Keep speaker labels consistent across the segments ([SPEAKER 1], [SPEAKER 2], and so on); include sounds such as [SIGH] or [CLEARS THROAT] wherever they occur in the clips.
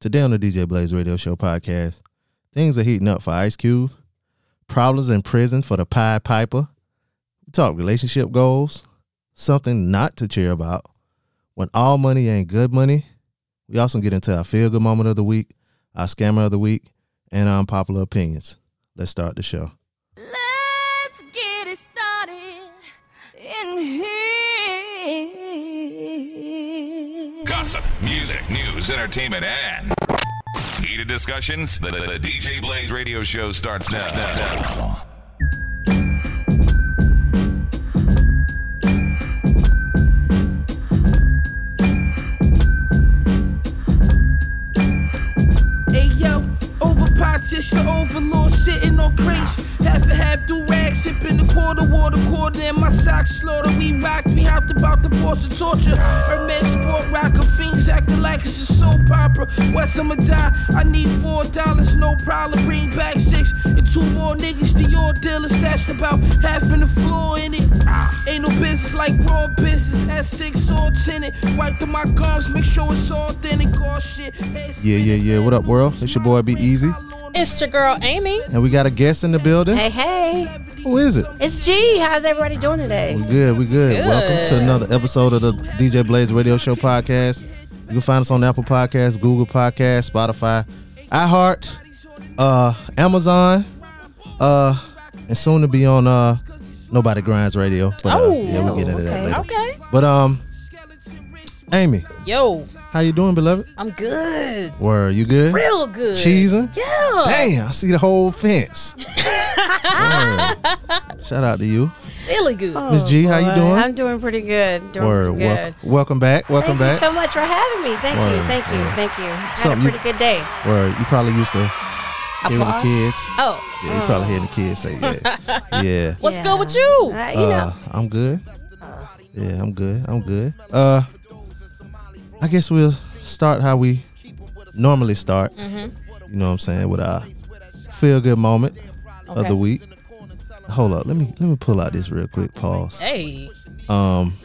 [SPEAKER 1] Today on the DJ Blaze Radio Show podcast, things are heating up for Ice Cube, problems in prison for the Pied Piper. We talk relationship goals, something not to cheer about. When all money ain't good money, we also get into our feel good moment of the week, our scammer of the week, and our unpopular opinions. Let's start the show.
[SPEAKER 2] Let's get it started in here.
[SPEAKER 3] Gossip, music, news, entertainment, and heated discussions. The, the- the DJ Blaze radio show starts now. now.
[SPEAKER 4] Hey yo, over politician, overlord, sitting on crates. Half a half do rag, sipping the quarter water, quarter in my socks, slaughter. We rocked, we out about the boss of torture. Hermes sport rocker, fiends acting like it's a soap opera. West, I'ma die. I need four dollars, no problem. Bring back six and two more niggas. The your dealer stashed about half in the floor in it. Ain't no business like raw business. S6 all tinted. Wipe through my gums, make sure it's authentic. All shit.
[SPEAKER 1] Yeah, yeah, yeah. What up, world? It's your boy Be Easy.
[SPEAKER 5] It's your girl Amy.
[SPEAKER 1] And we got a guest in the building.
[SPEAKER 6] Hey, hey.
[SPEAKER 1] Who is it?
[SPEAKER 6] It's G. How's everybody doing today?
[SPEAKER 1] We good, we good. Welcome to another episode of the DJ Blaze Radio Show podcast. You can find us on Apple Podcasts, Google Podcasts, Spotify, iHeart, uh, Amazon, uh, and soon to be on uh, Nobody Grinds Radio. But, uh,
[SPEAKER 5] Oh,
[SPEAKER 1] yeah, we'll get into that
[SPEAKER 6] okay.
[SPEAKER 1] later.
[SPEAKER 5] Okay.
[SPEAKER 1] But um, Amy,
[SPEAKER 5] Yo,
[SPEAKER 1] how you doing, beloved?
[SPEAKER 5] I'm good.
[SPEAKER 1] Were you good?
[SPEAKER 5] Real good.
[SPEAKER 1] Cheesing?
[SPEAKER 5] Yeah.
[SPEAKER 1] Damn, I see the whole
[SPEAKER 5] [LAUGHS]
[SPEAKER 1] fence. Word. Shout out to you,
[SPEAKER 5] Really good.
[SPEAKER 6] Oh,
[SPEAKER 1] Miss G. How you
[SPEAKER 6] Boy,
[SPEAKER 1] doing?
[SPEAKER 6] I'm doing pretty good. Doing
[SPEAKER 1] Word.
[SPEAKER 6] pretty
[SPEAKER 1] Wel-
[SPEAKER 6] good.
[SPEAKER 1] welcome back. Welcome
[SPEAKER 6] Thank
[SPEAKER 1] back.
[SPEAKER 6] you so much for having me. Thank
[SPEAKER 1] Word,
[SPEAKER 6] you. Thank you.
[SPEAKER 1] word.
[SPEAKER 6] Thank you. Had
[SPEAKER 1] Something you-
[SPEAKER 6] a pretty good day.
[SPEAKER 1] Word, you probably used to hearing the
[SPEAKER 6] Applause.
[SPEAKER 1] kids.
[SPEAKER 5] Oh,
[SPEAKER 1] Yeah, you probably hearing the kids say, yeah,
[SPEAKER 6] [LAUGHS]
[SPEAKER 1] yeah.
[SPEAKER 5] what's
[SPEAKER 6] Yeah.
[SPEAKER 5] good with you?
[SPEAKER 6] Uh, you
[SPEAKER 1] Uh,
[SPEAKER 6] know,
[SPEAKER 1] I'm good. Yeah, I'm good. I'm good. Uh, I guess we'll start how we normally start. You know what I'm saying? With our feel good moment of
[SPEAKER 5] Okay.
[SPEAKER 1] the week. Hold up, let me let me pull out this real quick. Pause.
[SPEAKER 5] Hey.
[SPEAKER 1] Um,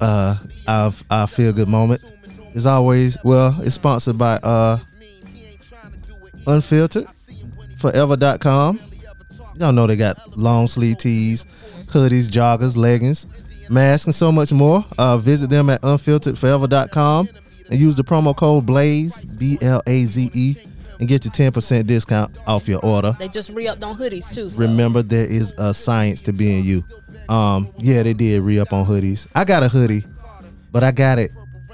[SPEAKER 1] uh, our our feel good moment is always well. It's sponsored by uh, Unfiltered, Forever.com. Y'all know they got long sleeve tees, hoodies, joggers, leggings, masks, and so much more. Uh, visit them at unfilteredforever.com and use the promo code BLAZE, B L A Z E, and get your 10% discount off your order.
[SPEAKER 5] They just re-upped on hoodies too. So.
[SPEAKER 1] Remember, there is a science to being you. Um, yeah, they did re up on hoodies. I got a hoodie, but I got it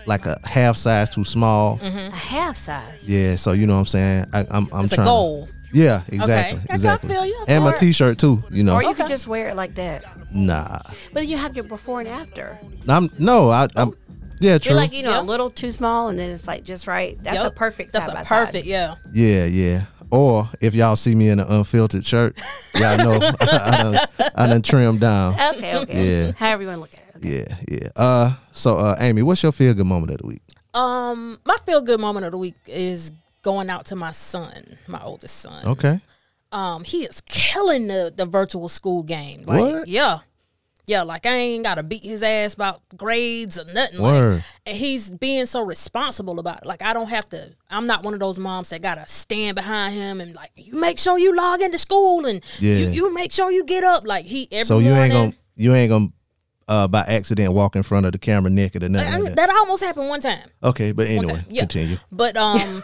[SPEAKER 1] like a half size too small.
[SPEAKER 6] a half size.
[SPEAKER 1] Yeah, so you know what I'm saying. I, I'm, I'm
[SPEAKER 5] Mm-hmm. It's a
[SPEAKER 1] trying.
[SPEAKER 5] goal.
[SPEAKER 1] Yeah, exactly,
[SPEAKER 5] Okay, I
[SPEAKER 1] exactly.
[SPEAKER 5] feel you.
[SPEAKER 1] and my
[SPEAKER 5] Or-
[SPEAKER 1] T-shirt too. You know,
[SPEAKER 6] Or you could just wear it like that.
[SPEAKER 1] nah.
[SPEAKER 6] But you have your before and after.
[SPEAKER 1] I'm no. I, I'm. Yeah, true.
[SPEAKER 6] You're Oh. like, you know,
[SPEAKER 5] Yeah.
[SPEAKER 6] a little too small and then it's like just right. That's a
[SPEAKER 5] Yup.
[SPEAKER 6] perfect
[SPEAKER 5] That's
[SPEAKER 6] side
[SPEAKER 5] a
[SPEAKER 6] by side.
[SPEAKER 5] perfect. Yeah.
[SPEAKER 1] yeah, yeah. Or if y'all see me in an unfiltered shirt, y'all
[SPEAKER 6] [LAUGHS]
[SPEAKER 1] know [LAUGHS] I, done, I done trimmed down.
[SPEAKER 6] Okay,
[SPEAKER 1] [LAUGHS]
[SPEAKER 6] okay.
[SPEAKER 1] Yeah.
[SPEAKER 6] However you want to look at it. Okay.
[SPEAKER 1] Yeah, yeah. Uh, so uh, Amy, what's your feel good moment of the week?
[SPEAKER 5] Um, my feel good moment of the week is going out to my son, my oldest son.
[SPEAKER 1] Okay.
[SPEAKER 5] um he is killing the the virtual school game. Like
[SPEAKER 1] What?
[SPEAKER 5] yeah. Yeah, like I ain't gotta beat his ass about grades or nothing.
[SPEAKER 1] Word.
[SPEAKER 5] Like, and he's being so responsible about it. Like I don't have to I'm not one of those moms that gotta stand behind him and like you make sure you log into school and
[SPEAKER 1] Yeah.
[SPEAKER 5] you, you make sure you get up. Like he every
[SPEAKER 1] So you ain't
[SPEAKER 5] morning.
[SPEAKER 1] gonna you ain't gonna uh by accident walk in front of the camera naked or nothing.
[SPEAKER 5] And
[SPEAKER 1] Like that.
[SPEAKER 5] that almost happened one time.
[SPEAKER 1] Okay, but
[SPEAKER 5] one
[SPEAKER 1] anyway,
[SPEAKER 5] time. Yeah.
[SPEAKER 1] continue. [LAUGHS]
[SPEAKER 5] But um,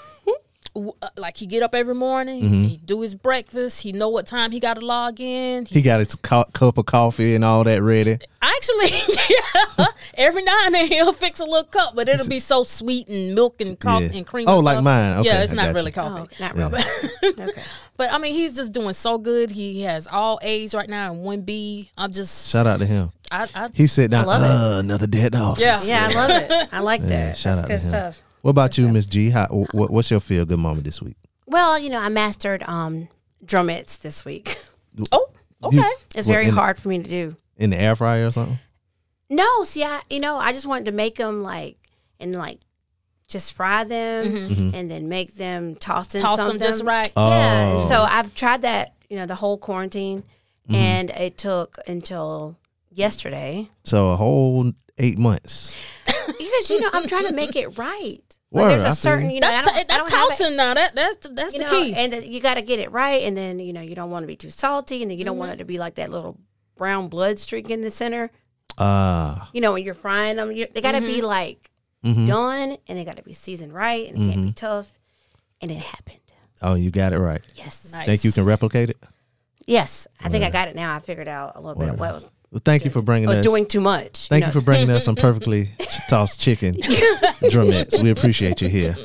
[SPEAKER 5] w- uh, like he get up every morning,
[SPEAKER 1] Mm-hmm.
[SPEAKER 5] he do his breakfast, he know what time he got to log in.
[SPEAKER 1] He got his co- cup of coffee and all that ready.
[SPEAKER 5] Actually, [LAUGHS] yeah. Every now and then he'll fix a little cup, but it'll be so sweet and milk and coffee
[SPEAKER 1] Yeah.
[SPEAKER 5] and cream.
[SPEAKER 1] Oh,
[SPEAKER 5] and
[SPEAKER 1] like
[SPEAKER 5] stuff.
[SPEAKER 1] mine. Okay,
[SPEAKER 5] yeah, it's
[SPEAKER 1] I got
[SPEAKER 5] not really
[SPEAKER 1] you.
[SPEAKER 5] coffee.
[SPEAKER 6] Oh, not real. [LAUGHS] okay.
[SPEAKER 5] But I mean, he's just doing so good. He has all A's right now and one B. I'm just,
[SPEAKER 1] Shout out to him.
[SPEAKER 5] I, I,
[SPEAKER 1] He said, down.
[SPEAKER 6] love it.
[SPEAKER 1] Uh, another day at the office.
[SPEAKER 5] Yeah.
[SPEAKER 6] Yeah, I love it. I like that.
[SPEAKER 1] shout
[SPEAKER 6] That's
[SPEAKER 1] out
[SPEAKER 6] good
[SPEAKER 1] to him.
[SPEAKER 6] stuff.
[SPEAKER 1] What about you, Miss G? How, wh- wh- what's your feel good moment this week?
[SPEAKER 6] Well, you know, I mastered um drumettes this week. [LAUGHS]
[SPEAKER 5] oh, okay.
[SPEAKER 1] You-
[SPEAKER 6] It's
[SPEAKER 1] what,
[SPEAKER 6] very
[SPEAKER 1] in,
[SPEAKER 6] hard for me to do.
[SPEAKER 1] In the air fryer or something?
[SPEAKER 6] No, see, I you know, I just wanted to make them like and like just fry them
[SPEAKER 1] Mm-hmm.
[SPEAKER 6] and then make them toss in
[SPEAKER 5] Mm-hmm. Toss
[SPEAKER 6] something.
[SPEAKER 5] him just right.
[SPEAKER 6] Yeah. and
[SPEAKER 1] Oh. Mm-hmm.
[SPEAKER 6] So I've tried that, you know, the whole quarantine, and it took until yesterday
[SPEAKER 1] So a whole eight months.
[SPEAKER 5] [LAUGHS]
[SPEAKER 6] because you know I'm trying to make it right. But there's
[SPEAKER 1] Word, I
[SPEAKER 6] a
[SPEAKER 1] feel
[SPEAKER 6] certain,
[SPEAKER 1] you.
[SPEAKER 6] you know,
[SPEAKER 5] That's
[SPEAKER 6] I don't, I
[SPEAKER 5] that
[SPEAKER 6] don't have it-
[SPEAKER 5] tossing now. That that's the- that's
[SPEAKER 6] you
[SPEAKER 5] the
[SPEAKER 6] know,
[SPEAKER 5] key.
[SPEAKER 6] and that you got to get it right. And then you know you don't want to be too salty, and then you don't
[SPEAKER 5] Mm-hmm.
[SPEAKER 6] want it to be like that little brown blood streak in the center.
[SPEAKER 1] Ah,
[SPEAKER 6] You know, when you're frying them, you they got to
[SPEAKER 5] Mm-hmm.
[SPEAKER 6] be like
[SPEAKER 1] Mm-hmm.
[SPEAKER 6] done, and they got to be seasoned right, and it can't be tough. And it happened.
[SPEAKER 1] oh, you got it right.
[SPEAKER 6] Yes.
[SPEAKER 1] Think you can replicate it?
[SPEAKER 6] Yes, I think I got it now. I figured out a little bit of what was,
[SPEAKER 1] Well, thank you for bringing
[SPEAKER 6] was
[SPEAKER 1] us.
[SPEAKER 6] Oh, doing too much.
[SPEAKER 1] thank
[SPEAKER 6] know.
[SPEAKER 1] you for bringing us
[SPEAKER 6] [LAUGHS]
[SPEAKER 1] some perfectly tossed chicken drumettes. We appreciate you
[SPEAKER 6] [LAUGHS]
[SPEAKER 1] here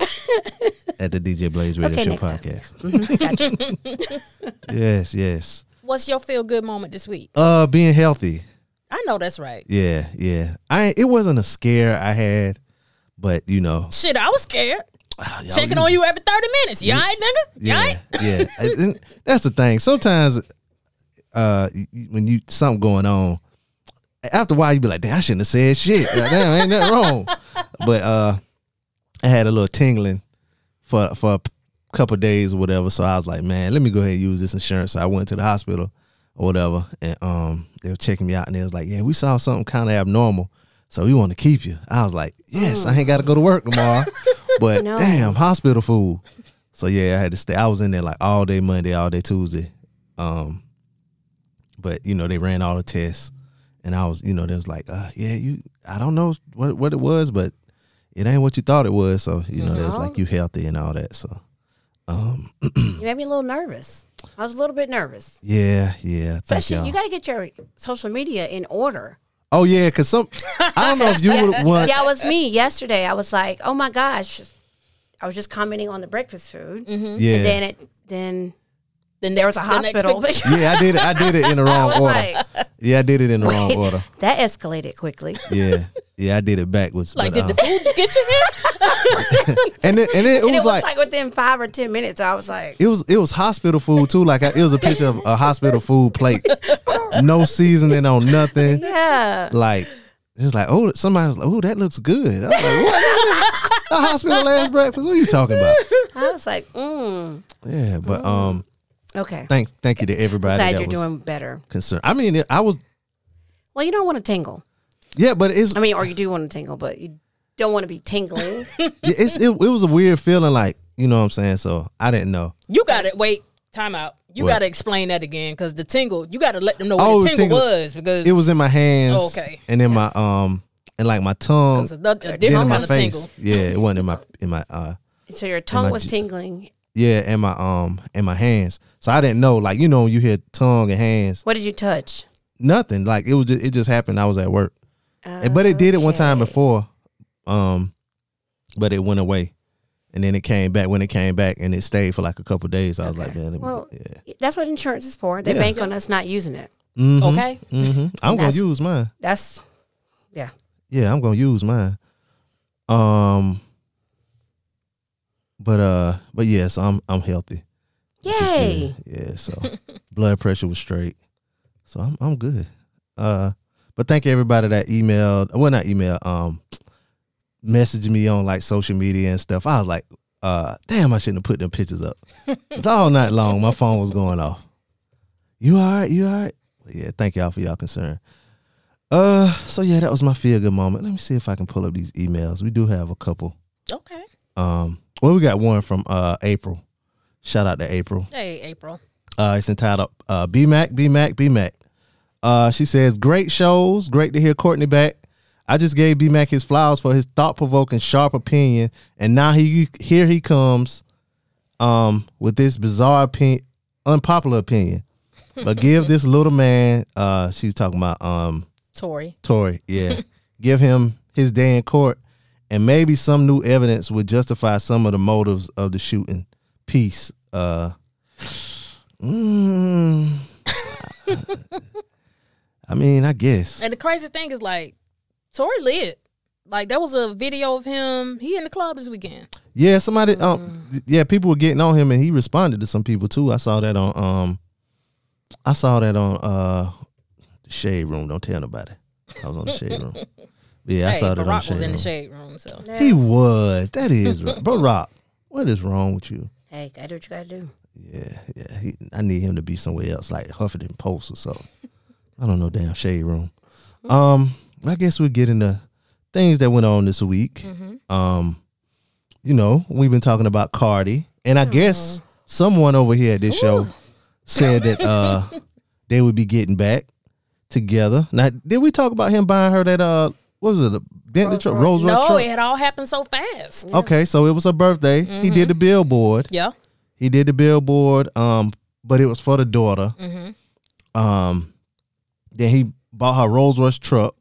[SPEAKER 1] at the DJ Blaze Radio
[SPEAKER 6] Okay,
[SPEAKER 1] Show
[SPEAKER 6] next time.
[SPEAKER 1] podcast.
[SPEAKER 6] [LAUGHS]
[SPEAKER 1] [LAUGHS] yes, yes.
[SPEAKER 5] What's your feel good moment this week?
[SPEAKER 1] Uh, being healthy.
[SPEAKER 5] I know that's right.
[SPEAKER 1] Yeah, yeah. I it wasn't a scare I had, but you know,
[SPEAKER 5] Shit, I was scared.
[SPEAKER 1] y'all-
[SPEAKER 5] Checking on you every thirty minutes. You all right, nigga? You
[SPEAKER 1] Yeah,
[SPEAKER 5] all right?
[SPEAKER 1] yeah. And- and that's the thing. Sometimes, uh, y- y- when you something going on, after a while you be like, "Damn, I shouldn't have said shit. Like, Damn, ain't nothing wrong." But uh, I had a little tingling for for a p- couple of days or whatever. So I was like, "Man, let me go ahead and use this insurance." So I went to the hospital or whatever, and um, they were checking me out, and they was like, "Yeah, we saw something kind of abnormal." So we want to keep you. I was like, yes, I ain't got to go to work tomorrow, but
[SPEAKER 6] No.
[SPEAKER 1] damn, hospital food. So yeah, I had to stay. I was in there like all day Monday, all day Tuesday. Um, but you know they ran all the tests, and I was, you know, they was like, uh, yeah, you, I don't know what what it was, but it ain't what you thought it was. So you know, they was
[SPEAKER 6] No.
[SPEAKER 1] like you healthy and all that. So
[SPEAKER 6] You made me a little nervous. I was a little bit nervous.
[SPEAKER 1] yeah, yeah, thank
[SPEAKER 6] Especially,
[SPEAKER 1] y'all.
[SPEAKER 6] you got to get your social media in order.
[SPEAKER 1] oh yeah, cause some, I don't know if you would
[SPEAKER 6] [LAUGHS]
[SPEAKER 1] want.
[SPEAKER 6] yeah, it was me yesterday. I was like, oh my gosh. I was just commenting on the breakfast food.
[SPEAKER 1] Yeah,
[SPEAKER 6] And then it, then
[SPEAKER 5] Then
[SPEAKER 6] Mm-hmm. there was a
[SPEAKER 5] [LAUGHS]
[SPEAKER 6] hospital. [LAUGHS]
[SPEAKER 1] yeah, I did it. I did it in the
[SPEAKER 6] I
[SPEAKER 1] wrong
[SPEAKER 6] was
[SPEAKER 1] order.
[SPEAKER 6] like,
[SPEAKER 1] yeah, I did it in the
[SPEAKER 6] [LAUGHS]
[SPEAKER 1] wrong order.
[SPEAKER 6] that escalated quickly.
[SPEAKER 1] Yeah, yeah, I did it backwards.
[SPEAKER 5] Like,
[SPEAKER 1] but,
[SPEAKER 5] did the
[SPEAKER 1] um,
[SPEAKER 5] food get you here?
[SPEAKER 1] and then, and then it,
[SPEAKER 6] [LAUGHS] And
[SPEAKER 1] was like,
[SPEAKER 6] within five or 10 minutes, I was like,
[SPEAKER 1] it was it was hospital food too. Like I, it was a picture of a hospital food plate, no seasoning on nothing.
[SPEAKER 6] yeah.
[SPEAKER 1] Like it's like oh somebody's like oh that looks good. I was like what? a hospital last breakfast? What are you talking about?
[SPEAKER 6] I was like, mm.
[SPEAKER 1] Yeah, but um,
[SPEAKER 6] Okay.
[SPEAKER 1] thank thank you to everybody
[SPEAKER 6] Glad
[SPEAKER 1] that
[SPEAKER 6] you're
[SPEAKER 1] was
[SPEAKER 6] doing better.
[SPEAKER 1] concerned. I mean, I was
[SPEAKER 6] Well, you don't want to tingle.
[SPEAKER 1] yeah, but it's
[SPEAKER 6] I mean, or you do want to tingle, but you don't want to be tingling.
[SPEAKER 1] [LAUGHS] it's it, it was a weird feeling. Like you know what I'm saying. So I didn't know.
[SPEAKER 5] You got
[SPEAKER 1] [LAUGHS]
[SPEAKER 5] to wait. Time out. You
[SPEAKER 1] What?
[SPEAKER 5] got to explain that again because the tingle. You got to let them know
[SPEAKER 1] Oh,
[SPEAKER 5] what the
[SPEAKER 1] the
[SPEAKER 5] tingle,
[SPEAKER 1] tingle.
[SPEAKER 5] was because
[SPEAKER 1] It was in my hands.
[SPEAKER 5] Oh, okay.
[SPEAKER 1] And in my um and like my tongue.
[SPEAKER 5] it's a, a different
[SPEAKER 1] then in
[SPEAKER 5] kind
[SPEAKER 1] my
[SPEAKER 5] of
[SPEAKER 1] face.
[SPEAKER 5] tingle.
[SPEAKER 1] Yeah, it wasn't in my in my uh
[SPEAKER 6] so your tongue
[SPEAKER 1] I
[SPEAKER 6] was
[SPEAKER 1] ju-
[SPEAKER 6] tingling.
[SPEAKER 1] yeah, and my um and my hands. So I didn't know, like you know, when you hear tongue and hands,
[SPEAKER 6] What did you touch?
[SPEAKER 1] nothing. Like it was, just, it just happened. I was at work, And- Eh, but it did it one time before, um, but it went away, and then it came back. When it came back, and it stayed for like a couple days, I was like, man, it-
[SPEAKER 6] Well,
[SPEAKER 1] yeah,
[SPEAKER 6] that's what insurance is for. They
[SPEAKER 1] Yeah.
[SPEAKER 6] bank on us not using it.
[SPEAKER 5] Okay.
[SPEAKER 1] hmm I'm gonna
[SPEAKER 6] That's-
[SPEAKER 1] use mine.
[SPEAKER 6] That's, yeah.
[SPEAKER 1] Yeah, I'm gonna use mine. Um, but uh, but yeah, so I'm I'm healthy.
[SPEAKER 6] Yay.
[SPEAKER 1] Yeah, yeah, so [LAUGHS] blood pressure was straight. So I'm I'm good. Uh but thank you everybody that emailed well not email, um messaged me on like social media and stuff. I was like, uh damn I shouldn't have put them pictures up. It's all night long. My phone was going off. You alright, you alright? But yeah, thank y'all for y'all concern. Uh so yeah, that was my feel good moment. Let me see if I can pull up these emails. We do have a couple.
[SPEAKER 5] Okay.
[SPEAKER 1] Um well we got one from uh April. Shout out to April.
[SPEAKER 5] Hey, April.
[SPEAKER 1] Uh, it's entitled uh, BMAC, BMAC, BMAC. Uh, she says, Great shows. Great to hear Courtney back. I just gave BMAC his flowers for his thought provoking, sharp opinion. And now he here he comes um, with this bizarre, opinion, unpopular opinion. But give this little man, uh, she's talking about um,
[SPEAKER 5] Tori.
[SPEAKER 1] Tory,
[SPEAKER 5] [LAUGHS]
[SPEAKER 1] yeah. Give him his day in court, and maybe some new evidence would justify some of the motives of the shooting. Peace. Uh, [SIGHS] mm, I mean, I guess.
[SPEAKER 5] And the crazy thing is like, Tori lit. Like that was a video of him. He in the club this weekend.
[SPEAKER 1] Yeah, somebody. Um,
[SPEAKER 5] Mm.
[SPEAKER 1] yeah, people were getting on him, and he responded to some people too. I saw that on. Um, I saw that on uh, the shade room. Don't tell nobody. I was on the shade
[SPEAKER 5] [LAUGHS]
[SPEAKER 1] room. Yeah, I
[SPEAKER 5] hey,
[SPEAKER 1] saw that on the
[SPEAKER 5] Barack
[SPEAKER 1] shade
[SPEAKER 5] was in
[SPEAKER 1] room.
[SPEAKER 5] the shade room. So
[SPEAKER 1] He was. That is [LAUGHS] right. Barack. What is wrong with you?
[SPEAKER 6] Hey, gotta do what you gotta do.
[SPEAKER 1] Yeah, yeah. He, I need him to be somewhere else, like Huffington Post or [LAUGHS] something. I don't know, damn shade room. Mm-hmm. Um, I guess we're getting the things that went on this week. Um, you know, we've been talking about Cardi, and I guess someone over here at this show said that [LAUGHS] uh they would be getting back together. Now, did we talk about him buying her that uh what was it, the Bentley truck, Rolls Royce
[SPEAKER 5] No,
[SPEAKER 1] truck?
[SPEAKER 5] it had all happened so fast.
[SPEAKER 1] Okay, so it was her birthday. He did the billboard.
[SPEAKER 5] Yeah.
[SPEAKER 1] He did the billboard, um, but it was for the daughter. Um, then he bought her Rolls Royce truck,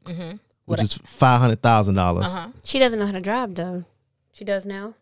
[SPEAKER 1] which is five hundred dollars.
[SPEAKER 6] She doesn't know how to drive though. She does now.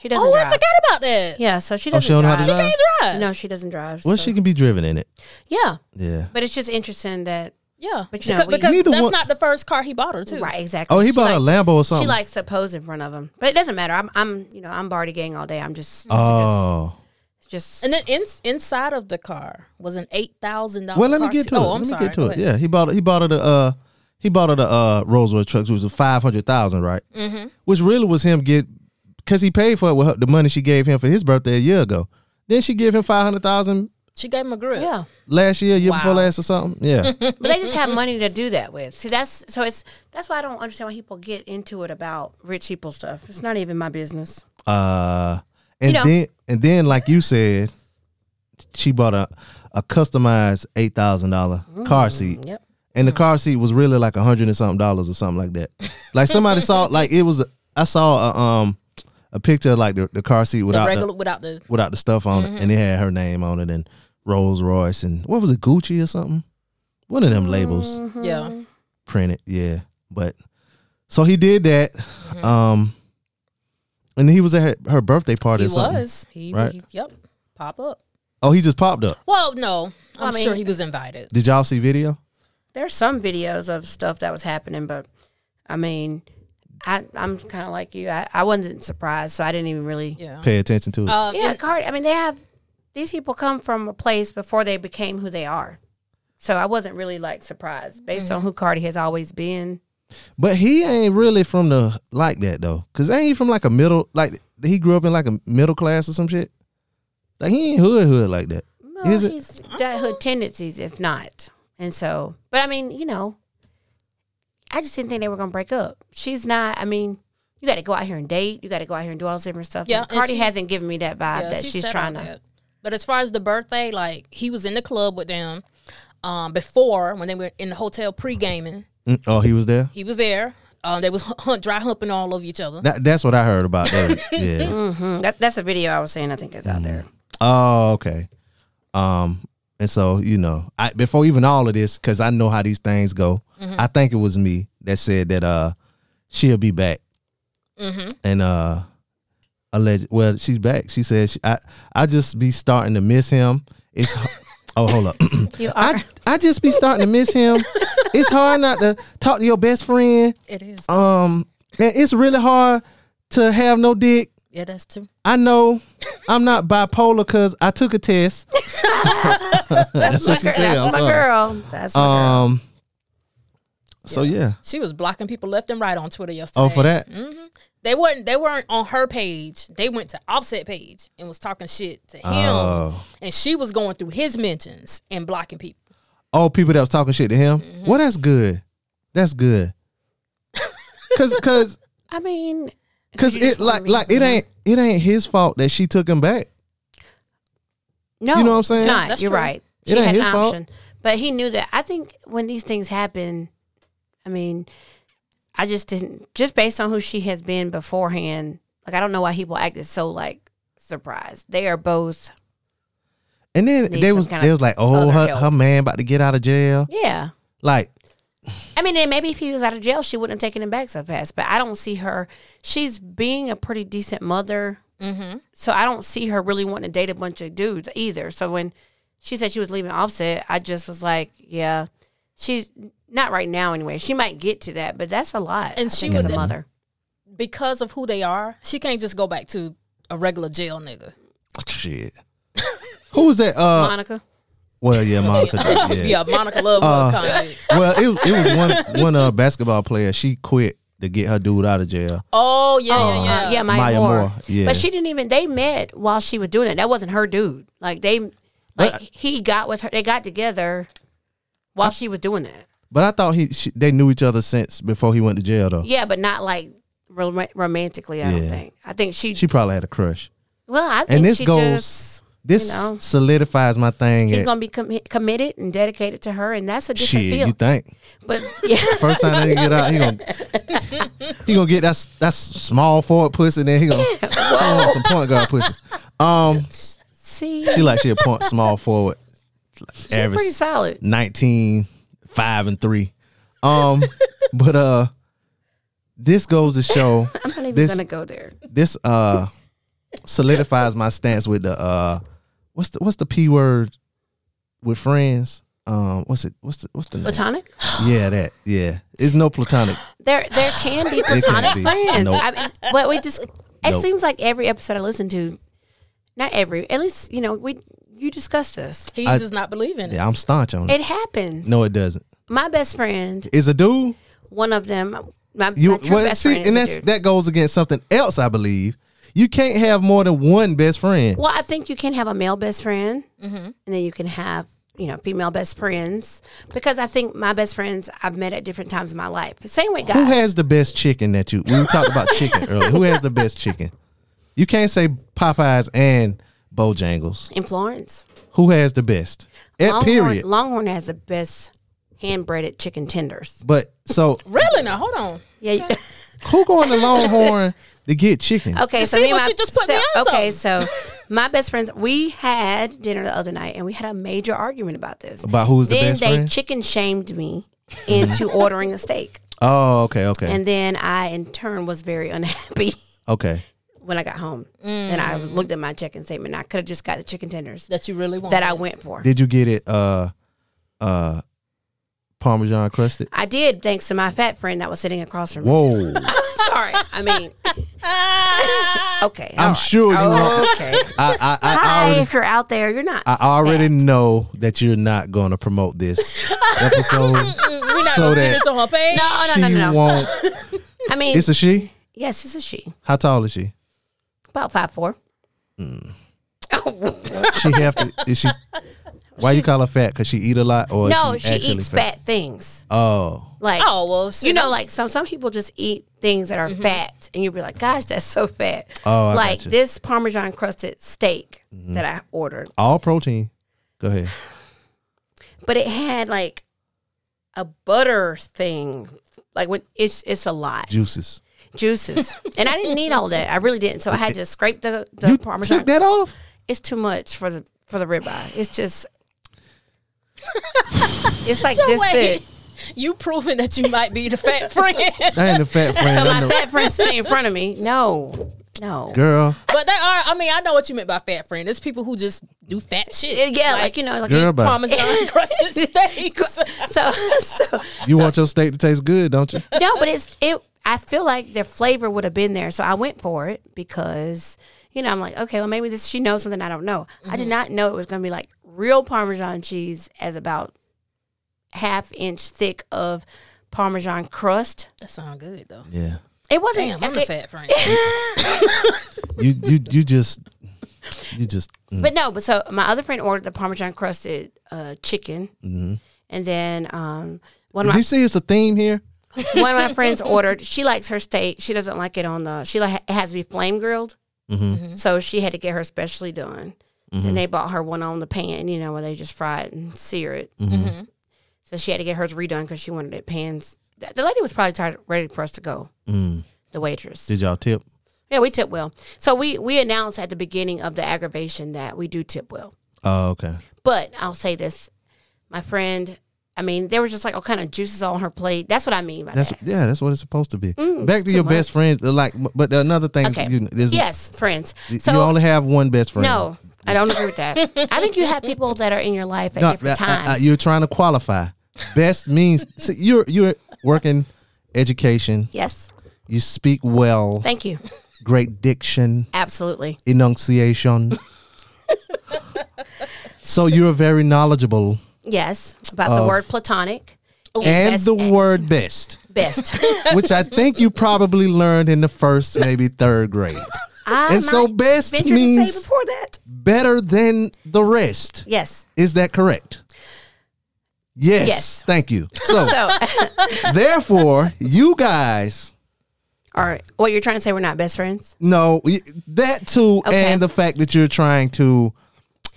[SPEAKER 6] She doesn't.
[SPEAKER 5] Oh, I
[SPEAKER 6] drive.
[SPEAKER 5] forgot about that.
[SPEAKER 6] Yeah, so she
[SPEAKER 1] Oh,
[SPEAKER 6] doesn't
[SPEAKER 1] she don't know how
[SPEAKER 6] drive.
[SPEAKER 1] to drive.
[SPEAKER 5] Can't drive.
[SPEAKER 6] No, she doesn't drive.
[SPEAKER 1] Well,
[SPEAKER 6] so-
[SPEAKER 1] she can be driven in it.
[SPEAKER 6] Yeah,
[SPEAKER 1] Yeah.
[SPEAKER 6] but it's just interesting that
[SPEAKER 5] Yeah.
[SPEAKER 6] But you know,
[SPEAKER 5] because,
[SPEAKER 6] we-
[SPEAKER 5] because
[SPEAKER 1] Neither
[SPEAKER 5] that's
[SPEAKER 1] one-
[SPEAKER 5] not the first car he bought her, too.
[SPEAKER 6] right exactly.
[SPEAKER 1] Oh, he
[SPEAKER 6] She
[SPEAKER 1] bought
[SPEAKER 6] likes,
[SPEAKER 1] a Lambo or something.
[SPEAKER 6] She likes to pose in front of him, but it doesn't matter. I'm, I'm, you know, I'm Barty gang all day. I'm just,
[SPEAKER 1] Oh.
[SPEAKER 6] um, just, just
[SPEAKER 5] And then in, inside of the car was an eight thousand dollars.
[SPEAKER 1] Well, let me get to it.
[SPEAKER 5] Oh, I'm
[SPEAKER 1] let me
[SPEAKER 5] sorry.
[SPEAKER 1] get to
[SPEAKER 5] Go
[SPEAKER 1] it.
[SPEAKER 5] ahead.
[SPEAKER 1] Yeah, he bought he bought her the uh he bought her the uh Rolls Royce truck, which was a five hundred thousand, right? Mm-hmm. Which really was him get because he paid for it with her, the money she gave him for his birthday a year ago. Then she gave him five hundred thousand
[SPEAKER 5] She gave him a grip.
[SPEAKER 6] yeah.
[SPEAKER 1] last year, year before
[SPEAKER 6] Wow.
[SPEAKER 1] last or something. Yeah,
[SPEAKER 5] [LAUGHS]
[SPEAKER 6] But they just have money to do that with. See, that's so it's that's why I don't understand why people get into it about rich people stuff. It's not even my business.
[SPEAKER 1] uh, and
[SPEAKER 6] know.
[SPEAKER 1] then and then like you said, she bought a a customized eight thousand dollar car seat.
[SPEAKER 6] Yep.
[SPEAKER 1] and the car seat was really like a hundred and something dollars or something like that. Like somebody saw like it was. I saw a um a picture of like the, the car seat
[SPEAKER 5] The
[SPEAKER 1] without
[SPEAKER 5] regular
[SPEAKER 1] the,
[SPEAKER 5] without the
[SPEAKER 1] without the stuff on it, and it had her name on it and Rolls Royce and what was it Gucci or something? One of them labels
[SPEAKER 6] Hmm.
[SPEAKER 5] yeah.
[SPEAKER 1] printed, yeah. But so he did that,
[SPEAKER 5] Mm-hmm.
[SPEAKER 1] um, and he was at her, her birthday party.
[SPEAKER 5] He
[SPEAKER 1] or something.
[SPEAKER 5] was. He,
[SPEAKER 1] right?
[SPEAKER 5] he- yep. Pop up.
[SPEAKER 1] Oh, he just popped up.
[SPEAKER 5] Well, no. I'm
[SPEAKER 6] I mean-
[SPEAKER 5] sure he was invited.
[SPEAKER 1] Did y'all see video?
[SPEAKER 6] There's some videos of stuff that was happening, but I mean, I I'm kind of like you. I, I wasn't surprised, so I didn't even really.
[SPEAKER 5] Yeah.
[SPEAKER 1] Pay attention to it.
[SPEAKER 5] Um,
[SPEAKER 6] Yeah, Cardi. I mean, they have these people come from a place before they became who they are. So I wasn't really like surprised based
[SPEAKER 5] Mm-hmm.
[SPEAKER 6] on who Cardi has always been.
[SPEAKER 1] But he ain't really from the like that though, cause ain't he from like a middle like he grew up in like a middle class or some shit? Like he ain't hood hood like that.
[SPEAKER 6] Well,
[SPEAKER 1] Is it?
[SPEAKER 6] he's got hood tendencies, if not. And so, but I mean, you know, I just didn't think they were gonna break up. She's not. I mean, you got to go out here and date. You got to go out here and do all this different stuff.
[SPEAKER 5] Yeah,
[SPEAKER 6] and
[SPEAKER 5] and
[SPEAKER 6] Cardi
[SPEAKER 5] she-
[SPEAKER 6] hasn't given me that vibe
[SPEAKER 5] yeah,
[SPEAKER 6] that
[SPEAKER 5] she
[SPEAKER 6] she's
[SPEAKER 5] said
[SPEAKER 6] trying
[SPEAKER 5] all
[SPEAKER 6] to.
[SPEAKER 5] that. But as far as the birthday, like he was in the club with them um, before when they were in the hotel pre gaming.
[SPEAKER 1] Mm, Oh, he was there.
[SPEAKER 5] He was there. Um, they was [LAUGHS] hunt, dry humping all over each other.
[SPEAKER 1] That, that's what I heard about
[SPEAKER 5] [LAUGHS]
[SPEAKER 1] that. yeah.
[SPEAKER 6] Mm, that, that's a video I was saying. I think is out there.
[SPEAKER 1] Oh, okay. Um, and so you know, I before even all of this, cause I know how these things go.
[SPEAKER 6] Mm-hmm.
[SPEAKER 1] I think it was me that said that uh she'll be back,
[SPEAKER 6] Mm-hmm.
[SPEAKER 1] and uh, alleged. Well, she's back. She said she, I I just be starting to miss him. It's oh hold up.
[SPEAKER 6] [LAUGHS] You are.
[SPEAKER 1] I, I just be starting to miss him. It's hard not to talk to your best friend.
[SPEAKER 5] It is.
[SPEAKER 1] Um, and it's really hard to have no dick.
[SPEAKER 5] Yeah, that's true.
[SPEAKER 1] I know I'm not bipolar because I took a
[SPEAKER 6] [LAUGHS]
[SPEAKER 1] test. That's what she said. I'm
[SPEAKER 6] that's my
[SPEAKER 1] sorry.
[SPEAKER 6] girl. That's my girl.
[SPEAKER 1] Um, so yeah.
[SPEAKER 5] She was blocking people left and right on Twitter yesterday.
[SPEAKER 1] Oh, for that.
[SPEAKER 6] Mm.
[SPEAKER 5] They weren't they weren't on her page. They went to offset page and was talking shit to him.
[SPEAKER 1] Oh.
[SPEAKER 5] And she was going through his mentions and blocking people.
[SPEAKER 1] all people that was talking shit to him.
[SPEAKER 6] Mm-hmm.
[SPEAKER 1] Well, that's good. That's good.
[SPEAKER 6] [LAUGHS]
[SPEAKER 1] Cause, cause,
[SPEAKER 6] I mean,
[SPEAKER 1] cause
[SPEAKER 6] you just
[SPEAKER 1] it
[SPEAKER 6] wanna
[SPEAKER 1] like
[SPEAKER 6] be-
[SPEAKER 1] like it ain't it ain't his fault that she took him back.
[SPEAKER 6] No,
[SPEAKER 1] You know what I'm saying?
[SPEAKER 6] It's not.
[SPEAKER 5] That's
[SPEAKER 6] You're
[SPEAKER 5] true.
[SPEAKER 6] right.
[SPEAKER 1] It
[SPEAKER 6] She
[SPEAKER 1] ain't
[SPEAKER 6] had an
[SPEAKER 1] his fault.
[SPEAKER 6] option, but he knew that. I think when these things happen, I mean, I just didn't. Just based on who she has been beforehand, like I don't know why people acted so like surprised. They are both,
[SPEAKER 1] And then
[SPEAKER 6] Need
[SPEAKER 1] they
[SPEAKER 6] some
[SPEAKER 1] was
[SPEAKER 6] kind
[SPEAKER 1] they
[SPEAKER 6] of
[SPEAKER 1] was like, oh,
[SPEAKER 6] other
[SPEAKER 1] her,
[SPEAKER 6] help.
[SPEAKER 1] her man about to get out of
[SPEAKER 6] [LAUGHS]
[SPEAKER 1] jail.
[SPEAKER 6] yeah.
[SPEAKER 1] Like,
[SPEAKER 6] I mean, and maybe if he was out of jail, she wouldn't have taken him back so fast. But I don't see her. She's being a pretty decent mother, mm-hmm. so I don't see her really wanting to date a bunch of dudes either. So when she said she was leaving Offset, I just was like, yeah, she's not right now anyway. She might get to that, but that's a lot.
[SPEAKER 5] And
[SPEAKER 6] I
[SPEAKER 5] she
[SPEAKER 6] think, as a
[SPEAKER 5] would-
[SPEAKER 6] mother.
[SPEAKER 5] Because of who they are, she can't just go back to a regular jail nigga.
[SPEAKER 1] shit. Who was that? Uh,
[SPEAKER 6] Monica,
[SPEAKER 1] well, yeah,
[SPEAKER 6] [LAUGHS]
[SPEAKER 1] Monica. yeah.
[SPEAKER 5] Yeah, Monica Love
[SPEAKER 1] Uh,
[SPEAKER 5] uh, comment.
[SPEAKER 1] Well, it, it was one one uh, basketball player. She quit to get her dude out of jail.
[SPEAKER 5] Oh yeah, yeah, yeah.
[SPEAKER 6] Uh, yeah, Maya,
[SPEAKER 1] Maya
[SPEAKER 6] Moore.
[SPEAKER 1] Moore, yeah.
[SPEAKER 6] But she didn't even. They met while she was doing it. That wasn't her dude. Like they, like
[SPEAKER 1] But-
[SPEAKER 6] he got with her. They got together while she was doing that.
[SPEAKER 1] But I thought he she, they knew each other since before he went to jail though.
[SPEAKER 6] Yeah, but not like rom- romantically. I don't
[SPEAKER 1] Yeah.
[SPEAKER 6] think. I think she.
[SPEAKER 1] She probably had a crush.
[SPEAKER 6] well, I think
[SPEAKER 1] And this
[SPEAKER 6] she
[SPEAKER 1] goes.
[SPEAKER 6] just.
[SPEAKER 1] this
[SPEAKER 6] know.
[SPEAKER 1] solidifies my thing.
[SPEAKER 6] He's
[SPEAKER 1] at-
[SPEAKER 6] gonna be commi- committed and dedicated to her, and that's a different
[SPEAKER 1] shit,
[SPEAKER 6] feel.
[SPEAKER 1] you think?
[SPEAKER 6] but [LAUGHS] yeah,
[SPEAKER 1] First time that he get out, he gonna
[SPEAKER 6] [LAUGHS]
[SPEAKER 1] he gonna get that s- that s- small forward pussy, and then he gonna [LAUGHS] oh, some point guard pussy. Um,
[SPEAKER 6] see,
[SPEAKER 1] she like she a point small forward,
[SPEAKER 6] she's
[SPEAKER 1] average
[SPEAKER 6] pretty solid.
[SPEAKER 1] 19, 5 and three. Um, [LAUGHS] but uh, this goes to show
[SPEAKER 6] I'm not even
[SPEAKER 1] this-
[SPEAKER 6] gonna go there.
[SPEAKER 1] this uh solidifies my stance with the uh what's the what's the p word with friends. Um, what's it? What's the what's the name?
[SPEAKER 6] Platonic?
[SPEAKER 1] Yeah, that. Yeah, it's no platonic.
[SPEAKER 6] There, there can be
[SPEAKER 1] can't
[SPEAKER 6] platonic
[SPEAKER 1] be.
[SPEAKER 6] friends.
[SPEAKER 1] Nope.
[SPEAKER 6] I mean, but we just. It
[SPEAKER 1] Nope.
[SPEAKER 6] seems like every episode I listen to, not every, at least you know we you discuss this.
[SPEAKER 5] He
[SPEAKER 1] I-
[SPEAKER 5] does not believe in it.
[SPEAKER 1] Yeah, I'm staunch on it.
[SPEAKER 6] It happens.
[SPEAKER 1] Mm. No, it doesn't.
[SPEAKER 6] my best friend,
[SPEAKER 1] It's a dude.
[SPEAKER 6] one of them, my, my
[SPEAKER 1] You
[SPEAKER 6] true
[SPEAKER 1] well,
[SPEAKER 6] best
[SPEAKER 1] see,
[SPEAKER 6] friend, is
[SPEAKER 1] and
[SPEAKER 6] a
[SPEAKER 1] that's
[SPEAKER 6] dude.
[SPEAKER 1] that goes against something else. I believe you can't have more than one best friend.
[SPEAKER 6] Well, I think you can have a male best friend,
[SPEAKER 5] Mm-hmm.
[SPEAKER 6] and then you can have you know female best friends because I think my best friends I've met at different times in my life. Same with
[SPEAKER 1] Who
[SPEAKER 6] guys.
[SPEAKER 1] has the best chicken that you? We talked about chicken earlier. Who has the best chicken? You can't say Popeyes and Bojangles.
[SPEAKER 6] in Florence,
[SPEAKER 1] Who has the best? At period.
[SPEAKER 6] Longhorn has the best hand breaded chicken tenders.
[SPEAKER 1] But so
[SPEAKER 5] Really? Now, hold on.
[SPEAKER 6] Yeah. you-
[SPEAKER 1] who going to Longhorn to get chicken?
[SPEAKER 6] [LAUGHS] Okay,
[SPEAKER 5] You
[SPEAKER 6] so
[SPEAKER 5] see
[SPEAKER 6] me and
[SPEAKER 5] what
[SPEAKER 6] my,
[SPEAKER 5] she just put me
[SPEAKER 6] so-
[SPEAKER 5] on
[SPEAKER 6] okay, so my best friends, we had dinner the other night, and we had a major argument about this.
[SPEAKER 1] About who's the
[SPEAKER 6] then
[SPEAKER 1] best
[SPEAKER 6] they
[SPEAKER 1] friend?
[SPEAKER 6] chicken shamed
[SPEAKER 1] [LAUGHS]
[SPEAKER 6] me into ordering a steak,
[SPEAKER 1] oh, okay, okay,
[SPEAKER 6] and then I in turn was very unhappy.
[SPEAKER 1] okay.
[SPEAKER 6] when I got home. And I looked at my checking statement. and I could have just got the chicken tenders
[SPEAKER 5] That you really want.
[SPEAKER 6] Mm. that I went for.
[SPEAKER 1] Did you get it? Uh, uh, Parmesan crusted.
[SPEAKER 6] I did, thanks to my fat friend that was sitting across from me.
[SPEAKER 1] Whoa.
[SPEAKER 6] Sorry. I mean, [LAUGHS] okay.
[SPEAKER 1] I'm
[SPEAKER 6] all
[SPEAKER 1] sure you want.
[SPEAKER 6] Okay.
[SPEAKER 1] I, I, I,
[SPEAKER 6] Hi,
[SPEAKER 1] already,
[SPEAKER 6] if you're out there, you're not.
[SPEAKER 1] I already know that you're not going to promote this episode.
[SPEAKER 5] We're not
[SPEAKER 1] So
[SPEAKER 5] going to see
[SPEAKER 1] that-
[SPEAKER 5] this on her page.
[SPEAKER 6] no, no,
[SPEAKER 1] she
[SPEAKER 6] Oh, no, no, no. [LAUGHS]
[SPEAKER 1] won't.
[SPEAKER 6] I mean,
[SPEAKER 1] It's a she.
[SPEAKER 6] yes, it's a she.
[SPEAKER 1] How tall is she?
[SPEAKER 6] About five four.
[SPEAKER 1] Mm.
[SPEAKER 6] [LAUGHS]
[SPEAKER 1] She have to. Is she? Why you call her fat? Because she eat a lot, or is
[SPEAKER 6] no, she
[SPEAKER 1] actually
[SPEAKER 6] eats fat things.
[SPEAKER 1] Oh,
[SPEAKER 6] Like,
[SPEAKER 5] Oh, well, see,
[SPEAKER 6] you know,
[SPEAKER 5] that-
[SPEAKER 6] like some some people just eat things that are fat, and you'll be like, "Gosh, that's so fat." [LAUGHS]
[SPEAKER 1] Oh, I
[SPEAKER 6] like
[SPEAKER 1] gotcha. Mm-hmm.
[SPEAKER 6] this Parmesan crusted steak that I ordered,
[SPEAKER 1] all protein. Go ahead.
[SPEAKER 6] but it had like a butter thing. Like when it's it's a lot
[SPEAKER 1] Juices. [LAUGHS]
[SPEAKER 6] juices, and I didn't need all that. I really didn't. So I had to scrape the the
[SPEAKER 1] You
[SPEAKER 6] Parmesan.
[SPEAKER 1] took that off.
[SPEAKER 6] It's too much for the for the ribeye.
[SPEAKER 1] [LAUGHS]
[SPEAKER 6] It's just. It's like this
[SPEAKER 5] wait.
[SPEAKER 6] big.
[SPEAKER 5] [LAUGHS] You proving that you might be the fat friend.
[SPEAKER 1] That ain't a
[SPEAKER 6] [LAUGHS]
[SPEAKER 1] fat friend.
[SPEAKER 6] So
[SPEAKER 1] I
[SPEAKER 6] my
[SPEAKER 1] know.
[SPEAKER 6] fat friend sitting in front of me. No, no.
[SPEAKER 1] Girl,
[SPEAKER 5] But they are. I mean, I know what you meant by fat friend. It's people who just do fat shit.
[SPEAKER 6] Yeah, like, you know, like
[SPEAKER 1] girl, bye.
[SPEAKER 6] [LAUGHS]
[SPEAKER 5] Parmesan crusted steaks.
[SPEAKER 6] so, [LAUGHS] so
[SPEAKER 1] you want your steak to taste good, don't you?
[SPEAKER 6] no, but it's it. I feel like their flavor would have been there, so I went for it because you know I'm like, okay, well maybe this she knows something I don't know. I
[SPEAKER 5] Mm-hmm.
[SPEAKER 6] did not know it was going to be like real Parmesan cheese as about half inch thick of Parmesan crust.
[SPEAKER 5] That sound good though.
[SPEAKER 1] Yeah.
[SPEAKER 6] It wasn't.
[SPEAKER 5] Damn, I'm
[SPEAKER 6] okay,
[SPEAKER 5] a fat friend.
[SPEAKER 1] You you you just you just mm,
[SPEAKER 6] But no, but so my other friend ordered the Parmesan crusted uh, chicken,
[SPEAKER 5] Mm-hmm.
[SPEAKER 6] and then um, one of
[SPEAKER 1] do
[SPEAKER 6] my
[SPEAKER 1] you see it's a theme here?
[SPEAKER 6] one of my friends ordered. She likes her steak. She doesn't like it on the. She like it has to be flame grilled.
[SPEAKER 1] Mm-hmm.
[SPEAKER 6] So she had to get her specially done. And they bought her one on the pan, you know, where they just fry it and sear it.
[SPEAKER 1] Mm-hmm.
[SPEAKER 6] So she had to get hers redone because she wanted it pans. The the lady was probably tired, ready for us to go. The waitress.
[SPEAKER 1] Mm. Did y'all tip?
[SPEAKER 6] yeah, we tip well. So we we announced at the beginning of the aggravation that we do tip well.
[SPEAKER 1] Oh, okay.
[SPEAKER 6] But I'll say this, my friend. I mean, there was just like all kind of juices on her plate. That's what I mean by
[SPEAKER 1] That's
[SPEAKER 6] that.
[SPEAKER 1] yeah, that's what it's supposed to be. Back
[SPEAKER 6] Mm, it's
[SPEAKER 1] to
[SPEAKER 6] too
[SPEAKER 1] your best friends, uh, like, but another thing,
[SPEAKER 6] Okay.
[SPEAKER 1] you, there's-
[SPEAKER 6] yes, friends.
[SPEAKER 1] you
[SPEAKER 6] So
[SPEAKER 1] only have one best friend.
[SPEAKER 6] No, I don't agree with
[SPEAKER 1] [LAUGHS]
[SPEAKER 6] that. I think you have people that are in your life at
[SPEAKER 1] No,
[SPEAKER 6] different
[SPEAKER 1] I- I- I-
[SPEAKER 6] times.
[SPEAKER 1] uh, you're trying to qualify. Best
[SPEAKER 6] [LAUGHS]
[SPEAKER 1] means see, you're you're working education.
[SPEAKER 6] yes,
[SPEAKER 1] You speak well,
[SPEAKER 6] thank you.
[SPEAKER 1] great diction,
[SPEAKER 6] Absolutely. [LAUGHS]
[SPEAKER 1] enunciation. so you're very knowledgeable,
[SPEAKER 6] Yes, about the word platonic
[SPEAKER 1] and
[SPEAKER 6] best-
[SPEAKER 1] the word best. [LAUGHS]
[SPEAKER 6] best. [LAUGHS]
[SPEAKER 1] which I think you probably learned in the first, maybe third grade.
[SPEAKER 6] [LAUGHS] I
[SPEAKER 1] And so
[SPEAKER 6] might
[SPEAKER 1] best
[SPEAKER 6] venture to
[SPEAKER 1] means-
[SPEAKER 6] say before that.
[SPEAKER 1] Better than the rest.
[SPEAKER 6] Yes.
[SPEAKER 1] Is that correct? Yes.
[SPEAKER 6] Yes.
[SPEAKER 1] [LAUGHS] Thank you. So,
[SPEAKER 6] [LAUGHS] So
[SPEAKER 1] therefore, you guys
[SPEAKER 6] All right. What you're trying to say, we're not best friends?
[SPEAKER 1] No, y- that too,
[SPEAKER 6] Okay.
[SPEAKER 1] and the fact that you're trying to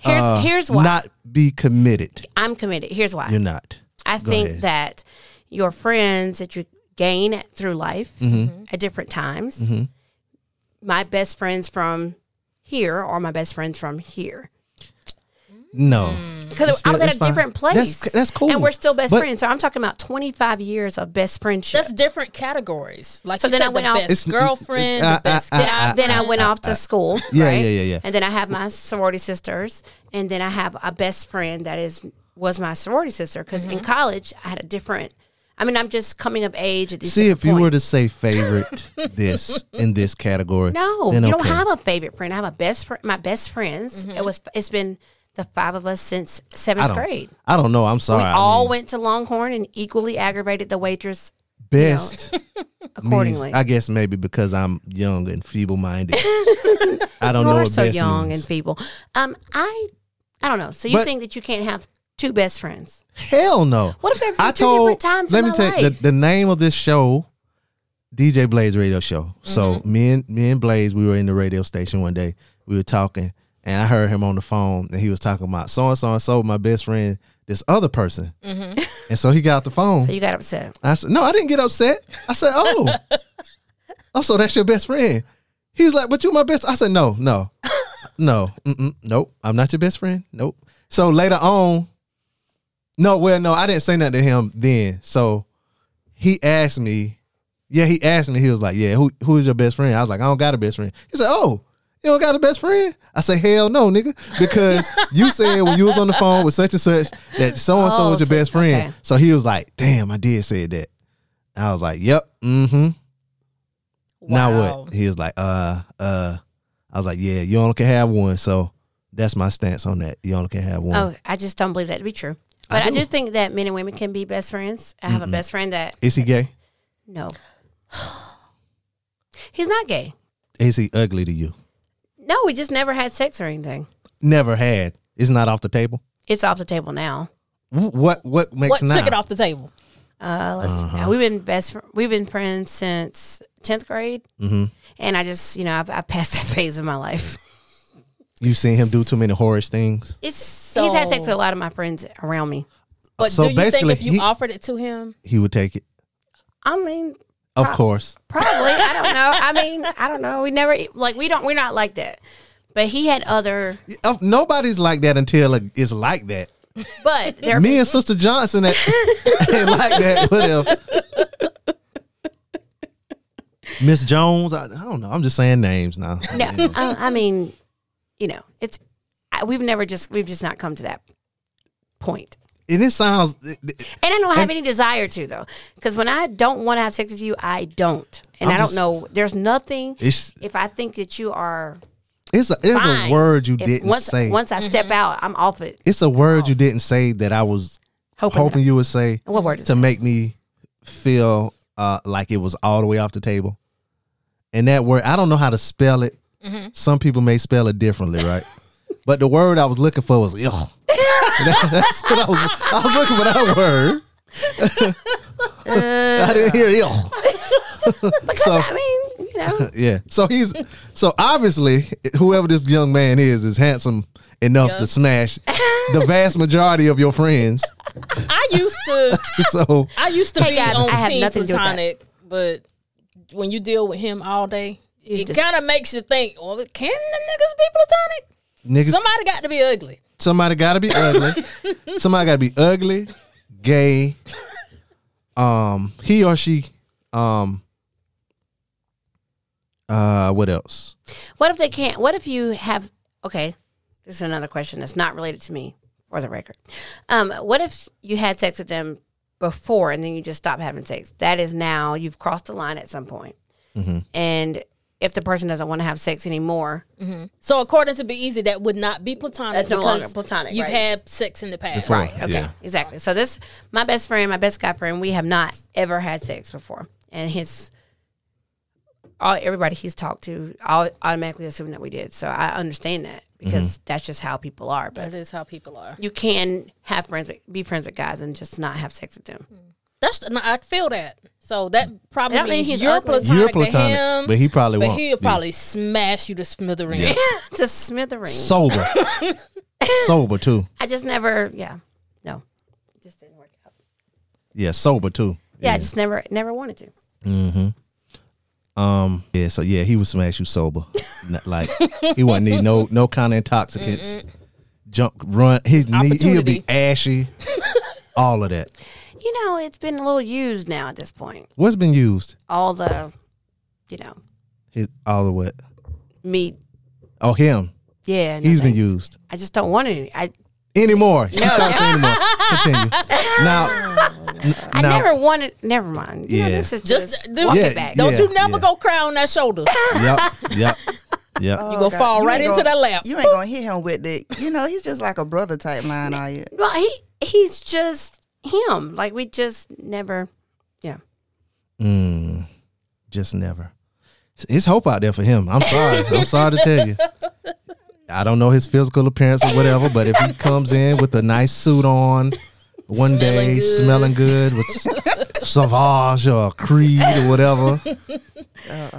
[SPEAKER 6] Here's,
[SPEAKER 1] uh,
[SPEAKER 6] here's why.
[SPEAKER 1] not be committed.
[SPEAKER 6] I'm committed. Here's why.
[SPEAKER 1] You're not.
[SPEAKER 6] I
[SPEAKER 1] Go
[SPEAKER 6] think
[SPEAKER 1] ahead.
[SPEAKER 6] that your friends that you gain through life
[SPEAKER 1] Mm-hmm.
[SPEAKER 6] at different times, my best friends from here or my best friends from here.
[SPEAKER 1] No,
[SPEAKER 6] Because I
[SPEAKER 1] Still,
[SPEAKER 6] was at
[SPEAKER 1] that's
[SPEAKER 6] a
[SPEAKER 1] fine.
[SPEAKER 6] different place.
[SPEAKER 1] That's- that's cool.
[SPEAKER 6] And we're still best
[SPEAKER 1] But-
[SPEAKER 6] friends. So I'm talking about 25 years of best friendship.
[SPEAKER 5] That's different categories. Like
[SPEAKER 6] So
[SPEAKER 5] you
[SPEAKER 6] then
[SPEAKER 5] said,
[SPEAKER 6] I went
[SPEAKER 5] the
[SPEAKER 6] out-
[SPEAKER 5] best
[SPEAKER 1] It's- uh,
[SPEAKER 5] girlfriend,
[SPEAKER 1] I- I-
[SPEAKER 5] the best
[SPEAKER 1] I-
[SPEAKER 5] guy.
[SPEAKER 6] then I went off to school.
[SPEAKER 1] [LAUGHS] Yeah,
[SPEAKER 6] right?
[SPEAKER 1] yeah, yeah, yeah.
[SPEAKER 6] And then I have my sorority sisters, and then I have a best friend that is was my sorority sister. Because in college, I had a different. I mean, I'm just coming of age at this.
[SPEAKER 1] See, if you were
[SPEAKER 6] point.
[SPEAKER 1] to say
[SPEAKER 6] [LAUGHS]
[SPEAKER 1] favorite this in this category,
[SPEAKER 6] no,
[SPEAKER 1] then
[SPEAKER 6] you don't
[SPEAKER 1] okay.
[SPEAKER 6] have a favorite friend. I have a best friend. My best friends. It was. It's been the five of us since
[SPEAKER 1] I
[SPEAKER 6] seventh
[SPEAKER 1] don't,
[SPEAKER 6] grade.
[SPEAKER 1] I don't know. I'm sorry.
[SPEAKER 6] We
[SPEAKER 1] I
[SPEAKER 6] all
[SPEAKER 1] mean,
[SPEAKER 6] went to Longhorn and equally aggravated the waitress [LAUGHS]
[SPEAKER 1] best.
[SPEAKER 6] accordingly.
[SPEAKER 1] means- I guess maybe because I'm young and feeble
[SPEAKER 6] [LAUGHS]
[SPEAKER 1] minded. I don't
[SPEAKER 6] you
[SPEAKER 1] know
[SPEAKER 6] are
[SPEAKER 1] what
[SPEAKER 6] so
[SPEAKER 1] best
[SPEAKER 6] young
[SPEAKER 1] means.
[SPEAKER 6] and feeble. Um, I, I don't know. So you
[SPEAKER 1] But-
[SPEAKER 6] think that you can't have two best friends?
[SPEAKER 1] Hell no.
[SPEAKER 6] What if there were
[SPEAKER 1] I
[SPEAKER 6] two
[SPEAKER 1] told,
[SPEAKER 6] different times
[SPEAKER 1] Let
[SPEAKER 6] in
[SPEAKER 1] me
[SPEAKER 6] my
[SPEAKER 1] tell you
[SPEAKER 6] life?
[SPEAKER 1] the, the name of this show, DJ Blaze Radio Show. So
[SPEAKER 6] Mm-hmm.
[SPEAKER 1] me and me and Blaze, we were in the radio station one day. We were talking, and I heard him on the phone, and he was talking about so and so and so, my best friend, this other person. And so he got off the phone.
[SPEAKER 6] Mm-hmm. [LAUGHS] So you got upset.
[SPEAKER 1] I said, no, I didn't get upset. I said, oh, oh, so that's your best friend. He was like, but you my best. I said, no,
[SPEAKER 6] [LAUGHS]
[SPEAKER 1] no, no, mm-mm, nope. I'm not your best friend. Nope. So later on, no, well, no, I didn't say nothing to him then. So he asked me, yeah, he asked me. He was like, yeah, who who is your best friend? I was like, I don't got a best friend. He said, oh. You don't got a best friend? I say, hell no, nigga.
[SPEAKER 6] [LAUGHS]
[SPEAKER 1] Because you said when you was on the phone with such and such that so and so
[SPEAKER 6] Oh,
[SPEAKER 1] was your
[SPEAKER 6] so-
[SPEAKER 1] best friend.
[SPEAKER 6] okay.
[SPEAKER 1] So he was like, damn, I did say that. I was like, yep, mm-hmm. Now
[SPEAKER 5] Wow.
[SPEAKER 1] what? He was like, uh, uh. I was like, yeah, you only can have one. So that's my stance on that. You only can have one.
[SPEAKER 6] Oh, I just don't believe that to be true. But I do. think that men and women can be best friends. I have a best friend that
[SPEAKER 1] Is he gay?
[SPEAKER 6] no, he's not gay.
[SPEAKER 1] Is he ugly to you?
[SPEAKER 6] No, we just never had sex or anything.
[SPEAKER 1] Never had. It's not off the table.
[SPEAKER 6] It's off the table now.
[SPEAKER 1] Wh- What what makes
[SPEAKER 5] What
[SPEAKER 1] now?
[SPEAKER 5] took it off the table?
[SPEAKER 6] Uh, let's, We've been best. Fr- we've been friends since tenth grade, mm-hmm. and I just you know I've, I've passed [LAUGHS] that phase of my life.
[SPEAKER 1] You've seen him do too many horrorish things.
[SPEAKER 6] It's he's had sex
[SPEAKER 5] So-
[SPEAKER 6] with a lot of my friends around me.
[SPEAKER 5] But
[SPEAKER 1] So
[SPEAKER 5] do you think
[SPEAKER 1] basically,
[SPEAKER 5] if you
[SPEAKER 1] he-
[SPEAKER 5] offered it to him,
[SPEAKER 1] He would take it.
[SPEAKER 6] I mean,
[SPEAKER 1] Of course.
[SPEAKER 6] Probably. I don't know. I mean, I don't know. We never like we don't we're not like that. But he had other
[SPEAKER 1] Uh, Nobody's like that until it- it's like that.
[SPEAKER 6] but there
[SPEAKER 1] Me and Sister Johnson
[SPEAKER 5] [LAUGHS]
[SPEAKER 1] ain't ain't [LAUGHS] like that. What if? Miss Jones, I, I don't know. I'm just saying names now.
[SPEAKER 6] no, uh, I mean, you know, it's I, we've never just we've just not come to that point.
[SPEAKER 1] And it sounds
[SPEAKER 6] And I don't have any desire to though, because when I don't want to have sex with you, I don't, and
[SPEAKER 1] I'm
[SPEAKER 6] I'm I do not
[SPEAKER 1] just-
[SPEAKER 6] know. There's nothing.
[SPEAKER 1] it's
[SPEAKER 6] If I think that you are,
[SPEAKER 1] it's a, it's
[SPEAKER 6] fine,
[SPEAKER 1] a word you
[SPEAKER 6] if
[SPEAKER 1] didn't
[SPEAKER 6] once,
[SPEAKER 1] say.
[SPEAKER 6] Once Oh. I step out, I'm off it.
[SPEAKER 1] it's a word you didn't say that I was
[SPEAKER 6] Hoping,
[SPEAKER 1] hoping, you would say
[SPEAKER 6] What word is
[SPEAKER 1] to
[SPEAKER 6] that?
[SPEAKER 1] make me feel uh, like it was all the way off the table. And that word, I don't know how to spell it.
[SPEAKER 6] Mm-hmm.
[SPEAKER 1] Some people may spell it differently,
[SPEAKER 6] [LAUGHS]
[SPEAKER 1] right? but the word I was looking for was ill. That's what I was. I was looking for that word.
[SPEAKER 6] Uh,
[SPEAKER 1] [LAUGHS] I didn't hear ill.
[SPEAKER 6] because
[SPEAKER 1] so-
[SPEAKER 6] I mean,
[SPEAKER 1] [LAUGHS]
[SPEAKER 6] you know,
[SPEAKER 1] Yeah. So he's so obviously whoever this young man is is handsome enough to smash
[SPEAKER 5] [LAUGHS]
[SPEAKER 1] the vast majority of your friends.
[SPEAKER 5] I used
[SPEAKER 1] [LAUGHS]
[SPEAKER 5] to,
[SPEAKER 1] So
[SPEAKER 5] I used to
[SPEAKER 6] Hey,
[SPEAKER 5] be
[SPEAKER 6] guys,
[SPEAKER 5] on
[SPEAKER 6] I have
[SPEAKER 5] team
[SPEAKER 6] nothing to do with that.
[SPEAKER 5] platonic, but when you deal with him all day, it
[SPEAKER 6] just-
[SPEAKER 5] kind of makes you think. Well, can the niggas be platonic?
[SPEAKER 1] niggas,
[SPEAKER 5] Somebody got to be ugly.
[SPEAKER 1] somebody gotta be ugly. somebody gotta be ugly, gay. Um, he or she. Um. Uh, what else?
[SPEAKER 6] What if they can't? What if you have? Okay, this is another question that's not related to me, for the record. Um, what if you had sex with them before and then you just stopped having sex? That is now you've crossed the line at some point.
[SPEAKER 1] Mm-hmm.
[SPEAKER 6] And if the person doesn't want to have sex anymore,
[SPEAKER 5] So according to Be Easy, that would not be platonic.
[SPEAKER 6] That's no
[SPEAKER 5] because
[SPEAKER 6] longer platonic,
[SPEAKER 5] You've
[SPEAKER 6] right.
[SPEAKER 5] had sex in the past.
[SPEAKER 1] Before.
[SPEAKER 5] Right.
[SPEAKER 6] okay,
[SPEAKER 1] Yeah.
[SPEAKER 6] exactly. So this, my best friend, my best guy friend, we have not ever had sex before, and his. All, everybody he's talked to all automatically assume that we did, so I understand that because that's just how people are. But
[SPEAKER 5] That is how people are.
[SPEAKER 6] you can have friends, with- be friends with guys, and just not have sex with them.
[SPEAKER 5] That's no, I feel that. So that probably
[SPEAKER 6] That means
[SPEAKER 5] means
[SPEAKER 6] he's
[SPEAKER 5] you're
[SPEAKER 6] ugly.
[SPEAKER 5] platonic,
[SPEAKER 1] You're
[SPEAKER 5] to
[SPEAKER 1] platonic,
[SPEAKER 5] him,
[SPEAKER 1] but he probably
[SPEAKER 5] but
[SPEAKER 1] won't
[SPEAKER 5] he'll
[SPEAKER 1] be.
[SPEAKER 5] probably smash you to smithereens.
[SPEAKER 1] Yeah.
[SPEAKER 6] to smithereens.
[SPEAKER 1] Sober.
[SPEAKER 5] [LAUGHS]
[SPEAKER 1] sober too.
[SPEAKER 6] I just never, yeah, no, It just didn't work out.
[SPEAKER 1] Yeah, sober too.
[SPEAKER 6] Yeah, I just never, never wanted to.
[SPEAKER 1] Um. Yeah. So yeah, he would smash you sober. Not like he wouldn't need no no kind of intoxicants. Jump, run. His knee. He'll be
[SPEAKER 5] Opportunity.
[SPEAKER 1] ashy. all of that.
[SPEAKER 6] You know, it's been a little used now at this point.
[SPEAKER 1] What's been used?
[SPEAKER 6] All the, you know,
[SPEAKER 1] His all the what?
[SPEAKER 6] meat.
[SPEAKER 1] Oh, him.
[SPEAKER 6] Yeah, no
[SPEAKER 1] He's been
[SPEAKER 6] thanks.
[SPEAKER 1] used
[SPEAKER 6] I just don't want any. I,
[SPEAKER 1] anymore. She starts saying anymore.
[SPEAKER 6] [LAUGHS]
[SPEAKER 1] Continue. Now. n-
[SPEAKER 6] I
[SPEAKER 1] now-
[SPEAKER 6] never wanted. Never mind. You know,
[SPEAKER 1] Yeah.
[SPEAKER 6] this is just,
[SPEAKER 5] [LAUGHS] Just do,
[SPEAKER 6] walk
[SPEAKER 1] Yeah,
[SPEAKER 6] it back.
[SPEAKER 5] don't you
[SPEAKER 1] yeah,
[SPEAKER 5] never
[SPEAKER 1] yeah.
[SPEAKER 5] go cry on
[SPEAKER 6] [LAUGHS]
[SPEAKER 5] that shoulder.
[SPEAKER 1] Yep. Yep. Yep.
[SPEAKER 5] You
[SPEAKER 6] Oh,
[SPEAKER 5] gonna fall right into that lap.
[SPEAKER 7] You ain't gonna hit him with the, you know, he's just like a brother type line, are you?
[SPEAKER 6] Well, he he's just him. Like we just never. Yeah.
[SPEAKER 1] just never. It's hope out there for him. I'm sorry. I'm sorry to tell you. I don't know his physical appearance or whatever, but if he comes in with a nice suit on, one day
[SPEAKER 5] good.
[SPEAKER 1] smelling good with Savage or Creed or whatever,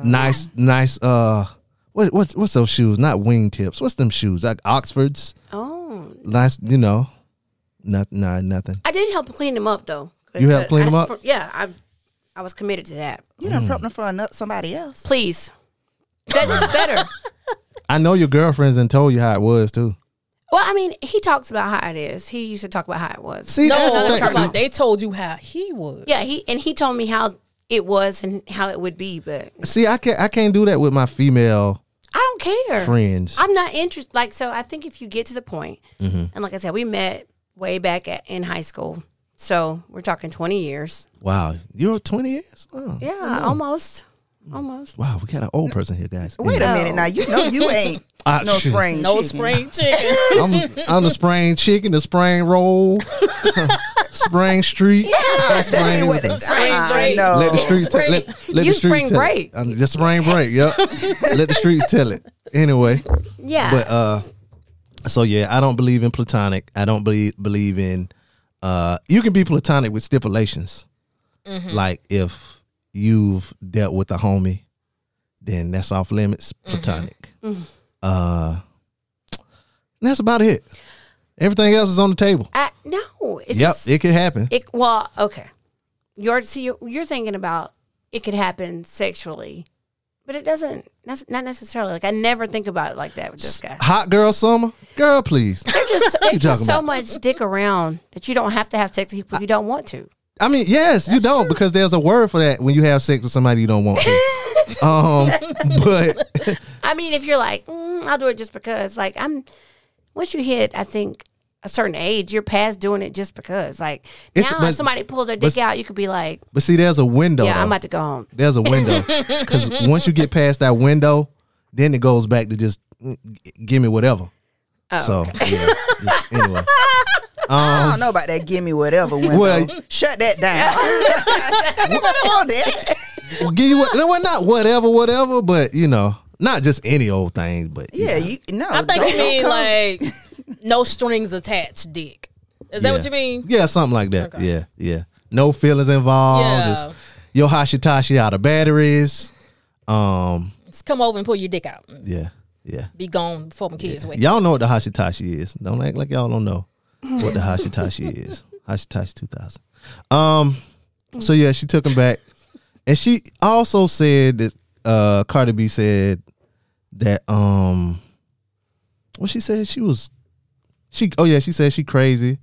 [SPEAKER 1] nice, nice. Uh, what what's what's those shoes? Not wingtips. What's them shoes? Like Oxfords.
[SPEAKER 6] Oh,
[SPEAKER 1] Nice, you know. Nothing. Nah, nothing.
[SPEAKER 6] I did help clean him up though.
[SPEAKER 1] You helped clean
[SPEAKER 6] I-
[SPEAKER 1] him up?
[SPEAKER 6] for- yeah, I I was committed to that.
[SPEAKER 7] You
[SPEAKER 1] Mm.
[SPEAKER 7] done prepped him for another, somebody else.
[SPEAKER 6] Please, that's just
[SPEAKER 1] [LAUGHS]
[SPEAKER 6] better.
[SPEAKER 1] I know your girlfriends and told you how it was too.
[SPEAKER 6] Well, I mean, he talks about how it is. He used to talk about how it was.
[SPEAKER 1] See,
[SPEAKER 5] No,
[SPEAKER 1] that's the
[SPEAKER 5] I'm
[SPEAKER 1] thing.
[SPEAKER 5] talking
[SPEAKER 1] See,
[SPEAKER 5] about they told you how he would.
[SPEAKER 6] Yeah, he and he told me how it was and how it would be, but
[SPEAKER 1] See, I can't I can't do that with my female
[SPEAKER 6] I don't care.
[SPEAKER 1] friends.
[SPEAKER 6] I'm not interested. Like, so I think if you get to the point,
[SPEAKER 1] Mm-hmm.
[SPEAKER 6] and like I said, we met way back at, in high school, so we're talking 20 years.
[SPEAKER 1] wow, you're 20 years. Oh.
[SPEAKER 6] Yeah, almost, almost.
[SPEAKER 1] Wow, we got an old person here, guys.
[SPEAKER 7] Wait
[SPEAKER 6] No.
[SPEAKER 7] a minute now, you know
[SPEAKER 5] [LAUGHS]
[SPEAKER 7] you ain't
[SPEAKER 1] Ah,
[SPEAKER 7] no
[SPEAKER 1] shit.
[SPEAKER 7] spring.
[SPEAKER 5] No
[SPEAKER 7] chicken.
[SPEAKER 5] spring chicken.
[SPEAKER 6] [LAUGHS]
[SPEAKER 1] I'm, I'm the spring chicken, the spring roll, [LAUGHS] spring street.
[SPEAKER 7] [LAUGHS] That ain't what the,
[SPEAKER 5] [LAUGHS] Spring
[SPEAKER 7] uh-uh,
[SPEAKER 5] break.
[SPEAKER 7] no.
[SPEAKER 1] Let the streets tell let, let
[SPEAKER 6] You
[SPEAKER 1] the streets
[SPEAKER 6] spring
[SPEAKER 1] tell
[SPEAKER 6] break.
[SPEAKER 1] It. Um, the spring break, yep. let the streets tell it. Anyway,
[SPEAKER 6] Yeah,
[SPEAKER 1] but uh, so yeah, I don't believe in platonic. I don't believe believe in uh. You can be platonic with stipulations,
[SPEAKER 6] Mm-hmm.
[SPEAKER 1] like if you've dealt with a homie, then that's off limits.
[SPEAKER 6] Mm-hmm.
[SPEAKER 1] Platonic. Uh, and that's about it. Everything else is on the table.
[SPEAKER 6] I, no, it's
[SPEAKER 1] yep,
[SPEAKER 6] just, it,
[SPEAKER 1] it could happen.
[SPEAKER 6] Well, okay. You're see, you're, you're thinking about it could happen sexually, but it doesn't. That's not necessarily. Like I never think about it like that with
[SPEAKER 1] [LAUGHS]
[SPEAKER 6] this guy.
[SPEAKER 1] Hot girl summer, girl, please.
[SPEAKER 6] There's just there's
[SPEAKER 1] talking
[SPEAKER 6] just so
[SPEAKER 1] about?
[SPEAKER 6] much dick around that you don't have to have sex with people you don't want to.
[SPEAKER 1] I mean, yes, you don't because there's a word for that when you have sex with somebody you don't want to.
[SPEAKER 6] [LAUGHS]
[SPEAKER 1] um, but
[SPEAKER 6] I mean, if you're like, mm, I'll do it just because. Like I'm, once you hit, I think a certain age, you're past doing it just because. Like
[SPEAKER 1] It's-
[SPEAKER 6] now,
[SPEAKER 1] but-
[SPEAKER 6] if somebody pulls their
[SPEAKER 1] but-
[SPEAKER 6] dick out, you could be like,
[SPEAKER 1] But see, there's a window.
[SPEAKER 6] yeah, I'm
[SPEAKER 1] though.
[SPEAKER 6] about to go home.
[SPEAKER 1] There's a
[SPEAKER 5] [LAUGHS]
[SPEAKER 1] window because once you get past that window, then it goes back to just mm, g- give me whatever.
[SPEAKER 5] Oh,
[SPEAKER 1] so yeah,
[SPEAKER 5] [LAUGHS]
[SPEAKER 1] just- anyway,
[SPEAKER 7] I don't know about that. Give me whatever. Window.
[SPEAKER 1] Well-
[SPEAKER 7] shut
[SPEAKER 5] [LAUGHS]
[SPEAKER 7] that down. [LAUGHS] Nobody want that.
[SPEAKER 1] well, give you what? No, well, not whatever, whatever, but you know, not just any old thing, but
[SPEAKER 7] Yeah, you no.
[SPEAKER 5] I think
[SPEAKER 7] don't,
[SPEAKER 5] you mean
[SPEAKER 7] don't come-
[SPEAKER 5] like no strings attached dick. Is that what you mean?
[SPEAKER 1] Yeah, something like that. Yeah, yeah. No feelings involved.
[SPEAKER 5] Yeah.
[SPEAKER 1] It's Yo Hashitashi out of batteries. Um,
[SPEAKER 5] Just come over and pull your dick out. and
[SPEAKER 1] yeah, yeah.
[SPEAKER 5] Be gone before my kids wake.
[SPEAKER 1] Y'all know what the Hashitashi is. Don't act like y'all don't know what the Hashitashi is. Hashitashi 2000. Um, so yeah, she took him back, and she also said that uh, Cardi B said that um, well, she said she was she oh yeah, she said she crazy.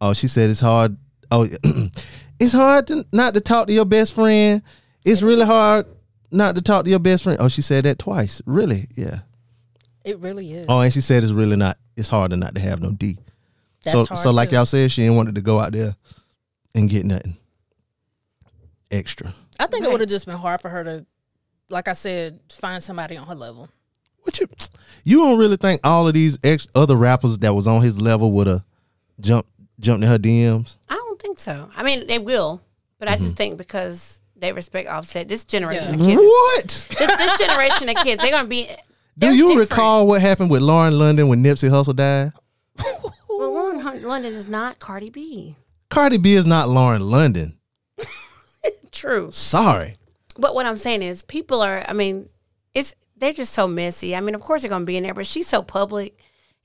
[SPEAKER 1] Oh, she said it's hard. Oh, [CLEARS THROAT] it's hard to, not to talk to your best friend. It's really hard not to talk to your best friend. Oh, she said that twice. Really? Yeah.
[SPEAKER 5] It really is.
[SPEAKER 1] Oh, and she said it's really not. It's harder not to have no D.
[SPEAKER 5] That's
[SPEAKER 1] so,
[SPEAKER 5] hard
[SPEAKER 1] so like
[SPEAKER 5] too.
[SPEAKER 1] y'all said, she ain't wanted to go out there and get nothing extra.
[SPEAKER 5] I think it would have just been hard for her to, like I said, find somebody on her level.
[SPEAKER 1] What you? You don't really think all of these ex other rappers that was on his level would have jumped jumped in her DMs?
[SPEAKER 6] I don't think so. I mean, they will, but I
[SPEAKER 1] Mm-hmm.
[SPEAKER 6] just think because they respect Offset, this generation of kids,
[SPEAKER 1] What?
[SPEAKER 6] this, this generation of kids, they're gonna be.
[SPEAKER 1] Do
[SPEAKER 6] they're
[SPEAKER 1] you
[SPEAKER 6] different.
[SPEAKER 1] recall what happened with Lauren London when Nipsey Hussle died?
[SPEAKER 6] Well, Lauren Hun- London is not Cardi B.
[SPEAKER 1] Cardi B is not Lauren London.
[SPEAKER 6] [LAUGHS] True.
[SPEAKER 1] Sorry.
[SPEAKER 6] But what I'm saying is, people are. I mean, it's they're just so messy. I mean, of course they're gonna be in there, but she's so public.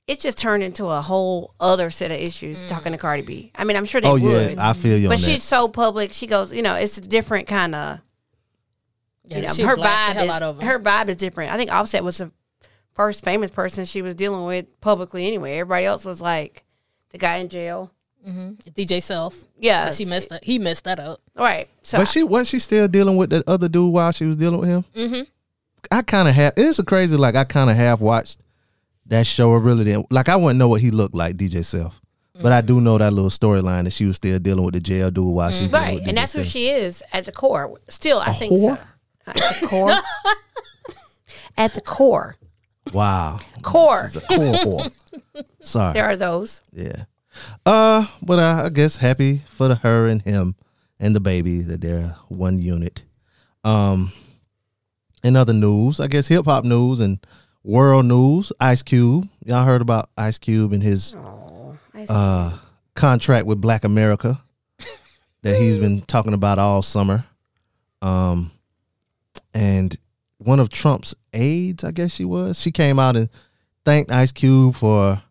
[SPEAKER 6] It just turned into a whole other set of issues
[SPEAKER 5] Mm.
[SPEAKER 6] talking to Cardi B. I mean, I'm sure they
[SPEAKER 1] Oh yeah,
[SPEAKER 6] would,
[SPEAKER 1] I feel you on
[SPEAKER 6] but
[SPEAKER 1] that.
[SPEAKER 6] she's so public. She goes, you know, it's a different kind of.
[SPEAKER 5] Yeah,
[SPEAKER 6] You know,
[SPEAKER 5] she'll
[SPEAKER 6] her vibe
[SPEAKER 5] blast the hell
[SPEAKER 6] is
[SPEAKER 5] out of 'em.
[SPEAKER 6] her vibe is different. I think Offset was the first famous person she was dealing with publicly. Anyway, everybody else was like the guy in jail.
[SPEAKER 5] DJ Self.
[SPEAKER 6] Yeah,
[SPEAKER 5] But she messed up. He messed that up.
[SPEAKER 6] Right. So
[SPEAKER 1] But she wasn't she still dealing with that other dude while she was dealing with him? Mm-hmm. I kind of have. It's a crazy. Like I kind of have watched that show. I really didn't. Like I wouldn't know what he looked like, DJ Self. But
[SPEAKER 6] Mm-hmm.
[SPEAKER 1] I do know that little storyline that she was still dealing with the jail dude while she was dealing
[SPEAKER 6] Mm-hmm. right,
[SPEAKER 1] with
[SPEAKER 6] and
[SPEAKER 1] DJ
[SPEAKER 6] that's who
[SPEAKER 1] Self.
[SPEAKER 6] she is at the core. Still, I think so.
[SPEAKER 1] whore?
[SPEAKER 6] At the [LAUGHS] core. at the core.
[SPEAKER 1] Wow,
[SPEAKER 6] Core.
[SPEAKER 1] she's a core
[SPEAKER 6] [LAUGHS]
[SPEAKER 1] whore. Sorry.
[SPEAKER 6] There are those.
[SPEAKER 1] Yeah. Uh, but I, I guess happy for the, her and him and the baby that they're one unit. Um, in other news, I guess hip hop news and world news. Ice Cube, y'all heard about Ice Cube and his
[SPEAKER 6] Ice
[SPEAKER 1] uh contract with Black America that he's been talking about all summer. Um, and one of Trump's aides, I guess she was, she came out and thanked Ice Cube for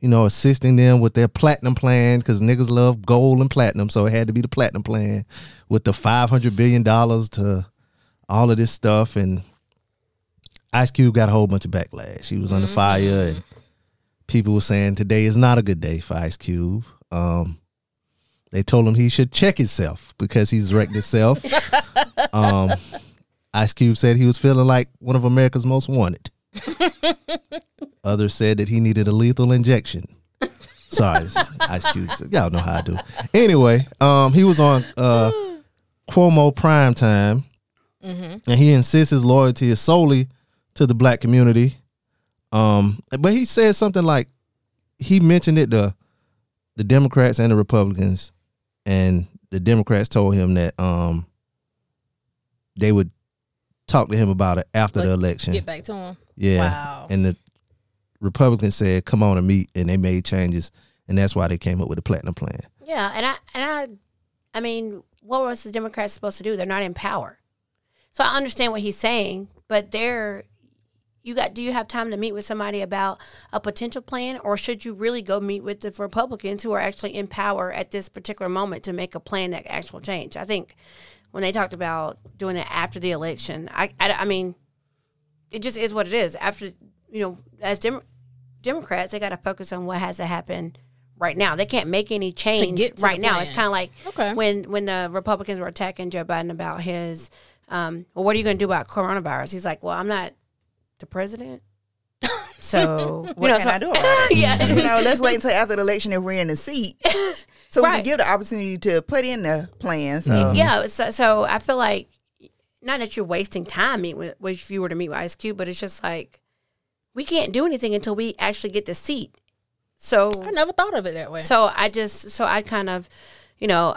[SPEAKER 1] you know, assisting them with their platinum plan because niggas love gold and platinum. So it had to be the platinum plan with the $500 billion to all of this stuff. And Ice Cube got a whole bunch of backlash. He was under fire, and people were saying today is not a good day for Ice Cube. Um, they told him he should check himself because he's wrecked himself. um, Ice Cube said he was feeling like one of America's most wanted. Others said that he needed a lethal injection. Sorry, Ice Cube. said- Y'all know how I do. Anyway, um, he was on uh, Cuomo Prime Time, and he insists his loyalty is solely to the black community. Um, but he said something like he mentioned it to the Democrats and the Republicans, and the Democrats told him that um, they would talk to him about it after the
[SPEAKER 5] But
[SPEAKER 1] election.
[SPEAKER 5] Get back to him.
[SPEAKER 1] Yeah.
[SPEAKER 5] Wow.
[SPEAKER 1] And the Republicans said, "Come on and meet," and they made changes, and that's why they came up with the platinum plan.
[SPEAKER 6] Yeah, and I and I, I mean, what was the Democrats supposed to do? They're not in power, so I understand what he's saying, but they're. You got? Do you have time to meet with somebody about a potential plan, or should you really go meet with the Republicans who are actually in power at this particular moment to make a plan that actual change? I think when they talked about doing it after the election, I, I, I mean, it just is what it is. After you know, as Dem- Democrats, they got to focus on what has to happen right now. They can't make any change
[SPEAKER 5] get to
[SPEAKER 6] right
[SPEAKER 5] the
[SPEAKER 6] now. It's
[SPEAKER 5] plan.
[SPEAKER 6] kind of like
[SPEAKER 5] Okay.
[SPEAKER 6] when when the Republicans were attacking Joe Biden about his, um, well, what are you going to do about coronavirus? He's like, well, I'm not the [LAUGHS] president, so
[SPEAKER 7] What
[SPEAKER 6] you know,
[SPEAKER 7] can
[SPEAKER 6] so-
[SPEAKER 7] I do about
[SPEAKER 6] [LAUGHS]
[SPEAKER 5] [LAUGHS]
[SPEAKER 7] it?
[SPEAKER 6] yeah,
[SPEAKER 7] you know, let's wait until after the election if we're in the seat. So we
[SPEAKER 6] Right.
[SPEAKER 7] can give the opportunity to put in the plan. So
[SPEAKER 6] [LAUGHS]
[SPEAKER 1] Mm-hmm.
[SPEAKER 6] yeah. Um, So, so I feel like not that you're wasting time meeting with, with- if you were to meet with Ice Cube, but it's just like we can't do anything until we actually get the seat. So
[SPEAKER 5] I never thought of it that way.
[SPEAKER 6] so I just so I kind of, you know,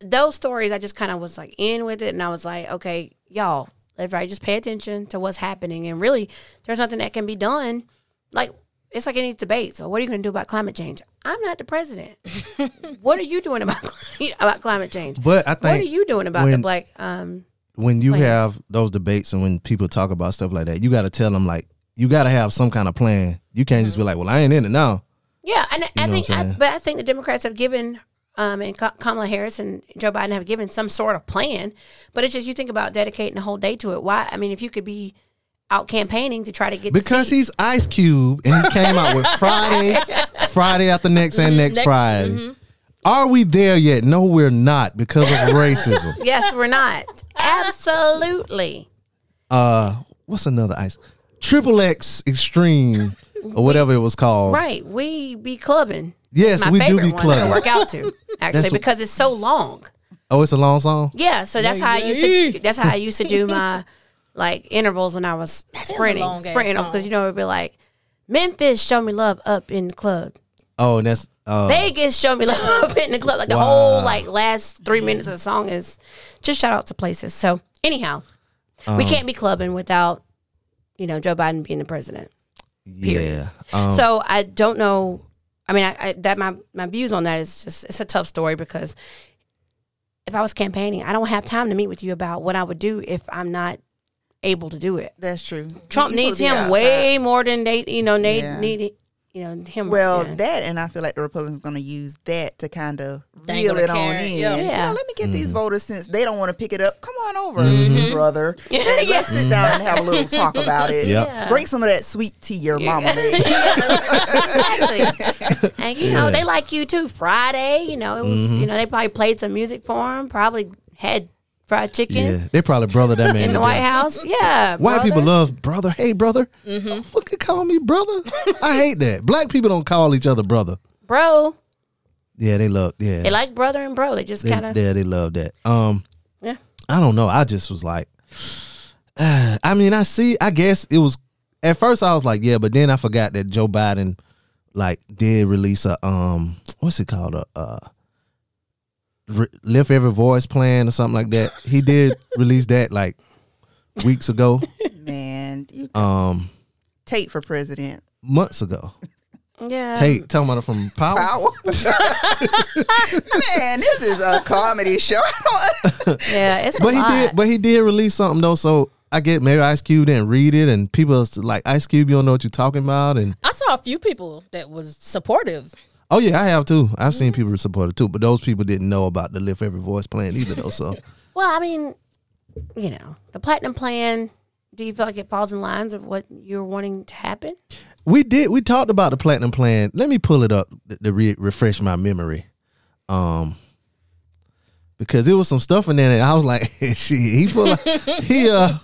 [SPEAKER 6] those stories I just kind of was like in with it, and I was like, okay, y'all, everybody, just pay attention to what's happening, and really, there's nothing that can be done. Like it's like any debate. So what are you going to do about climate change? I'm not the president. what are you doing about [LAUGHS] about climate change?
[SPEAKER 1] But I think
[SPEAKER 6] what are you doing about the
[SPEAKER 1] when-
[SPEAKER 6] black? Um,
[SPEAKER 1] when you
[SPEAKER 6] plans.
[SPEAKER 1] have those debates and when people talk about stuff like that, you got to tell them like you got to have some kind of plan. You can't just be like, "Well, I ain't in it now."
[SPEAKER 6] yeah, and I
[SPEAKER 1] know
[SPEAKER 6] think,
[SPEAKER 1] what I'm
[SPEAKER 6] I,
[SPEAKER 1] saying?
[SPEAKER 6] but I think the Democrats have given. Um, and Ka- Kamala Harris and Joe Biden have given some sort of plan, but it's just you think about dedicating a whole day to it. Why? I mean, if you could be out campaigning to try to get the
[SPEAKER 1] Because
[SPEAKER 6] seat.
[SPEAKER 1] he's Ice Cube and he came out with Friday,
[SPEAKER 6] [LAUGHS]
[SPEAKER 1] Friday after next and next,
[SPEAKER 6] mm-hmm.
[SPEAKER 5] next-
[SPEAKER 1] Friday. Are we there yet? No, we're not because of
[SPEAKER 6] [LAUGHS]
[SPEAKER 1] racism.
[SPEAKER 6] yes, we're not absolutely
[SPEAKER 1] Uh, what's another ice? Triple X Extreme or whatever it was called.
[SPEAKER 6] right. We be clubbing.
[SPEAKER 1] Yes,
[SPEAKER 6] My
[SPEAKER 1] we do
[SPEAKER 6] favorite
[SPEAKER 1] be
[SPEAKER 6] one
[SPEAKER 1] clubbing.
[SPEAKER 6] to work
[SPEAKER 1] [LAUGHS]
[SPEAKER 6] out to actually
[SPEAKER 1] That's-
[SPEAKER 6] because it's so long.
[SPEAKER 1] Oh, it's a long song.
[SPEAKER 6] Yeah, so that's how I used to. That's how I used to do my like intervals when I was
[SPEAKER 5] a
[SPEAKER 6] sprinting,
[SPEAKER 5] long-ass
[SPEAKER 6] sprinting
[SPEAKER 5] song.
[SPEAKER 6] because you know it'd be like Memphis, show me love up in the club.
[SPEAKER 1] Oh, and that's uh,
[SPEAKER 6] Vegas, show me [LAUGHS] love up in the club. Like the whole like last three minutes of the song is just shout out to places. So anyhow, we can't be clubbing without you know Joe Biden being the president.
[SPEAKER 1] yeah. Um,
[SPEAKER 6] So I don't know. I mean, I, I that my my views on that is just it's a tough story because if I was campaigning, I don't have time to meet with you about what I would do if I'm not able to do it.
[SPEAKER 7] That's true.
[SPEAKER 6] Trump
[SPEAKER 7] You supposed
[SPEAKER 6] needs
[SPEAKER 7] to be
[SPEAKER 6] him
[SPEAKER 7] outside.
[SPEAKER 6] way more than they, you know, they
[SPEAKER 7] Yeah.
[SPEAKER 6] need, you know, him.
[SPEAKER 7] Well,
[SPEAKER 6] yeah.
[SPEAKER 7] that and I feel like the Republicans going to use that to kind of
[SPEAKER 5] Dangle
[SPEAKER 7] reel
[SPEAKER 5] the
[SPEAKER 7] it on
[SPEAKER 5] carrot,
[SPEAKER 7] in.
[SPEAKER 5] yeah.
[SPEAKER 7] You know,
[SPEAKER 6] Yeah.
[SPEAKER 7] let me get
[SPEAKER 1] Mm-hmm.
[SPEAKER 7] these voters since they don't want to pick it up. Come on over, brother.
[SPEAKER 6] Yeah.
[SPEAKER 7] And let's sit down and have a little talk about it.
[SPEAKER 1] Yep.
[SPEAKER 7] Bring some of that sweet tea your mama made. [LAUGHS]
[SPEAKER 1] [LAUGHS]
[SPEAKER 6] exactly. and you know,
[SPEAKER 1] Yeah.
[SPEAKER 6] they like you too. Friday, you know, it was,
[SPEAKER 1] Mm-hmm.
[SPEAKER 6] you know, they probably played some music for him. Probably had fried chicken
[SPEAKER 1] Yeah, they probably brother that man.
[SPEAKER 6] [LAUGHS] in
[SPEAKER 1] to
[SPEAKER 6] the White
[SPEAKER 1] death.
[SPEAKER 6] House.
[SPEAKER 1] [LAUGHS]
[SPEAKER 6] Yeah,
[SPEAKER 1] White people
[SPEAKER 6] brother. Mm-hmm.
[SPEAKER 1] love brother. Hey, brother. Don't fucking call me brother. I hate that. Black people don't call each other brother.
[SPEAKER 6] bro.
[SPEAKER 1] Yeah, they love. Yeah,
[SPEAKER 6] They like brother and bro. They just
[SPEAKER 1] They-
[SPEAKER 6] kind of
[SPEAKER 1] yeah, they love that. Um,
[SPEAKER 6] Yeah.
[SPEAKER 1] I don't know. I just was like, [SIGHS] I mean, I see. I guess it was at first. I was like, yeah, but then I forgot that Joe Biden like did release a um, what's it called a uh, re- lift every voice plan or something like that. He did release that like weeks ago,
[SPEAKER 7] Man, you
[SPEAKER 1] um,
[SPEAKER 7] Tate for president.
[SPEAKER 1] months ago.
[SPEAKER 6] yeah.
[SPEAKER 1] Tate, tell me from Power.
[SPEAKER 7] Wow. Man, this is a comedy show. I don't
[SPEAKER 6] Yeah, it's a
[SPEAKER 1] But he
[SPEAKER 6] lot.
[SPEAKER 1] did. But he did release something though. So I get maybe Ice Cube didn't read it, and people was like Ice Cube, you don't know what you're talking about. And
[SPEAKER 5] I saw a few people that was supportive.
[SPEAKER 1] oh yeah, I have too. I've seen people support it too. But those people didn't know about the Lift Every Voice plan either though. So
[SPEAKER 6] Well, I mean, you know, the platinum plan. Do you feel like it falls in lines of what you're wanting to happen?
[SPEAKER 1] we did. We talked about the platinum plan. Let me pull it up th- to re- refresh my memory. Um. Because it was some stuff in there, that I was like, [LAUGHS] "Shit!" He pull, out- he uh,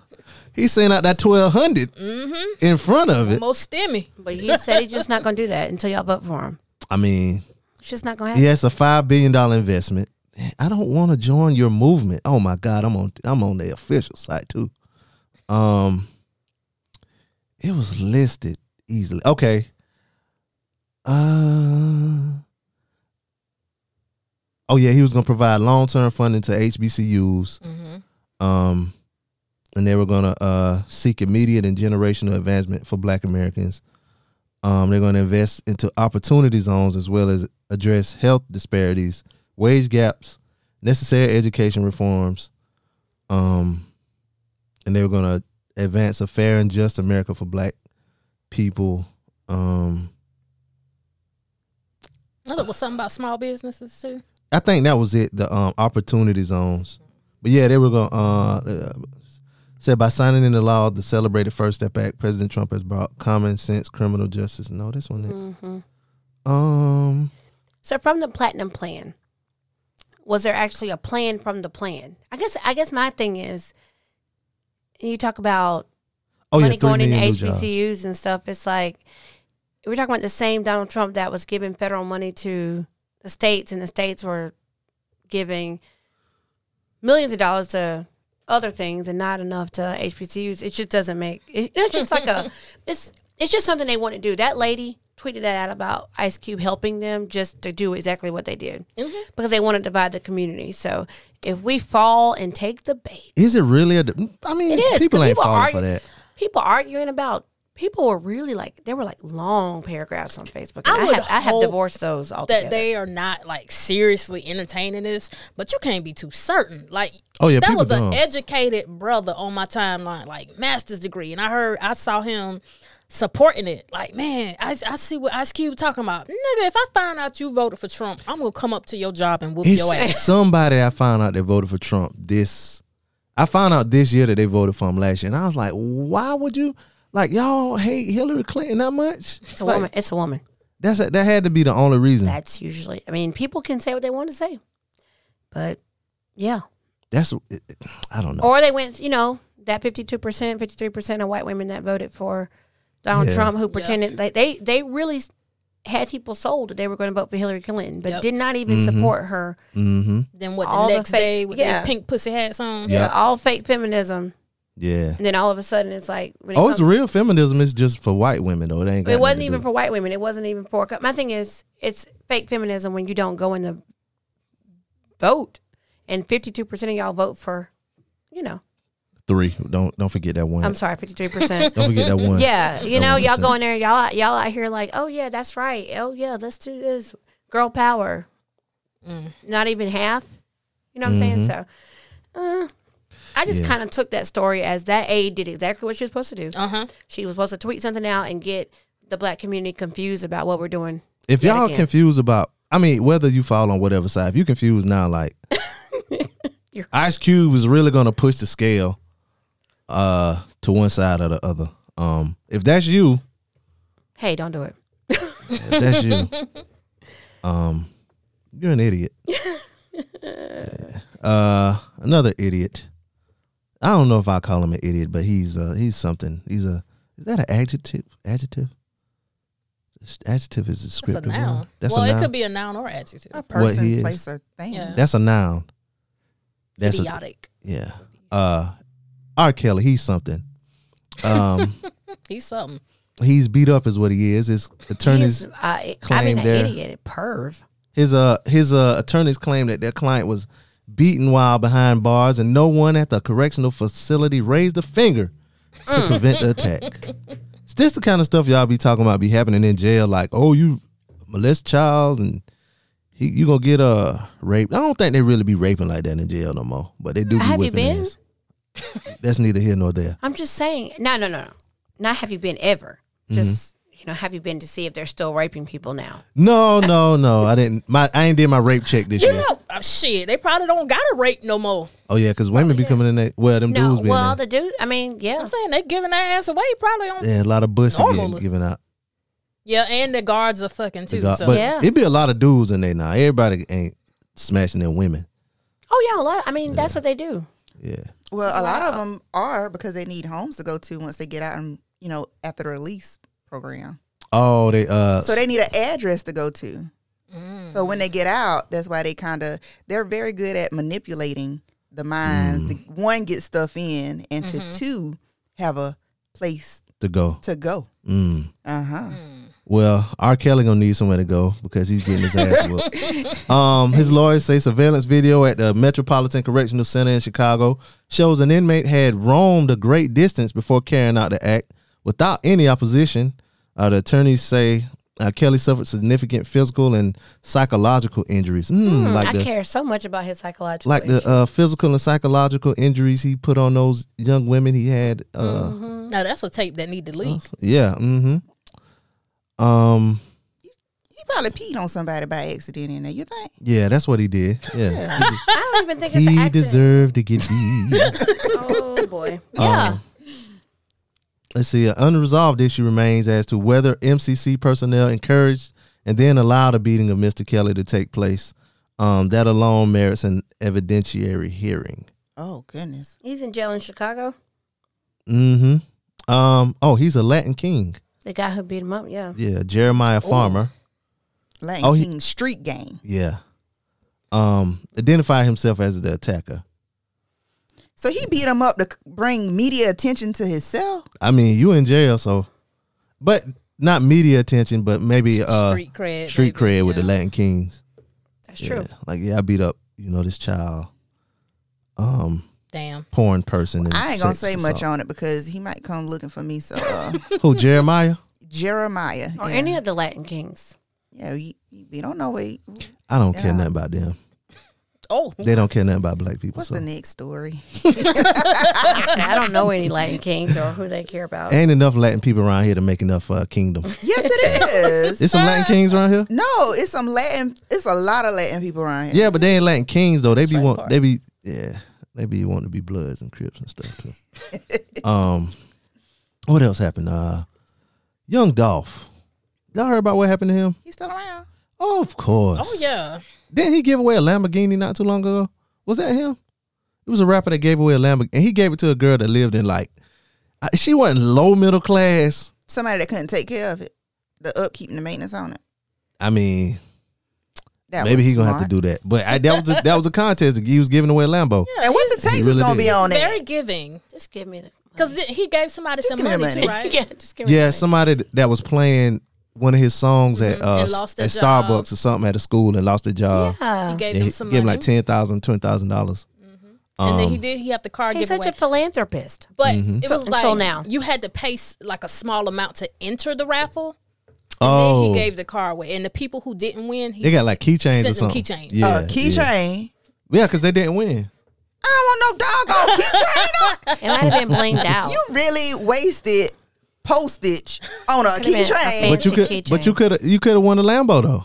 [SPEAKER 1] he sent out that twelve in front of it.
[SPEAKER 5] Most stemmy.
[SPEAKER 6] But he said he's just not going to do that until y'all vote for him.
[SPEAKER 1] I mean,
[SPEAKER 6] It's just not going to happen.
[SPEAKER 1] Yeah, it's a five billion dollar investment. I don't want to join your movement. Oh my God, I'm on I'm on the official site too. Um, it was listed easily. Okay. Uh. Oh yeah, he was gonna provide long term funding to HBCUs. Um, and they were gonna uh seek immediate and generational advancement for Black Americans. Um, they're going to invest into opportunity zones as well as address health disparities, wage gaps, necessary education reforms. Um, and they were going to advance a fair and just America for black people. Um,
[SPEAKER 5] I thought it was something about small businesses too.
[SPEAKER 1] I think that was it, the um, opportunity zones. But yeah, they were going to. Uh, uh, Said by signing into law the celebrated First Step Act, President Trump has brought common sense criminal justice. No, this one. didn't.
[SPEAKER 6] Mm-hmm.
[SPEAKER 1] Um,
[SPEAKER 6] So from the platinum plan, was there actually a plan from the plan? I guess I guess my thing is you talk about
[SPEAKER 1] oh
[SPEAKER 6] money
[SPEAKER 1] yeah, three
[SPEAKER 6] going into
[SPEAKER 1] million new jobs.
[SPEAKER 6] HBCUs and stuff. It's like we're talking about the same Donald Trump that was giving federal money to the states and the states were giving millions of dollars to other things and not enough to HBCUs. It just doesn't make it, it's just like a it's it's just something they want to do. That lady tweeted that out about Ice Cube helping them just to do exactly what they did because they want to divide the community. So if we fall and take the bait,
[SPEAKER 1] Is it really a? I mean,
[SPEAKER 6] It is.
[SPEAKER 1] people
[SPEAKER 6] 'cause
[SPEAKER 1] ain't falling
[SPEAKER 6] argu-
[SPEAKER 1] for that.
[SPEAKER 6] People arguing about. People were really like there were like long paragraphs on Facebook.
[SPEAKER 5] I
[SPEAKER 6] And I,
[SPEAKER 5] would
[SPEAKER 6] have I have
[SPEAKER 5] hope
[SPEAKER 6] divorced those altogether.
[SPEAKER 5] That they are not like seriously entertaining this, but you can't be too certain. Like,
[SPEAKER 1] Oh, yeah,
[SPEAKER 5] that
[SPEAKER 1] people
[SPEAKER 5] was an
[SPEAKER 1] dumb.
[SPEAKER 5] educated brother on my timeline, like master's degree, and I heard I saw him supporting it. Like, man, I, I see what Ice Cube talking about. Nigga, if I find out you voted for Trump, I'm gonna come up to your job and whoop
[SPEAKER 1] It's
[SPEAKER 5] your ass.
[SPEAKER 1] somebody I found out that voted for Trump this. I found out this year that they voted for him last year, and I was like, why would you? Like y'all hate Hillary Clinton that much?
[SPEAKER 6] it's a
[SPEAKER 1] Like,
[SPEAKER 6] woman. It's a woman.
[SPEAKER 1] That's that had to be the only reason.
[SPEAKER 6] That's usually. I mean, people can say what they want to say, but yeah.
[SPEAKER 1] That's it- it- I don't know.
[SPEAKER 6] Or they went. You know that fifty two percent, fifty three percent of white women that voted for Donald
[SPEAKER 1] Yeah.
[SPEAKER 6] Trump, who pretended like they they really s- had people sold that they were going to vote for Hillary Clinton, but
[SPEAKER 5] Yep.
[SPEAKER 6] did not even support her.
[SPEAKER 1] mm-hmm.
[SPEAKER 5] Then what?
[SPEAKER 6] All
[SPEAKER 5] The
[SPEAKER 6] the
[SPEAKER 5] next
[SPEAKER 6] fake-
[SPEAKER 5] day with
[SPEAKER 6] yeah.
[SPEAKER 5] their pink pussy hats on.
[SPEAKER 1] Yeah. Yep.
[SPEAKER 6] All fake feminism,
[SPEAKER 1] Yeah.
[SPEAKER 6] and then all of a sudden it's like when it
[SPEAKER 1] Oh,
[SPEAKER 6] comes
[SPEAKER 1] it's real feminism. It's just for white women though. It ain't. Got
[SPEAKER 6] it
[SPEAKER 1] nothing
[SPEAKER 6] wasn't
[SPEAKER 1] to
[SPEAKER 6] even
[SPEAKER 1] do-
[SPEAKER 6] for white women. It wasn't even for. My thing is, it's fake feminism when you don't go in the vote, and fifty two percent of y'all vote for, you know,
[SPEAKER 1] three. Don't don't forget that one.
[SPEAKER 6] I'm sorry, fifty three percent.
[SPEAKER 1] don't
[SPEAKER 6] [LAUGHS]
[SPEAKER 1] forget that one.
[SPEAKER 6] Yeah,
[SPEAKER 1] That
[SPEAKER 6] you know,
[SPEAKER 1] one
[SPEAKER 6] y'all
[SPEAKER 1] percent.
[SPEAKER 6] go in there, y'all out- y'all out here like, oh yeah, that's right. Oh yeah, let's do this, girl power. Not even half. You know what I'm saying? So,
[SPEAKER 1] Mm-hmm.
[SPEAKER 6] uh, I just kind of took that story as that aide did exactly what she was supposed to do. Uh huh. She was supposed to tweet something out and get the black community confused about what we're doing.
[SPEAKER 1] If
[SPEAKER 6] yet
[SPEAKER 1] y'all
[SPEAKER 6] again.
[SPEAKER 1] confused about, I mean, whether you fall on whatever side, if you confused now,
[SPEAKER 5] [LAUGHS]
[SPEAKER 1] like
[SPEAKER 6] You're-
[SPEAKER 1] Ice Cube is really gonna push the scale uh to one side or the other. Um, if that's you,
[SPEAKER 6] hey, don't do it.
[SPEAKER 1] if that's you,
[SPEAKER 5] [LAUGHS]
[SPEAKER 1] um, you're an idiot. uh, another idiot. I don't know if I call him an idiot, but he's uh he's something. He's a is that an adjective? Adjective. Adjective is a
[SPEAKER 5] That's a
[SPEAKER 1] descriptive. word.
[SPEAKER 5] noun.
[SPEAKER 1] That's
[SPEAKER 5] well,
[SPEAKER 1] a noun.
[SPEAKER 5] it could be a noun or adjective.
[SPEAKER 7] [LAUGHS] A
[SPEAKER 1] What
[SPEAKER 7] person,
[SPEAKER 1] he is.
[SPEAKER 7] place, or thing.
[SPEAKER 5] Yeah.
[SPEAKER 1] That's a noun. That's a,
[SPEAKER 5] Idiotic.
[SPEAKER 1] yeah. Uh, R. Kelly, he's something. [LAUGHS] Um,
[SPEAKER 5] He's something.
[SPEAKER 1] he's beat up is what he is. His attorneys,
[SPEAKER 6] He's, uh, I
[SPEAKER 1] claim
[SPEAKER 6] mean,
[SPEAKER 1] there-
[SPEAKER 6] an idiot, a perv.
[SPEAKER 1] his uh, his uh, attorneys claim that their client was beaten while behind bars, and no one at the correctional facility raised a finger
[SPEAKER 6] Mm.
[SPEAKER 1] to prevent the attack. It's this the kind of stuff y'all be talking about be happening in jail? Like, oh, you molest child and. He, you gonna get uh, raped? I don't think they really be raping like that in jail no more, but they do. Be
[SPEAKER 6] Have you
[SPEAKER 1] whipping
[SPEAKER 6] been?
[SPEAKER 1] ass. That's neither here nor there.
[SPEAKER 6] I'm just saying. No, no, no, no. Not have you been ever?
[SPEAKER 1] Mm-hmm.
[SPEAKER 6] Just you know, have you been to see if they're still raping people now?
[SPEAKER 1] No, no, no. I didn't. My I ain't did my rape check this year.
[SPEAKER 5] Oh, oh, shit. They probably don't got to rape no more.
[SPEAKER 1] Oh yeah, because women be coming in there. Well, them
[SPEAKER 6] No.
[SPEAKER 1] dudes be
[SPEAKER 6] Well,
[SPEAKER 1] in
[SPEAKER 6] the dude. I mean, yeah.
[SPEAKER 5] I'm saying they giving that ass away probably on. Yeah,
[SPEAKER 1] there. Yeah, a lot of pussy getting
[SPEAKER 5] Normal.
[SPEAKER 1] given out.
[SPEAKER 5] and the guards are fucking too.
[SPEAKER 1] God-
[SPEAKER 5] so
[SPEAKER 1] but
[SPEAKER 6] Yeah.
[SPEAKER 1] it be a lot of dudes in there now. Everybody ain't smashing their women.
[SPEAKER 6] Oh yeah, a lot. I mean, that's what they do.
[SPEAKER 1] Yeah,
[SPEAKER 7] Well, a lot of them are because they need homes to go to once they get out and you know at the release program.
[SPEAKER 1] Oh, they uh.
[SPEAKER 7] So they need an address to go to. So when they get out, that's why they kind of they're very good at manipulating the minds.
[SPEAKER 1] Mm.
[SPEAKER 7] To, one get stuff in, and
[SPEAKER 1] Mm-hmm.
[SPEAKER 7] to two have a place
[SPEAKER 1] to go.
[SPEAKER 7] to go.
[SPEAKER 1] Mm.
[SPEAKER 7] Uh huh.
[SPEAKER 1] Well, R. Kelly gonna need somewhere to go because he's getting his ass whooped. um, his lawyers say surveillance video at the Metropolitan Correctional Center in Chicago shows an inmate had roamed a great distance before carrying out the act without any opposition. Uh, the attorneys say uh, Kelly suffered significant physical and psychological injuries, mm, like
[SPEAKER 6] I
[SPEAKER 1] the
[SPEAKER 6] care so much about his psychological.
[SPEAKER 1] like the
[SPEAKER 6] issues.
[SPEAKER 1] uh, physical and psychological injuries he put on those young women he had. Uh,
[SPEAKER 5] now that's a tape that need to leak.
[SPEAKER 1] Yeah. Mm-hmm. Um.
[SPEAKER 7] He probably peed on somebody by accident in there. You think?
[SPEAKER 1] Yeah, that's what he did. Yeah.
[SPEAKER 6] I don't even think it's
[SPEAKER 1] [LAUGHS]
[SPEAKER 6] an
[SPEAKER 1] He
[SPEAKER 6] accident.
[SPEAKER 1] deserved to get beat. Um,
[SPEAKER 6] oh boy. Yeah.
[SPEAKER 1] Let's see. An unresolved issue remains as to whether MCC personnel encouraged and then allowed a beating of Mr. Kelly to take place. Um, that alone merits an evidentiary hearing.
[SPEAKER 7] Oh goodness.
[SPEAKER 6] He's in jail in Chicago.
[SPEAKER 1] Mm-hmm. Um. Oh, he's a Latin king.
[SPEAKER 6] The guy who beat him up. Yeah.
[SPEAKER 1] Yeah, Jeremiah Farmer.
[SPEAKER 7] Latin
[SPEAKER 1] Oh, he-
[SPEAKER 7] King Street Gang.
[SPEAKER 1] Yeah. Um. Identified himself as the attacker.
[SPEAKER 7] So he beat him up to c- bring media attention to his cell.
[SPEAKER 1] I mean, you in jail, so, but not media attention, but maybe uh,
[SPEAKER 5] street cred.
[SPEAKER 1] street
[SPEAKER 5] baby,
[SPEAKER 1] cred
[SPEAKER 5] you
[SPEAKER 1] with the
[SPEAKER 5] know?
[SPEAKER 1] Latin Kings.
[SPEAKER 6] That's true.
[SPEAKER 1] Yeah. Like, yeah, I beat up, you know, this child, um,
[SPEAKER 5] Damn.
[SPEAKER 1] porn person. and
[SPEAKER 7] I ain't gonna
[SPEAKER 1] sex
[SPEAKER 7] say much
[SPEAKER 1] assault.
[SPEAKER 7] on it because he might come looking for me.
[SPEAKER 1] [LAUGHS]
[SPEAKER 7] So uh,
[SPEAKER 1] Who Jeremiah?
[SPEAKER 7] Jeremiah
[SPEAKER 6] Or
[SPEAKER 7] yeah.
[SPEAKER 6] any of the Latin kings.
[SPEAKER 7] yeah, we, we don't know where. he- oh,
[SPEAKER 1] I don't care
[SPEAKER 7] Yeah.
[SPEAKER 1] nothing about them.
[SPEAKER 5] Oh,
[SPEAKER 1] They don't care nothing about black people.
[SPEAKER 7] What's
[SPEAKER 1] So.
[SPEAKER 7] the next story?
[SPEAKER 6] I don't know any Latin kings or who they care about.
[SPEAKER 1] ain't enough Latin people around here to make enough uh,
[SPEAKER 7] [LAUGHS]
[SPEAKER 1] kingdom.
[SPEAKER 7] yes, it is.
[SPEAKER 1] There's some
[SPEAKER 7] [LAUGHS]
[SPEAKER 1] Latin Kings around here.
[SPEAKER 7] no, it's some Latin. It's a lot of Latin people around here.
[SPEAKER 1] Yeah, but they ain't Latin Kings though. They be
[SPEAKER 5] Same
[SPEAKER 1] want.
[SPEAKER 5] part.
[SPEAKER 1] They be yeah. They be wanting to be Bloods and Crips and stuff too.
[SPEAKER 7] [LAUGHS]
[SPEAKER 1] um, what else happened? Uh, Young Dolph. Y'all heard about what happened to him?
[SPEAKER 7] He's still around.
[SPEAKER 1] Oh, of course.
[SPEAKER 5] oh yeah.
[SPEAKER 1] Didn't he give away a Lamborghini not too long ago? Was that him? It was a rapper that gave away a Lamborghini, and he gave it to a girl that lived in like, I- she wasn't low middle class.
[SPEAKER 7] Somebody that couldn't take care of it, the upkeep and the maintenance on it.
[SPEAKER 1] I mean,
[SPEAKER 7] That
[SPEAKER 1] maybe
[SPEAKER 7] was
[SPEAKER 1] he gonna have
[SPEAKER 7] smart.
[SPEAKER 1] to do that. But I, that was a, that was a contest. He was giving away a Lambo.
[SPEAKER 7] And what's the taste
[SPEAKER 1] really
[SPEAKER 7] is gonna
[SPEAKER 1] did.
[SPEAKER 7] be on
[SPEAKER 5] Very
[SPEAKER 7] it?
[SPEAKER 5] giving.
[SPEAKER 6] Just give me the.
[SPEAKER 5] Because he gave somebody some
[SPEAKER 7] give me
[SPEAKER 5] money,
[SPEAKER 7] the
[SPEAKER 5] too,
[SPEAKER 7] money.
[SPEAKER 5] right?
[SPEAKER 6] [LAUGHS] Yeah, just give me
[SPEAKER 1] Yeah,
[SPEAKER 6] the.
[SPEAKER 1] somebody th- that was playing one of his songs at uh,
[SPEAKER 5] Mm-hmm. and lost
[SPEAKER 1] at
[SPEAKER 5] their job.
[SPEAKER 1] Starbucks or something at a school and lost their job.
[SPEAKER 6] Yeah.
[SPEAKER 5] He gave
[SPEAKER 1] Yeah,
[SPEAKER 5] them
[SPEAKER 1] he
[SPEAKER 5] some
[SPEAKER 1] gave him
[SPEAKER 5] money. Mm-hmm.
[SPEAKER 1] like um, ten thousand, twenty thousand dollars.
[SPEAKER 5] and then he did. He had the car
[SPEAKER 6] He's
[SPEAKER 5] giveaway.
[SPEAKER 6] such a philanthropist.
[SPEAKER 5] but
[SPEAKER 1] Mm-hmm.
[SPEAKER 5] it was
[SPEAKER 6] until
[SPEAKER 5] like
[SPEAKER 6] now.
[SPEAKER 5] you had to pay s- like a small amount to enter the raffle.
[SPEAKER 1] Oh,
[SPEAKER 5] Then he gave the car away, and the people who didn't win, he
[SPEAKER 1] they got like keychains or
[SPEAKER 5] sent them
[SPEAKER 1] something.
[SPEAKER 5] keychains.
[SPEAKER 1] Yeah,
[SPEAKER 7] uh, keychain.
[SPEAKER 1] Yeah, because they didn't win.
[SPEAKER 7] I don't want no doggone Keep train on.
[SPEAKER 6] It might have been blinged
[SPEAKER 1] [LAUGHS]
[SPEAKER 6] out. [LAUGHS]
[SPEAKER 7] You really wasted postage on a
[SPEAKER 6] been
[SPEAKER 7] key
[SPEAKER 6] a
[SPEAKER 7] train.
[SPEAKER 1] But you
[SPEAKER 6] Fancy
[SPEAKER 1] could,
[SPEAKER 6] keychain.
[SPEAKER 1] but you could, you could have won a Lambo though.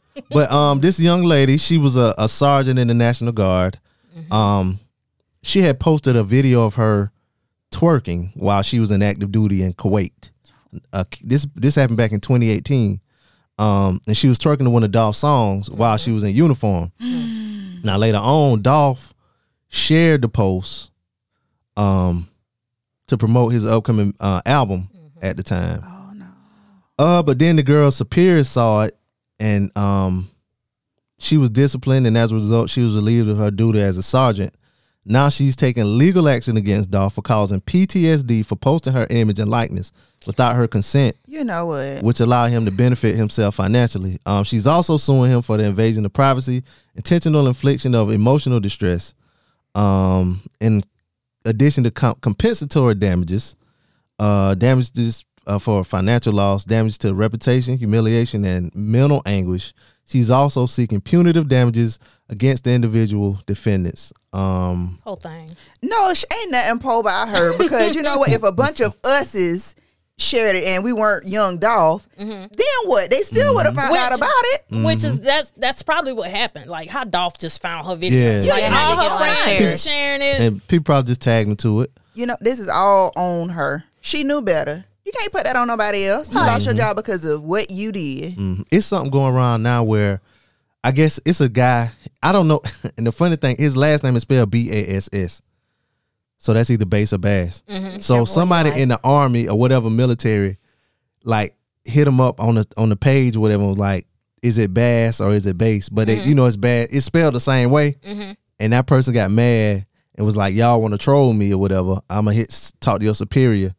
[SPEAKER 1] Yeah. but um, this young lady, she was a, a sergeant in the National Guard. Um, she had posted a video of her twerking while she was in active duty in Kuwait. Uh, this this happened back in 2018. Um, and she was twerking to one of Dolph's songs while she was in uniform. now later on, Dolph shared the post um to promote his upcoming uh, album at the time.
[SPEAKER 7] Oh, no.
[SPEAKER 1] Uh, but then the girl superior saw it, and um, she was disciplined, and as a result, she was relieved of her duty as a sergeant. Now she's taking legal action against Dahl for causing PTSD for posting her image and likeness without her consent,
[SPEAKER 7] You know what?
[SPEAKER 1] which allowed him to benefit himself financially. Um, she's also suing him for the invasion of privacy, intentional infliction of emotional distress, um, in addition to comp- compensatory damages, uh, damages uh, for financial loss, damage to reputation, humiliation, and mental anguish. She's also seeking punitive damages against the individual defendants. Um,
[SPEAKER 5] Whole thing.
[SPEAKER 7] No, she ain't nothing po about her because you know what? If a bunch of us's shared it and we weren't young Dolph, then what? They still
[SPEAKER 1] Mm-hmm.
[SPEAKER 7] would have found out
[SPEAKER 5] Which-
[SPEAKER 7] about it.
[SPEAKER 5] Which is that's that's probably what happened. Like how Dolph just found her video.
[SPEAKER 1] Yeah.
[SPEAKER 5] Like
[SPEAKER 7] Yeah,
[SPEAKER 5] all
[SPEAKER 7] they get
[SPEAKER 5] her
[SPEAKER 7] like
[SPEAKER 5] friends
[SPEAKER 6] shares.
[SPEAKER 5] was sharing it.
[SPEAKER 1] and people probably just tagged them to it.
[SPEAKER 7] You know, this is all on her. She knew better. You can't put that on nobody else. You lost your job because of what you did.
[SPEAKER 1] Mhm. It's something going around now where I guess it's a guy. I don't know. [LAUGHS] And the funny thing, his last name is spelled B A S S. So that's either base or bass. So somebody in the army or whatever military, like hit him up on the on the page, or whatever. and Was like, is it bass or is it base? But it, you know, it's bad. It's spelled the same way. And that person got mad and was like, y'all want to troll me or whatever. I'm gonna hit s- talk to your superior.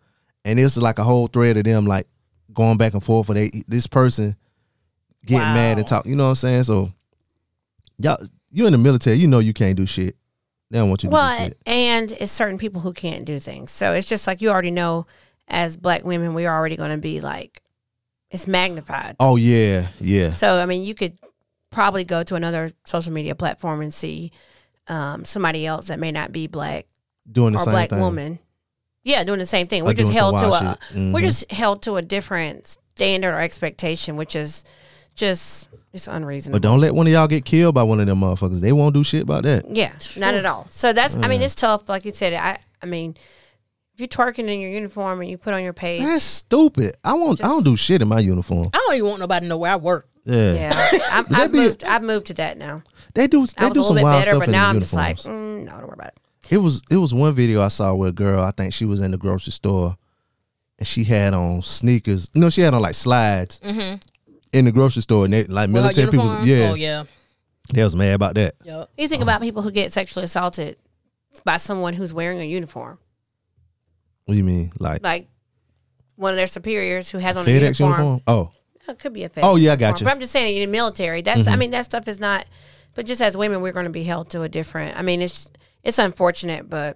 [SPEAKER 1] And this is like a whole thread of them like going back and forth. Or they this person getting
[SPEAKER 5] Wow.
[SPEAKER 1] mad and talk. You know what I'm saying? So y'all, you in the military, you know you can't do shit. They don't want you to do
[SPEAKER 6] Well,
[SPEAKER 1] shit.
[SPEAKER 6] and it's certain people who can't do things. So it's just like you already know, as black women, we're already going to be like, it's magnified.
[SPEAKER 1] Oh yeah, yeah.
[SPEAKER 6] So I mean, you could probably go to another social media platform and see um, somebody else that may not be black
[SPEAKER 1] Doing the
[SPEAKER 6] or
[SPEAKER 1] same
[SPEAKER 6] black
[SPEAKER 1] thing.
[SPEAKER 6] woman. Yeah, doing the same thing. We're
[SPEAKER 1] Like
[SPEAKER 6] just
[SPEAKER 1] doing some
[SPEAKER 6] held to
[SPEAKER 1] wild
[SPEAKER 6] a
[SPEAKER 1] shit. Mhm.
[SPEAKER 6] we're just held to a different standard or expectation, which is just it's unreasonable.
[SPEAKER 1] But don't let one of y'all get killed by one of them motherfuckers. They won't do shit about that.
[SPEAKER 6] Yeah, not at all. So that's I mean, it's tough. Like you said, I I mean, if you're twerking in your uniform and you put on your page,
[SPEAKER 1] That's stupid. I won't. I don't do shit in my uniform.
[SPEAKER 5] I don't even want nobody to know where I work.
[SPEAKER 1] Yeah,
[SPEAKER 6] yeah, I'm, I've
[SPEAKER 1] be-
[SPEAKER 6] moved. I've moved to that now.
[SPEAKER 1] they do. They
[SPEAKER 6] I was a
[SPEAKER 1] do
[SPEAKER 6] little
[SPEAKER 1] some
[SPEAKER 6] bit
[SPEAKER 1] wild
[SPEAKER 6] better,
[SPEAKER 1] stuff
[SPEAKER 6] but
[SPEAKER 1] in
[SPEAKER 6] now
[SPEAKER 1] the
[SPEAKER 6] I'm just
[SPEAKER 1] uniforms.
[SPEAKER 6] like, mm, no, don't worry about it.
[SPEAKER 1] It was it was one video I saw where a girl, I think she was in the grocery store and she had on sneakers. No, she had on like slides
[SPEAKER 6] Mm-hmm.
[SPEAKER 1] in the grocery store and they, like
[SPEAKER 5] Well,
[SPEAKER 1] military people
[SPEAKER 5] uniform.
[SPEAKER 1] yeah,
[SPEAKER 5] Oh yeah.
[SPEAKER 1] they was mad about that.
[SPEAKER 5] Yep.
[SPEAKER 6] You think about people who get sexually assaulted by someone who's wearing a uniform,
[SPEAKER 1] What do you mean? Like,
[SPEAKER 6] like one of their superiors who has on a
[SPEAKER 1] FedEx
[SPEAKER 6] uniform.
[SPEAKER 1] uniform? Oh.
[SPEAKER 6] It could be a FedEx.
[SPEAKER 1] Oh, yeah, I
[SPEAKER 6] uniform,
[SPEAKER 1] gotcha. Mm-hmm.
[SPEAKER 6] But I'm just saying, in the military, that's I mean, that stuff is not. But just as women, we're going to be held to a different. I mean, it's it's unfortunate, but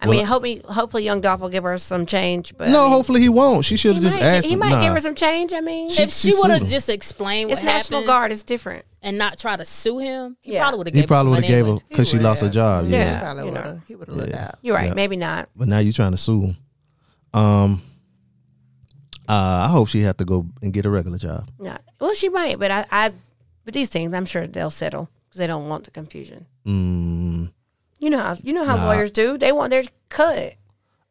[SPEAKER 6] I
[SPEAKER 1] Well,
[SPEAKER 6] mean, hopefully, hopefully, young Dolph will give her some change. But
[SPEAKER 1] No,
[SPEAKER 6] I mean,
[SPEAKER 1] hopefully he won't. She should
[SPEAKER 6] he
[SPEAKER 1] have just
[SPEAKER 6] might,
[SPEAKER 1] asked
[SPEAKER 6] he
[SPEAKER 1] him.
[SPEAKER 6] might
[SPEAKER 1] Nah.
[SPEAKER 6] give her some change. I mean,
[SPEAKER 5] If she
[SPEAKER 1] sued
[SPEAKER 5] would have
[SPEAKER 1] him.
[SPEAKER 5] just explained what
[SPEAKER 6] it's National
[SPEAKER 5] happened
[SPEAKER 6] Guard. It's different.
[SPEAKER 5] and not try to sue him, he
[SPEAKER 6] Yeah.
[SPEAKER 5] probably would have
[SPEAKER 1] He
[SPEAKER 5] gave
[SPEAKER 1] probably would have gave her
[SPEAKER 5] anyway.
[SPEAKER 1] because she lost her job. Yeah.
[SPEAKER 6] Yeah,
[SPEAKER 7] He probably
[SPEAKER 6] you know.
[SPEAKER 7] would have. He would have looked out.
[SPEAKER 6] You're right.
[SPEAKER 1] Yeah.
[SPEAKER 6] Maybe not.
[SPEAKER 1] But now you're trying to sue him. Um, uh, I hope she have to go and get a regular job.
[SPEAKER 6] Not. Well, she might, but I, I, but these things, I'm sure they'll settle because they don't want the confusion.
[SPEAKER 1] Mm,
[SPEAKER 6] You know how you know how lawyers do. They want their cut.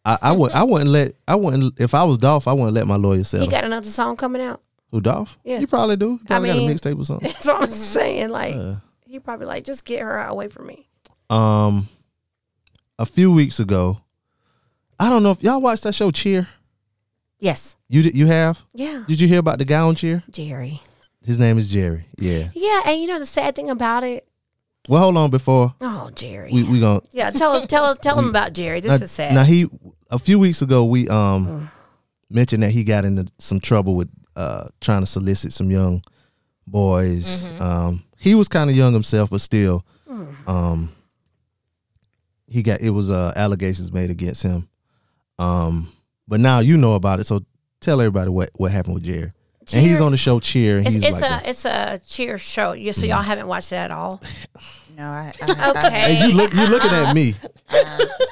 [SPEAKER 1] I,
[SPEAKER 6] Mm-hmm.
[SPEAKER 1] I would. I wouldn't let. I wouldn't. If I was Dolph, I wouldn't let my lawyer
[SPEAKER 6] He
[SPEAKER 1] settle.
[SPEAKER 6] got another song coming out. [LAUGHS]
[SPEAKER 1] Who Dolph?
[SPEAKER 6] Yeah.
[SPEAKER 1] You probably do. You probably got a
[SPEAKER 6] mean-
[SPEAKER 1] mixtape or
[SPEAKER 6] [LAUGHS]
[SPEAKER 1] something.
[SPEAKER 6] That's what I'm saying. Like he probably like just get her out away from me.
[SPEAKER 1] Um, a few weeks ago, I don't know if y'all watched that show Cheer.
[SPEAKER 6] Yes.
[SPEAKER 1] You did. You have?
[SPEAKER 6] Yeah.
[SPEAKER 1] Did you hear about the guy on Cheer?
[SPEAKER 6] Jerry.
[SPEAKER 1] His name is Jerry. Yeah.
[SPEAKER 6] Yeah, and you know the sad thing about it.
[SPEAKER 1] Well, hold on before
[SPEAKER 6] Oh, Jerry.
[SPEAKER 1] we we gonna
[SPEAKER 6] yeah, tell us,
[SPEAKER 1] [LAUGHS]
[SPEAKER 6] tell us, tell him about Jerry. This
[SPEAKER 1] now,
[SPEAKER 6] is sad.
[SPEAKER 1] Now he a few weeks ago we um mentioned that he got into some trouble with uh trying to solicit some young boys.
[SPEAKER 6] Mm-hmm.
[SPEAKER 1] Um he was kind of young himself but still um he got it was uh allegations made against him. Um but now you know about it so tell everybody what what happened with Jerry. And he's
[SPEAKER 6] Jerry-
[SPEAKER 1] on the show cheer and
[SPEAKER 6] it's
[SPEAKER 1] he's
[SPEAKER 6] it's
[SPEAKER 1] like Mm. [LAUGHS]
[SPEAKER 6] a it's a cheer show. You so y'all haven't watched it at all.
[SPEAKER 7] No, I.
[SPEAKER 5] [LAUGHS]
[SPEAKER 7] I
[SPEAKER 6] Okay,
[SPEAKER 1] Hey, you look, you looking at
[SPEAKER 6] [LAUGHS]
[SPEAKER 1] me.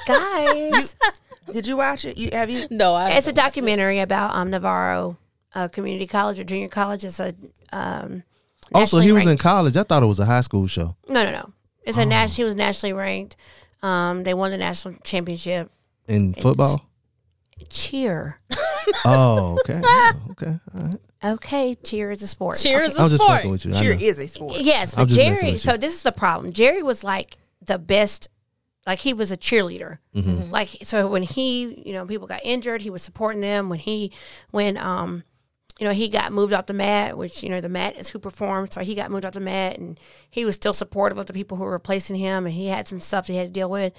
[SPEAKER 6] guys.
[SPEAKER 7] did you watch it? You have you?
[SPEAKER 5] No, I
[SPEAKER 6] it's a documentary about um, Navarro uh, Community College or Junior College. It's a um,
[SPEAKER 1] Also,
[SPEAKER 6] nationally
[SPEAKER 1] he was in
[SPEAKER 6] ranked-
[SPEAKER 1] college. I thought it was a high school show.
[SPEAKER 6] no, no, no. It's a nas- He was nationally ranked. Um, they won the national championship.
[SPEAKER 1] In
[SPEAKER 6] [LAUGHS]
[SPEAKER 1] football?
[SPEAKER 6] Cheer.
[SPEAKER 1] Oh, okay. Okay. All right.
[SPEAKER 6] Okay, cheer is a sport.
[SPEAKER 5] Cheers
[SPEAKER 1] I'm
[SPEAKER 5] is a
[SPEAKER 1] just
[SPEAKER 5] sport.
[SPEAKER 1] fucking with you. I
[SPEAKER 7] Cheer
[SPEAKER 1] know.
[SPEAKER 7] is a sport.
[SPEAKER 6] Yes,
[SPEAKER 1] I'm
[SPEAKER 6] but
[SPEAKER 1] just messing
[SPEAKER 6] Jerry.
[SPEAKER 1] with you.
[SPEAKER 6] So this is the problem. Jerry was like the best. Like he was a cheerleader.
[SPEAKER 1] Mm-hmm.
[SPEAKER 6] Like so when he, you know, people got injured, he was supporting them. When he, when um, you know, he got moved off the mat, which you know the mat is who performs. So he got moved off the mat, and he was still supportive of the people who were replacing him, and he had some stuff that he had to deal with.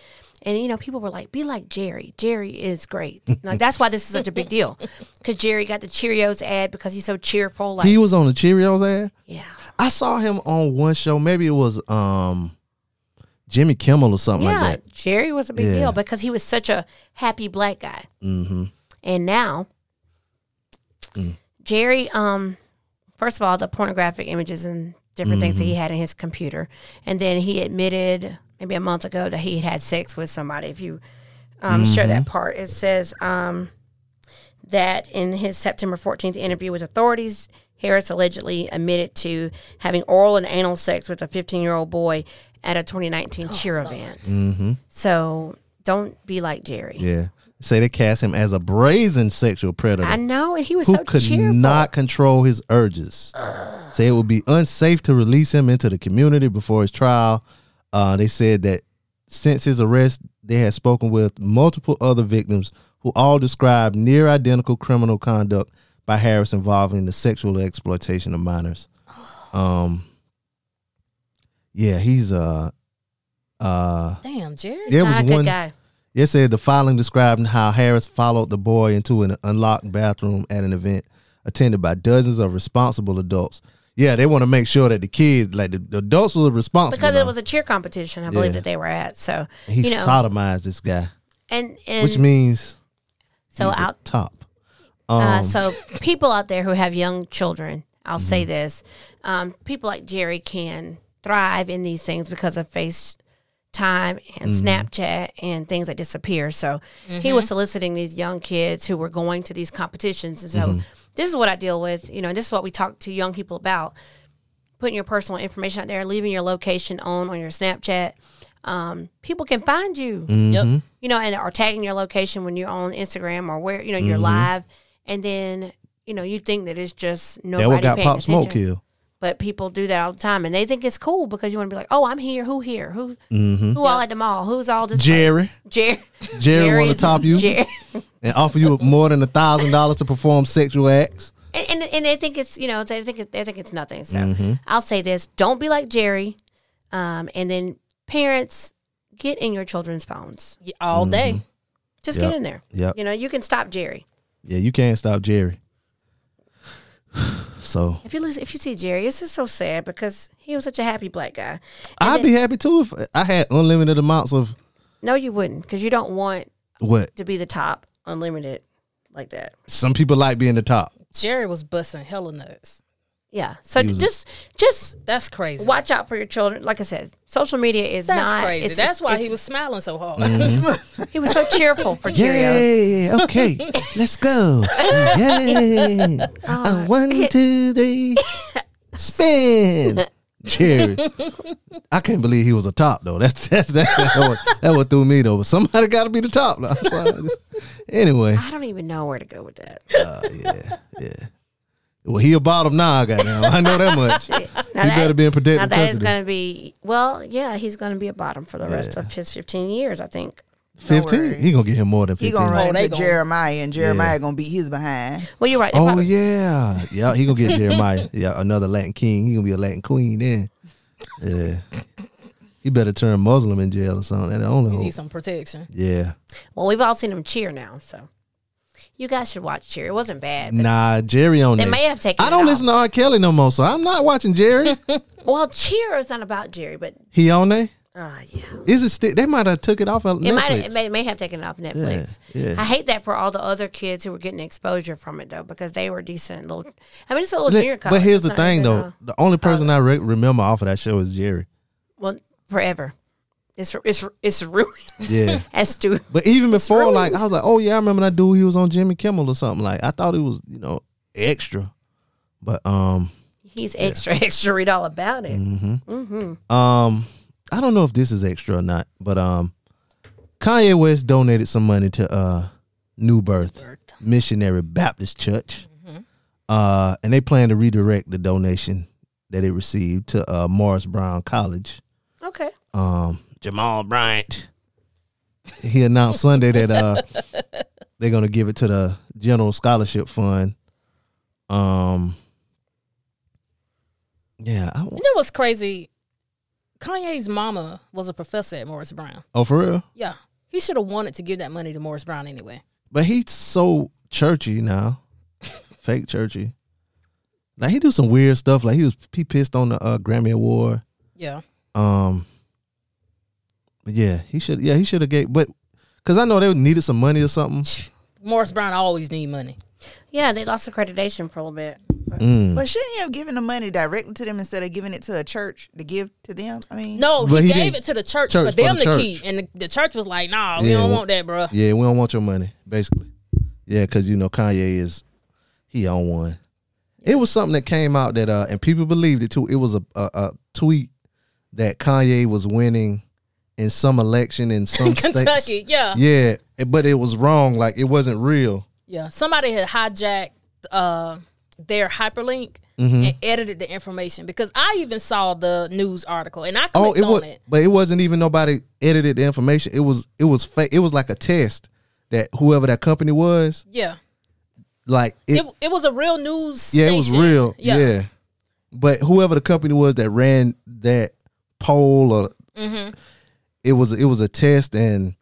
[SPEAKER 6] And you know, people were like, "Be like Jerry. Jerry is great." like that's why this is such a big deal, because Jerry got the Cheerios ad because he's so cheerful. Like,
[SPEAKER 1] He was on the Cheerios ad.
[SPEAKER 6] yeah.
[SPEAKER 1] I saw him on one show. Maybe it was um Jimmy Kimmel or something
[SPEAKER 6] yeah,
[SPEAKER 1] like that.
[SPEAKER 6] Jerry was a big
[SPEAKER 1] Yeah.
[SPEAKER 6] deal because he was such a happy black guy. Mm-hmm. And now,
[SPEAKER 1] Mm.
[SPEAKER 6] Jerry, um, first of all, the pornographic images and different things that
[SPEAKER 1] Mm-hmm.
[SPEAKER 6] he had in his computer, and then he admitted maybe a month ago that he had had sex with somebody. If you um, share
[SPEAKER 1] Mm-hmm.
[SPEAKER 6] that part, it says um, that in his September 14th interview with authorities. Harris allegedly admitted to having oral and anal sex with a 15 year old boy at a 2019 cheer event. So don't be like Jerry.
[SPEAKER 1] Mm-hmm. Yeah. Say they cast him as a brazen sexual predator
[SPEAKER 6] I know, and he was
[SPEAKER 1] who
[SPEAKER 6] so
[SPEAKER 1] could
[SPEAKER 6] cheerful.
[SPEAKER 1] not control his urges. Say it would be unsafe to release him into the community before his trial. Uh, they said that since his arrest, they had spoken with multiple other victims who all described near identical criminal conduct by Harris involving the sexual exploitation of
[SPEAKER 6] [SIGHS]
[SPEAKER 1] minors. Um, yeah, he's uh, uh,
[SPEAKER 5] Damn, Jerry.
[SPEAKER 1] there
[SPEAKER 6] not a
[SPEAKER 1] was
[SPEAKER 6] good
[SPEAKER 1] one.
[SPEAKER 6] guy.
[SPEAKER 1] It said the following describing how Harris followed the boy into an unlocked bathroom at an event attended by dozens of responsible adults. Yeah, they want to make sure that the kids, like the, the adults, were responsible
[SPEAKER 6] Because
[SPEAKER 1] now.
[SPEAKER 6] it was a cheer competition, I
[SPEAKER 1] Yeah.
[SPEAKER 6] believe that they were at. So
[SPEAKER 1] he
[SPEAKER 6] you know,
[SPEAKER 1] sodomized this guy,
[SPEAKER 6] and and
[SPEAKER 1] which means
[SPEAKER 6] so
[SPEAKER 1] he's a
[SPEAKER 6] out.
[SPEAKER 1] top. Um,
[SPEAKER 6] uh, so people out there who have young children, I'll say this: um, people like Jerry can thrive in these things because of face. Time and Snapchat and things that disappear. So he was soliciting these young kids who were going to these competitions. And so this is what I deal with, you know, and this is what we talk to young people about putting your personal information out there, leaving your location on on your Snapchat. Um, people can find you,
[SPEAKER 1] Mm-hmm.
[SPEAKER 5] Yep.
[SPEAKER 6] you know, and are tagging your location when you're on Instagram or where you know you're
[SPEAKER 1] Mm-hmm.
[SPEAKER 6] live, and then you know you think that it's just
[SPEAKER 1] That
[SPEAKER 6] nobody
[SPEAKER 1] what got
[SPEAKER 6] paying
[SPEAKER 1] Pop Smoke
[SPEAKER 6] attention.
[SPEAKER 1] killed.
[SPEAKER 6] But people do that all the time, and they think it's cool because you want to be like, oh, I'm here. Who here? Who who all at the mall? Who's all this? place?
[SPEAKER 1] Mm-hmm. Jerry.
[SPEAKER 6] Jerry.
[SPEAKER 1] Jerry wanna
[SPEAKER 6] Jerry's-
[SPEAKER 1] top you?
[SPEAKER 6] Jerry.
[SPEAKER 1] and offer you more than a thousand dollars to perform sexual acts.
[SPEAKER 6] and, and and they think it's you know they think it, they think it's nothing. So
[SPEAKER 1] Mm-hmm.
[SPEAKER 6] I'll say this: don't be like Jerry, um, and then parents get in your children's phones.
[SPEAKER 5] Yeah, All
[SPEAKER 1] Mm-hmm.
[SPEAKER 5] day.
[SPEAKER 6] Just
[SPEAKER 1] Yep.
[SPEAKER 6] get in there.
[SPEAKER 1] Yep.
[SPEAKER 6] You know you can stop Jerry
[SPEAKER 1] Yeah, you can't stop Jerry. [SIGHS] so
[SPEAKER 6] if you listen, if you see Jerry. This is so sad because he was such a happy black guy.
[SPEAKER 1] I'd be happy too if I had unlimited amounts of
[SPEAKER 6] No, you wouldn't because you don't want
[SPEAKER 1] what
[SPEAKER 6] to be the top unlimited like that.
[SPEAKER 1] some people like being the top.
[SPEAKER 5] Jerry was busting hella nuts.
[SPEAKER 6] Yeah. So
[SPEAKER 1] He was a-
[SPEAKER 6] just just
[SPEAKER 5] That's crazy.
[SPEAKER 6] watch out for your children. Like I said, social media is
[SPEAKER 5] That's
[SPEAKER 6] not.
[SPEAKER 5] crazy.
[SPEAKER 6] it's-
[SPEAKER 5] That's
[SPEAKER 6] it's-
[SPEAKER 5] why
[SPEAKER 6] it's-
[SPEAKER 5] he was smiling so hard.
[SPEAKER 1] Mm-hmm.
[SPEAKER 5] [LAUGHS]
[SPEAKER 6] he was so
[SPEAKER 1] [LAUGHS]
[SPEAKER 6] cheerful for Cheerios.
[SPEAKER 1] Yay!
[SPEAKER 6] [LAUGHS]
[SPEAKER 1] Okay, let's go. Yay!
[SPEAKER 6] Oh,
[SPEAKER 1] Uh, one, two, three, spin. Jerry, I can't believe he was a top though. That's that's that's that what, that what threw me though. But somebody got to be the top. though. So I just- anyway,
[SPEAKER 6] I don't even know where to go with that.
[SPEAKER 1] well he a bottom now. I got now. I know that much. He
[SPEAKER 6] [LAUGHS] Now that-
[SPEAKER 1] better be in
[SPEAKER 6] Now
[SPEAKER 1] protective
[SPEAKER 6] that is
[SPEAKER 1] custody.
[SPEAKER 6] going to be well, yeah, he's going to be a bottom for the rest of his 15 years, I think.
[SPEAKER 1] Fifteen.
[SPEAKER 7] worry.
[SPEAKER 1] He gonna get him more than
[SPEAKER 7] He
[SPEAKER 1] fifteen.
[SPEAKER 7] gonna run
[SPEAKER 5] Oh, they
[SPEAKER 7] into
[SPEAKER 5] gonna-
[SPEAKER 7] Jeremiah, and Jeremiah gonna beat his behind.
[SPEAKER 6] Well, you're right. they
[SPEAKER 1] Oh
[SPEAKER 6] probably-
[SPEAKER 1] yeah, yeah. He gonna
[SPEAKER 6] [LAUGHS]
[SPEAKER 1] get Jeremiah, yeah, another Latin king. He gonna be a Latin queen then. Yeah, he better turn Muslim in jail or something. That the only
[SPEAKER 5] You
[SPEAKER 1] hope.
[SPEAKER 5] need some protection.
[SPEAKER 1] Yeah,
[SPEAKER 6] Well, we've all seen him cheer now, so you guys should watch cheer. It wasn't bad. but-
[SPEAKER 1] nah, Jerry on
[SPEAKER 6] They
[SPEAKER 1] there.
[SPEAKER 6] may have taken
[SPEAKER 1] I
[SPEAKER 6] it
[SPEAKER 1] don't
[SPEAKER 6] off.
[SPEAKER 1] listen to R. Kelly no more, so I'm not watching
[SPEAKER 6] [LAUGHS]
[SPEAKER 1] Jerry.
[SPEAKER 6] Well, cheer is not about Jerry, but
[SPEAKER 1] he on there?
[SPEAKER 6] uh, yeah,
[SPEAKER 1] Is it still? They might have took it off of
[SPEAKER 6] it might
[SPEAKER 1] Netflix.
[SPEAKER 6] it may, may have taken it off Netflix.
[SPEAKER 1] Yeah, yeah.
[SPEAKER 6] I hate that for all the other kids who were getting exposure from it though, because they were decent little. I mean, it's a little
[SPEAKER 1] Look,
[SPEAKER 6] junior college.
[SPEAKER 1] but here's
[SPEAKER 6] It's
[SPEAKER 1] the
[SPEAKER 6] not uh,
[SPEAKER 1] thing
[SPEAKER 6] even
[SPEAKER 1] though:
[SPEAKER 6] a- [LAUGHS]
[SPEAKER 1] the only person I re- remember off of that show is Jerry.
[SPEAKER 6] well, forever. It's it's it's ruined. [LAUGHS]
[SPEAKER 1] Yeah.
[SPEAKER 6] That's stupid.
[SPEAKER 1] But even before,
[SPEAKER 6] ruined.
[SPEAKER 1] like, I was like, oh yeah, I remember that dude. He was on Jimmy Kimmel or something. Like, I thought it was, you know, extra. But um,
[SPEAKER 6] He's extra [LAUGHS] extra. Read all about it.
[SPEAKER 1] Mm. um, I don't know if this is extra or not. But um, Kanye West donated some money to uh New Birth, Missionary Baptist Church, uh, and they plan to redirect the donation that it received to uh, Morris Brown College.
[SPEAKER 6] Okay.
[SPEAKER 1] um, Jamal Bryant. He announced Sunday that uh, they're going to give it to the General Scholarship Fund. Um, yeah. I,
[SPEAKER 5] You
[SPEAKER 1] wa-
[SPEAKER 5] know what's crazy? Kanye's mama was a professor at Morris Brown.
[SPEAKER 1] oh, for real?
[SPEAKER 5] Yeah. He should have wanted to give that money to Morris Brown anyway.
[SPEAKER 1] But he's so churchy now, [LAUGHS] fake churchy. Like he do some weird stuff. Like he was he pissed on the uh, Grammy Award.
[SPEAKER 5] Yeah.
[SPEAKER 1] Um. But yeah, he should. Yeah, he should have gave. But because I know they needed some money or something.
[SPEAKER 5] Morris Brown always need money.
[SPEAKER 6] Yeah, they lost accreditation for a little bit.
[SPEAKER 1] Mm.
[SPEAKER 7] But shouldn't he have given the money directly to them instead of giving it to a church to give to them? I mean,
[SPEAKER 5] No,
[SPEAKER 1] But
[SPEAKER 5] he,
[SPEAKER 1] he
[SPEAKER 5] gave
[SPEAKER 1] didn't-
[SPEAKER 5] it to the church,
[SPEAKER 1] church
[SPEAKER 5] for
[SPEAKER 1] for
[SPEAKER 5] them
[SPEAKER 1] the
[SPEAKER 5] to
[SPEAKER 1] church.
[SPEAKER 5] keep. And the, the church was like, nah, we
[SPEAKER 1] Yeah,
[SPEAKER 5] don't
[SPEAKER 1] well-
[SPEAKER 5] want that, bruh.
[SPEAKER 1] Yeah, we don't want your money, basically. Yeah, because you know Kanye is he on one. It was something that came out that uh and people believed it too. It was a a, a tweet that Kanye was winning in some election in
[SPEAKER 5] [LAUGHS]
[SPEAKER 1] some
[SPEAKER 5] Kentucky,
[SPEAKER 1] states.
[SPEAKER 5] yeah.
[SPEAKER 1] Yeah, it- but it was wrong. Like it wasn't real.
[SPEAKER 5] Yeah, somebody had hijacked uh, their hyperlink
[SPEAKER 1] Mm-hmm.
[SPEAKER 5] and edited the information because I even saw the news article and I clicked
[SPEAKER 1] Oh, it
[SPEAKER 5] on
[SPEAKER 1] was,
[SPEAKER 5] it.
[SPEAKER 1] but it wasn't even nobody edited the information. It was it was fake. It was like a test that whoever that company was,
[SPEAKER 5] Yeah,
[SPEAKER 1] like
[SPEAKER 5] it, it, was a real news.
[SPEAKER 1] Yeah, it was
[SPEAKER 5] station.
[SPEAKER 1] real. Yeah. But whoever the company was that ran that poll or
[SPEAKER 5] Mm-hmm.
[SPEAKER 1] it was it was a test and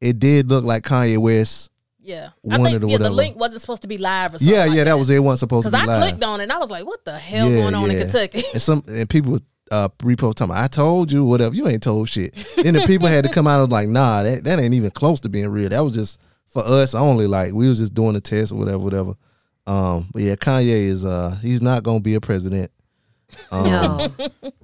[SPEAKER 1] it did look like Kanye West.
[SPEAKER 5] yeah. I
[SPEAKER 1] Wanted
[SPEAKER 5] think
[SPEAKER 1] or
[SPEAKER 5] yeah, the
[SPEAKER 1] whatever.
[SPEAKER 5] link wasn't supposed to be live or something.
[SPEAKER 1] Yeah, yeah, that was it. It wasn't supposed to
[SPEAKER 5] Because
[SPEAKER 1] be
[SPEAKER 5] I
[SPEAKER 1] live.
[SPEAKER 5] clicked on it and I was like, what the hell going on in Kentucky?
[SPEAKER 1] And some and people would uh repost talking, about, I told you, whatever, you ain't told shit. Then the people had to come out and was like, nah, that, that ain't even close to being real. That was just for us only. Like we was just doing a test or whatever, whatever. Um, but yeah, Kanye is uh he's not gonna be a president. Oh.
[SPEAKER 6] no.
[SPEAKER 5] [LAUGHS]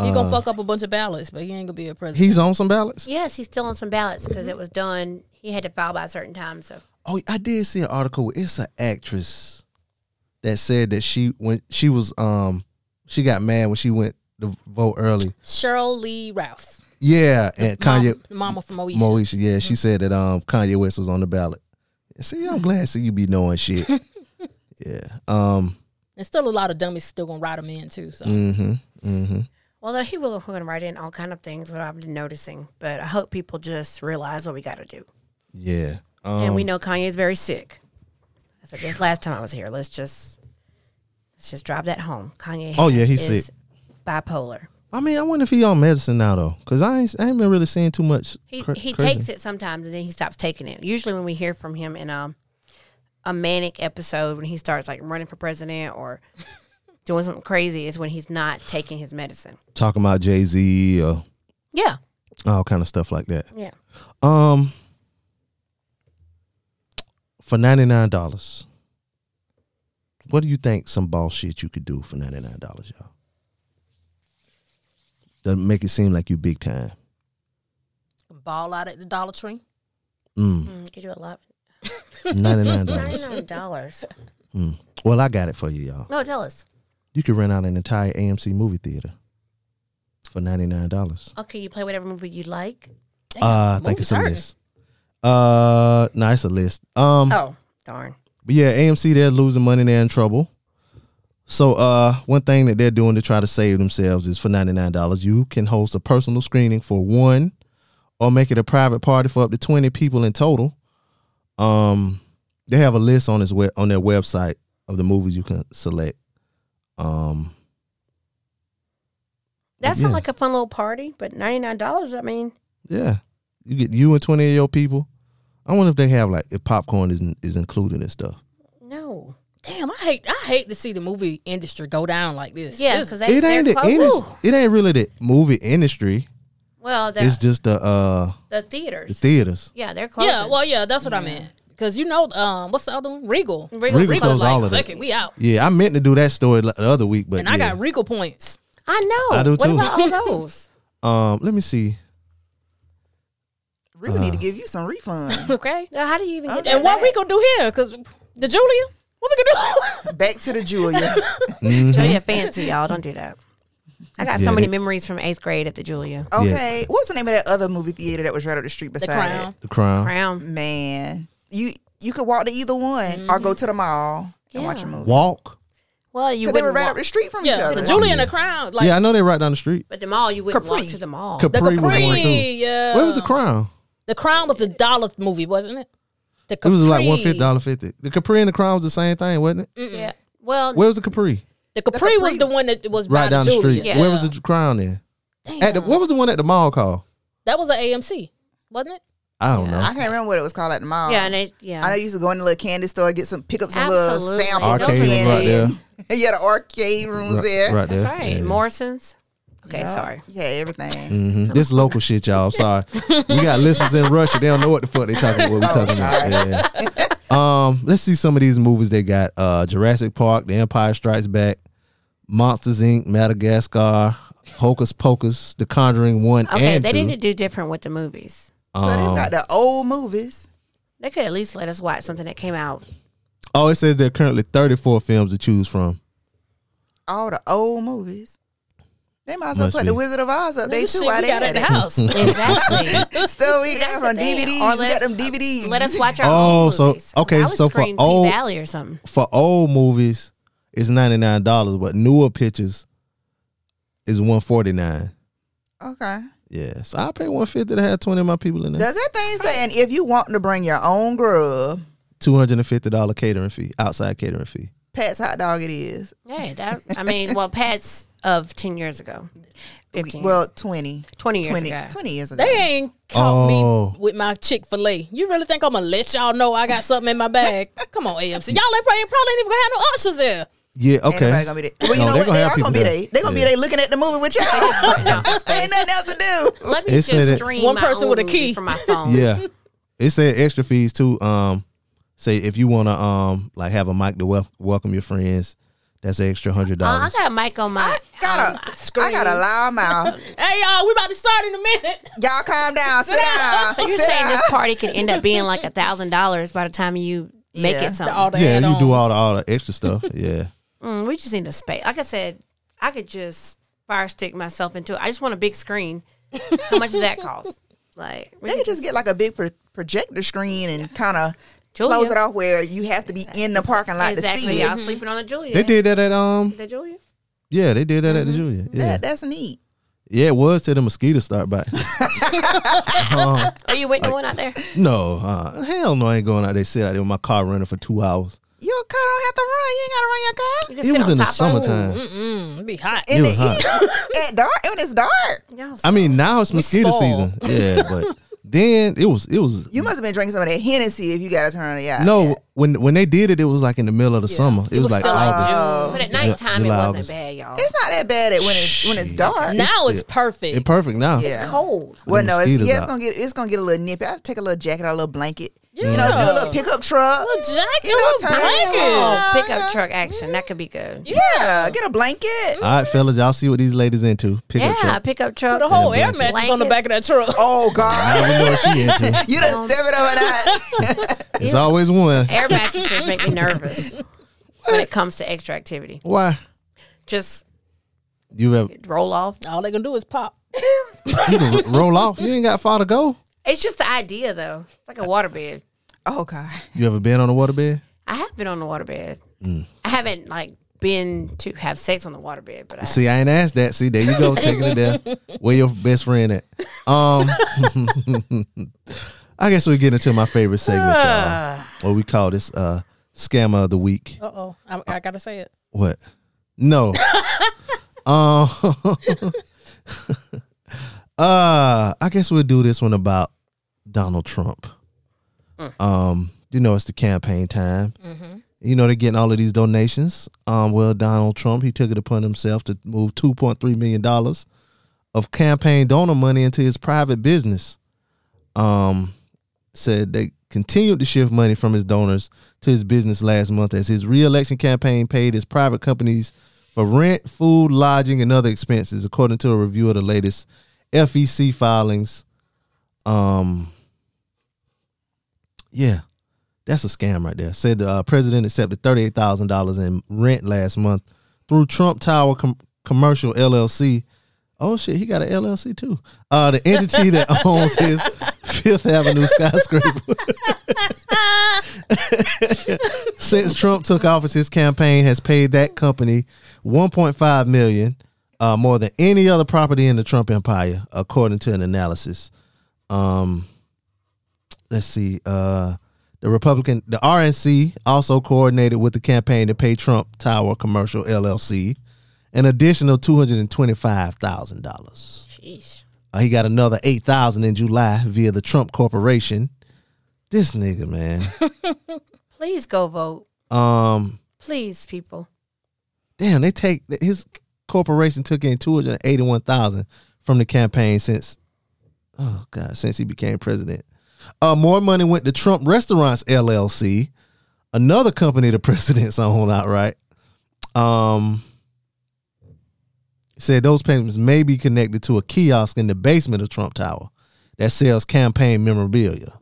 [SPEAKER 5] He
[SPEAKER 1] uh,
[SPEAKER 5] gonna fuck up a bunch of ballots, but he ain't gonna be a president.
[SPEAKER 1] He's on some ballots.
[SPEAKER 6] [LAUGHS] yes, he's still on some ballots because it was done. He had to file by a certain time. So
[SPEAKER 1] Oh, I did see an article. It's an actress that said that she when she was um she got mad when she went to vote early.
[SPEAKER 5] Cheryl Lee Ralph,
[SPEAKER 1] Yeah, and Kanye
[SPEAKER 5] mom, mama from Moesha.
[SPEAKER 1] Moesha. Yeah, she said that um Kanye West was on the ballot. See, I'm glad to see you be knowing
[SPEAKER 6] [LAUGHS]
[SPEAKER 1] shit. yeah. Um.
[SPEAKER 5] and still a lot of dummies still gonna ride him in too. So
[SPEAKER 1] hmm hmm
[SPEAKER 6] Well, though he will going to write in all kind of things what I've been noticing, but I hope people just realize what we got to do.
[SPEAKER 1] Yeah. Um,
[SPEAKER 6] and we know Kanye's very sick. I said this last time I was here. Let's just let's just drive that home. Kanye.
[SPEAKER 1] Oh, yeah,
[SPEAKER 6] has-
[SPEAKER 1] he's
[SPEAKER 6] is
[SPEAKER 1] sick.
[SPEAKER 6] Bipolar.
[SPEAKER 1] I mean, I wonder if he on medicine now though, because I ain't I ain't been really seeing too much.
[SPEAKER 6] He
[SPEAKER 1] cra-
[SPEAKER 6] he
[SPEAKER 1] crazy.
[SPEAKER 6] takes it sometimes and then he stops taking it. Usually when we hear from him in um a manic episode when he starts like running for president or [LAUGHS] doing something crazy is when he's not taking his medicine.
[SPEAKER 1] talking about Jay Z or
[SPEAKER 6] Yeah.
[SPEAKER 1] all kind of stuff like that.
[SPEAKER 6] Yeah.
[SPEAKER 1] Um, for ninety nine dollars, what do you think some boss shit you could do for ninety nine dollars, y'all? Doesn't make it seem like you big time.
[SPEAKER 5] ball out at the Dollar Tree.
[SPEAKER 6] [LAUGHS]
[SPEAKER 1] Mm,
[SPEAKER 6] Mm, you do a lot.
[SPEAKER 1] ninety nine dollars.
[SPEAKER 6] Ninety-nine dollars.
[SPEAKER 1] Mm. Well, I got it for you, y'all.
[SPEAKER 6] No, tell us.
[SPEAKER 1] You could rent out an entire AMC movie theater for ninety nine dollars.
[SPEAKER 6] Okay, Oh, you play whatever movie you like.
[SPEAKER 5] Damn,
[SPEAKER 1] Uh, I think
[SPEAKER 5] movie's
[SPEAKER 1] it's a
[SPEAKER 5] hurting.
[SPEAKER 1] list. Uh, no, it's a list. Um,
[SPEAKER 6] Oh, darn.
[SPEAKER 1] But yeah, AMC they're losing money, they're in trouble. So uh one thing that they're doing to try to save themselves is for $99 you can host a personal screening for one or make it a private party for up to 20 people in total. Um they have a list on his web on their website of the movies you can select. Um
[SPEAKER 6] That sounds
[SPEAKER 1] Yeah.
[SPEAKER 6] like a fun little party, but ninety-nine dollars. I mean,
[SPEAKER 1] yeah. You get you and 20 of your people. I wonder if they have like if popcorn is is included and stuff.
[SPEAKER 6] no.
[SPEAKER 5] Damn, I hate I hate to see the movie industry go down like this.
[SPEAKER 6] Yeah,
[SPEAKER 5] This-
[SPEAKER 6] because they,
[SPEAKER 1] it ain't the
[SPEAKER 6] they're close.
[SPEAKER 1] indus-
[SPEAKER 6] Ooh.
[SPEAKER 1] it ain't really the movie industry.
[SPEAKER 6] Well, the,
[SPEAKER 1] It's just the uh
[SPEAKER 6] the
[SPEAKER 1] the
[SPEAKER 6] theaters.
[SPEAKER 1] theaters.
[SPEAKER 6] yeah, they're close.
[SPEAKER 5] yeah. Well, yeah, that's what I meant. Because you know, um, what's the other one? Regal.
[SPEAKER 1] Regal
[SPEAKER 6] Regal
[SPEAKER 5] Regal's
[SPEAKER 1] closed
[SPEAKER 5] like,
[SPEAKER 1] all of
[SPEAKER 5] fuck
[SPEAKER 1] it.
[SPEAKER 5] it, we out.
[SPEAKER 1] Yeah, I meant to do that story like the other week, but
[SPEAKER 5] And
[SPEAKER 1] yeah.
[SPEAKER 5] I got Regal points.
[SPEAKER 6] I know.
[SPEAKER 1] I do
[SPEAKER 6] What
[SPEAKER 1] too.
[SPEAKER 6] about
[SPEAKER 1] [LAUGHS]
[SPEAKER 6] all those?
[SPEAKER 1] Um, let me see.
[SPEAKER 7] We would need to give you some refund.
[SPEAKER 5] Okay.
[SPEAKER 6] Now, how do you even get
[SPEAKER 5] And
[SPEAKER 6] that
[SPEAKER 5] what we
[SPEAKER 6] back?
[SPEAKER 5] gonna do here? Cause the Julia, what we gonna do? [LAUGHS]
[SPEAKER 7] Back to the Julia.
[SPEAKER 1] Mm-hmm.
[SPEAKER 6] [LAUGHS]
[SPEAKER 7] Oh,
[SPEAKER 6] Julia fancy, y'all. Don't do that. Mm-hmm. [LAUGHS] I got
[SPEAKER 1] Yeah,
[SPEAKER 6] so many
[SPEAKER 1] they-
[SPEAKER 6] memories from eighth grade at the Julia.
[SPEAKER 7] Okay. What was the name of that other movie theater that was right up the street
[SPEAKER 5] the
[SPEAKER 7] beside
[SPEAKER 5] crown.
[SPEAKER 1] The crown.
[SPEAKER 7] it?
[SPEAKER 6] Crown.
[SPEAKER 7] Man, you you could walk to either one or go to the mall and watch a
[SPEAKER 6] Mm-hmm. Yeah.
[SPEAKER 7] movie.
[SPEAKER 1] Walk.
[SPEAKER 6] Well, you
[SPEAKER 7] Because they were
[SPEAKER 6] wouldn't
[SPEAKER 7] right
[SPEAKER 6] walk,
[SPEAKER 7] up the street from
[SPEAKER 5] Yeah,
[SPEAKER 7] each
[SPEAKER 5] the
[SPEAKER 7] other.
[SPEAKER 5] Julia and the crown. Like
[SPEAKER 1] yeah, I know they're right down the street.
[SPEAKER 6] but the mall you wouldn't walk
[SPEAKER 7] Capri.
[SPEAKER 6] to the mall.
[SPEAKER 1] Capri, was one
[SPEAKER 5] Capri,
[SPEAKER 1] too.
[SPEAKER 5] yeah.
[SPEAKER 1] Where was the crown?
[SPEAKER 5] the crown was the dollar movie, wasn't it? The
[SPEAKER 1] It was like
[SPEAKER 5] Capri.
[SPEAKER 1] one fifty dollar fifty. The Capri and the crown was the same thing, wasn't it?
[SPEAKER 6] yeah. Well,
[SPEAKER 1] Where was the Capri?
[SPEAKER 5] The Capri, was the one that was
[SPEAKER 1] Right
[SPEAKER 5] by
[SPEAKER 1] down
[SPEAKER 5] the
[SPEAKER 1] the
[SPEAKER 5] Julia.
[SPEAKER 1] street. Where was the crown then? At the, what was the one at the mall called?
[SPEAKER 5] That was an AMC, wasn't it?
[SPEAKER 1] I don't know.
[SPEAKER 7] I can't remember what it used to call it at the mall.
[SPEAKER 6] yeah, and they, yeah.
[SPEAKER 7] I know you used to go in the little candy store, get some, pick up some little
[SPEAKER 6] Absolutely.
[SPEAKER 7] samples.
[SPEAKER 1] Arcade
[SPEAKER 7] of
[SPEAKER 1] room right
[SPEAKER 7] candy. [LAUGHS] yeah, the arcade rooms there.
[SPEAKER 1] Right
[SPEAKER 6] That's
[SPEAKER 1] there.
[SPEAKER 6] right.
[SPEAKER 1] Yeah.
[SPEAKER 6] Morrison's. Okay,
[SPEAKER 7] Yeah.
[SPEAKER 6] sorry.
[SPEAKER 7] Yeah, everything.
[SPEAKER 1] Mhm. This local shit, y'all. I'm sorry. we got listeners in Russia. They don't know what the fuck they talking about. What we talking about? Yeah. um, let's see some of these movies they got. Uh, Jurassic Park, The Empire Strikes Back, Monsters Inc., Madagascar, Hocus Pocus, The Conjuring One
[SPEAKER 6] Okay,
[SPEAKER 1] and
[SPEAKER 6] they
[SPEAKER 1] Two.
[SPEAKER 6] need to do different with the movies.
[SPEAKER 7] So
[SPEAKER 1] Um,
[SPEAKER 7] they've got the old movies.
[SPEAKER 6] They could at least let us watch something that came out.
[SPEAKER 1] oh, it says there are currently 34 films to choose from.
[SPEAKER 7] All the old movies. They might as well
[SPEAKER 1] Must
[SPEAKER 7] put
[SPEAKER 1] be.
[SPEAKER 7] the Wizard of Oz up
[SPEAKER 6] Oh,
[SPEAKER 7] there
[SPEAKER 5] Just
[SPEAKER 7] too
[SPEAKER 5] see,
[SPEAKER 7] while
[SPEAKER 5] we
[SPEAKER 7] they
[SPEAKER 5] got
[SPEAKER 7] had
[SPEAKER 5] it at the
[SPEAKER 1] [LAUGHS]
[SPEAKER 7] it.
[SPEAKER 5] house.
[SPEAKER 6] Exactly.
[SPEAKER 7] [LAUGHS] Still,
[SPEAKER 6] [LAUGHS]
[SPEAKER 7] we
[SPEAKER 6] That's
[SPEAKER 7] got
[SPEAKER 6] the
[SPEAKER 7] from
[SPEAKER 6] thing. Or
[SPEAKER 7] DVDs. we got
[SPEAKER 6] let's-
[SPEAKER 7] them DVDs.
[SPEAKER 6] let us watch our own
[SPEAKER 1] Oh, so-
[SPEAKER 6] movies.
[SPEAKER 1] okay,
[SPEAKER 6] I would
[SPEAKER 1] so for
[SPEAKER 6] screen
[SPEAKER 1] old-
[SPEAKER 6] P Valley or something.
[SPEAKER 1] For old movies, it's $99, but newer pictures is 149
[SPEAKER 7] Okay.
[SPEAKER 1] Yeah, so I pay 150 to have 20 of my people in there.
[SPEAKER 7] Does that thing say, and if you want to bring your own grub,
[SPEAKER 1] two hundred and fifty dollar catering fee, outside catering fee.
[SPEAKER 7] Pat's hot dog it is.
[SPEAKER 6] Yeah, that, I mean, well, Pat's of 10 years ago. 15.
[SPEAKER 7] Well, 20.
[SPEAKER 6] 20 years
[SPEAKER 7] 20,
[SPEAKER 6] ago.
[SPEAKER 7] 20 years ago.
[SPEAKER 5] They ain't caught
[SPEAKER 1] Oh.
[SPEAKER 5] me with my Chick Fil A. You really think I'm gonna let y'all know I got something in my bag? [LAUGHS] Come on, AMC. Y'all ain't probably, probably ain't even gonna have no ushers there.
[SPEAKER 1] Yeah,
[SPEAKER 7] Ain't nobody
[SPEAKER 1] okay.
[SPEAKER 7] gonna be there. Well, you
[SPEAKER 1] No,
[SPEAKER 7] know
[SPEAKER 1] they
[SPEAKER 7] what?
[SPEAKER 1] gonna
[SPEAKER 7] They
[SPEAKER 1] have
[SPEAKER 7] are gonna
[SPEAKER 1] people
[SPEAKER 7] be
[SPEAKER 1] there.
[SPEAKER 7] there. They gonna be
[SPEAKER 1] Yeah.
[SPEAKER 7] there looking at the movie with y'all. [LAUGHS] Ain't nothing else
[SPEAKER 6] [LAUGHS]
[SPEAKER 7] to do.
[SPEAKER 6] Let me
[SPEAKER 1] It said
[SPEAKER 6] just
[SPEAKER 1] it-
[SPEAKER 6] stream
[SPEAKER 5] One
[SPEAKER 6] my
[SPEAKER 5] person
[SPEAKER 6] own
[SPEAKER 5] with a
[SPEAKER 6] movie
[SPEAKER 5] key.
[SPEAKER 6] from my phone.
[SPEAKER 1] Yeah, it said extra fees too. Um, say if you wanna um like have a mic to wel- welcome your friends, that's an extra hundred
[SPEAKER 6] Uh, I
[SPEAKER 1] dollars.
[SPEAKER 6] got Mike on my.
[SPEAKER 7] Got a, I got a loud mouth.
[SPEAKER 5] Hey y'all, we about to start in a minute. [LAUGHS]
[SPEAKER 7] Y'all calm down. Sit down.
[SPEAKER 6] so you're
[SPEAKER 7] Sit
[SPEAKER 6] saying
[SPEAKER 7] down.
[SPEAKER 6] this party could
[SPEAKER 7] [LAUGHS]
[SPEAKER 6] end up being like a thousand dollars by the time you make
[SPEAKER 7] Yeah.
[SPEAKER 6] it something?
[SPEAKER 5] All the
[SPEAKER 1] yeah, you do
[SPEAKER 5] add-ons.
[SPEAKER 1] all the all the extra stuff. yeah,
[SPEAKER 6] Mm, we just need a space. Like I said, I could just fire stick myself into it. I just want a big screen. How much does that cost? Like we
[SPEAKER 7] They could
[SPEAKER 6] could
[SPEAKER 7] just get like a big pro- projector screen and kind of
[SPEAKER 6] Julia.
[SPEAKER 7] close it off where you have to be in the parking lot to
[SPEAKER 6] exactly.
[SPEAKER 7] see Mm-hmm.
[SPEAKER 6] Y'all
[SPEAKER 7] it.
[SPEAKER 6] sleeping on a Julia.
[SPEAKER 1] they did that at um.
[SPEAKER 6] The Julia.
[SPEAKER 1] Yeah, they did that at the Julia. Yeah,
[SPEAKER 7] That, that's neat.
[SPEAKER 1] yeah, it was till the mosquitoes start by.
[SPEAKER 6] Are you waiting on one out there?
[SPEAKER 1] [LAUGHS] no, uh, hell no, I ain't going out there. Sit out there with my car running for two hours.
[SPEAKER 7] Your car don't have to run. You ain't got to run your car.
[SPEAKER 6] You
[SPEAKER 1] It was in the summertime.
[SPEAKER 5] Mm, be hot.
[SPEAKER 1] It was hot.
[SPEAKER 7] [LAUGHS] At dark, when it's dark.
[SPEAKER 1] I mean, now it's mosquito
[SPEAKER 5] spoil.
[SPEAKER 1] season. Yeah, but then it was it was
[SPEAKER 7] You must have been drinking some of that Hennessy if you got to turn it out.
[SPEAKER 1] No, when when they did it, it was like in the middle of the summer. It, was, like
[SPEAKER 5] still
[SPEAKER 1] August.
[SPEAKER 6] But at nighttime, it
[SPEAKER 1] July,
[SPEAKER 6] wasn't
[SPEAKER 1] August.
[SPEAKER 6] bad, y'all.
[SPEAKER 7] It's not that bad at when it's when it's
[SPEAKER 1] Shit.
[SPEAKER 7] dark.
[SPEAKER 5] Now it's
[SPEAKER 1] it-
[SPEAKER 5] perfect.
[SPEAKER 1] It perfect now.
[SPEAKER 7] Yeah.
[SPEAKER 6] cold.
[SPEAKER 7] Well, no, it's,
[SPEAKER 1] mosquitoes
[SPEAKER 7] yeah, it's
[SPEAKER 1] out.
[SPEAKER 7] gonna get it's gonna get a little nippy. I take a little jacket, out, a little blanket. You know,
[SPEAKER 5] Yeah.
[SPEAKER 7] do a little pickup truck.
[SPEAKER 5] A jacket,
[SPEAKER 7] You know,
[SPEAKER 5] a
[SPEAKER 7] turn it
[SPEAKER 5] blanket.
[SPEAKER 7] on.
[SPEAKER 6] Oh, pickup truck action. That could be good.
[SPEAKER 7] Yeah, get a blanket.
[SPEAKER 1] All right, fellas, y'all see what these ladies into. Pick
[SPEAKER 6] Yeah,
[SPEAKER 1] up truck.
[SPEAKER 6] pickup truck.
[SPEAKER 5] The whole air
[SPEAKER 1] blanket.
[SPEAKER 5] mattress on the
[SPEAKER 6] Blanket.
[SPEAKER 5] back of that truck.
[SPEAKER 7] Oh
[SPEAKER 1] I
[SPEAKER 7] God,
[SPEAKER 1] don't know what she into.
[SPEAKER 7] you done step it up a notch.
[SPEAKER 1] It's always one.
[SPEAKER 6] air
[SPEAKER 1] [LAUGHS]
[SPEAKER 6] mattresses make me nervous when it comes to extra activity.
[SPEAKER 1] Why?
[SPEAKER 6] Just
[SPEAKER 1] You have
[SPEAKER 6] roll off.
[SPEAKER 5] All they gonna do is pop.
[SPEAKER 1] you can r- roll off. You ain't got far to go.
[SPEAKER 6] It's just the idea, though. It's like a waterbed.
[SPEAKER 7] Oh God,
[SPEAKER 1] You ever been on a waterbed?
[SPEAKER 6] I have been on the waterbed.
[SPEAKER 1] Mm.
[SPEAKER 6] I haven't like been to have sex on the waterbed, but I,
[SPEAKER 1] See, I ain't asked that. See, there you go, taking it there. Where your best friend at? Um, [LAUGHS] I guess we get into my favorite segment, y'all. What we call this uh, scammer of the week.
[SPEAKER 5] Uh oh, I, I gotta say it.
[SPEAKER 1] What? No. um. [LAUGHS] uh, I guess we'll do this one about Donald Trump. Um, you know it's the campaign time. You know they're getting all of these donations. Um, well, Donald Trump he took it upon himself to move two point three million dollars of campaign donor money into his private business. Um, said they continued to shift money from his donors to his business last month as his reelection campaign paid his private companies for rent, food, lodging, and other expenses, according to a review of the latest FEC filings. Um, yeah, that's a scam right there. Said the uh, president accepted thirty-eight thousand dollars in rent last month through Trump Tower Com- Commercial LLC. Oh shit, he got an LLC too. Uh, the entity that [LAUGHS] owns his Fifth Avenue skyscraper. [LAUGHS] Since Trump took office, his campaign has paid that company 1.5 million, uh, more than any other property in the Trump empire, according to an analysis. Um, let's see. Uh, the Republican, the RNC, also coordinated with the campaign to pay Trump Tower Commercial LLC an additional two hundred and twenty-five thousand dollars.
[SPEAKER 5] Sheesh.
[SPEAKER 1] Uh, he got another eight thousand in July via the Trump Corporation. This nigga, man. [LAUGHS]
[SPEAKER 6] Please go vote.
[SPEAKER 1] um,
[SPEAKER 6] Please, people.
[SPEAKER 1] damn, they take his corporation took in two hundred eighty-one thousand from the campaign since. Oh God, since he became president. Uh, more money went to Trump Restaurants LLC, another company the [LAUGHS] president's own outright. Um, said those payments may be connected to a kiosk in the basement of Trump Tower that sells campaign memorabilia.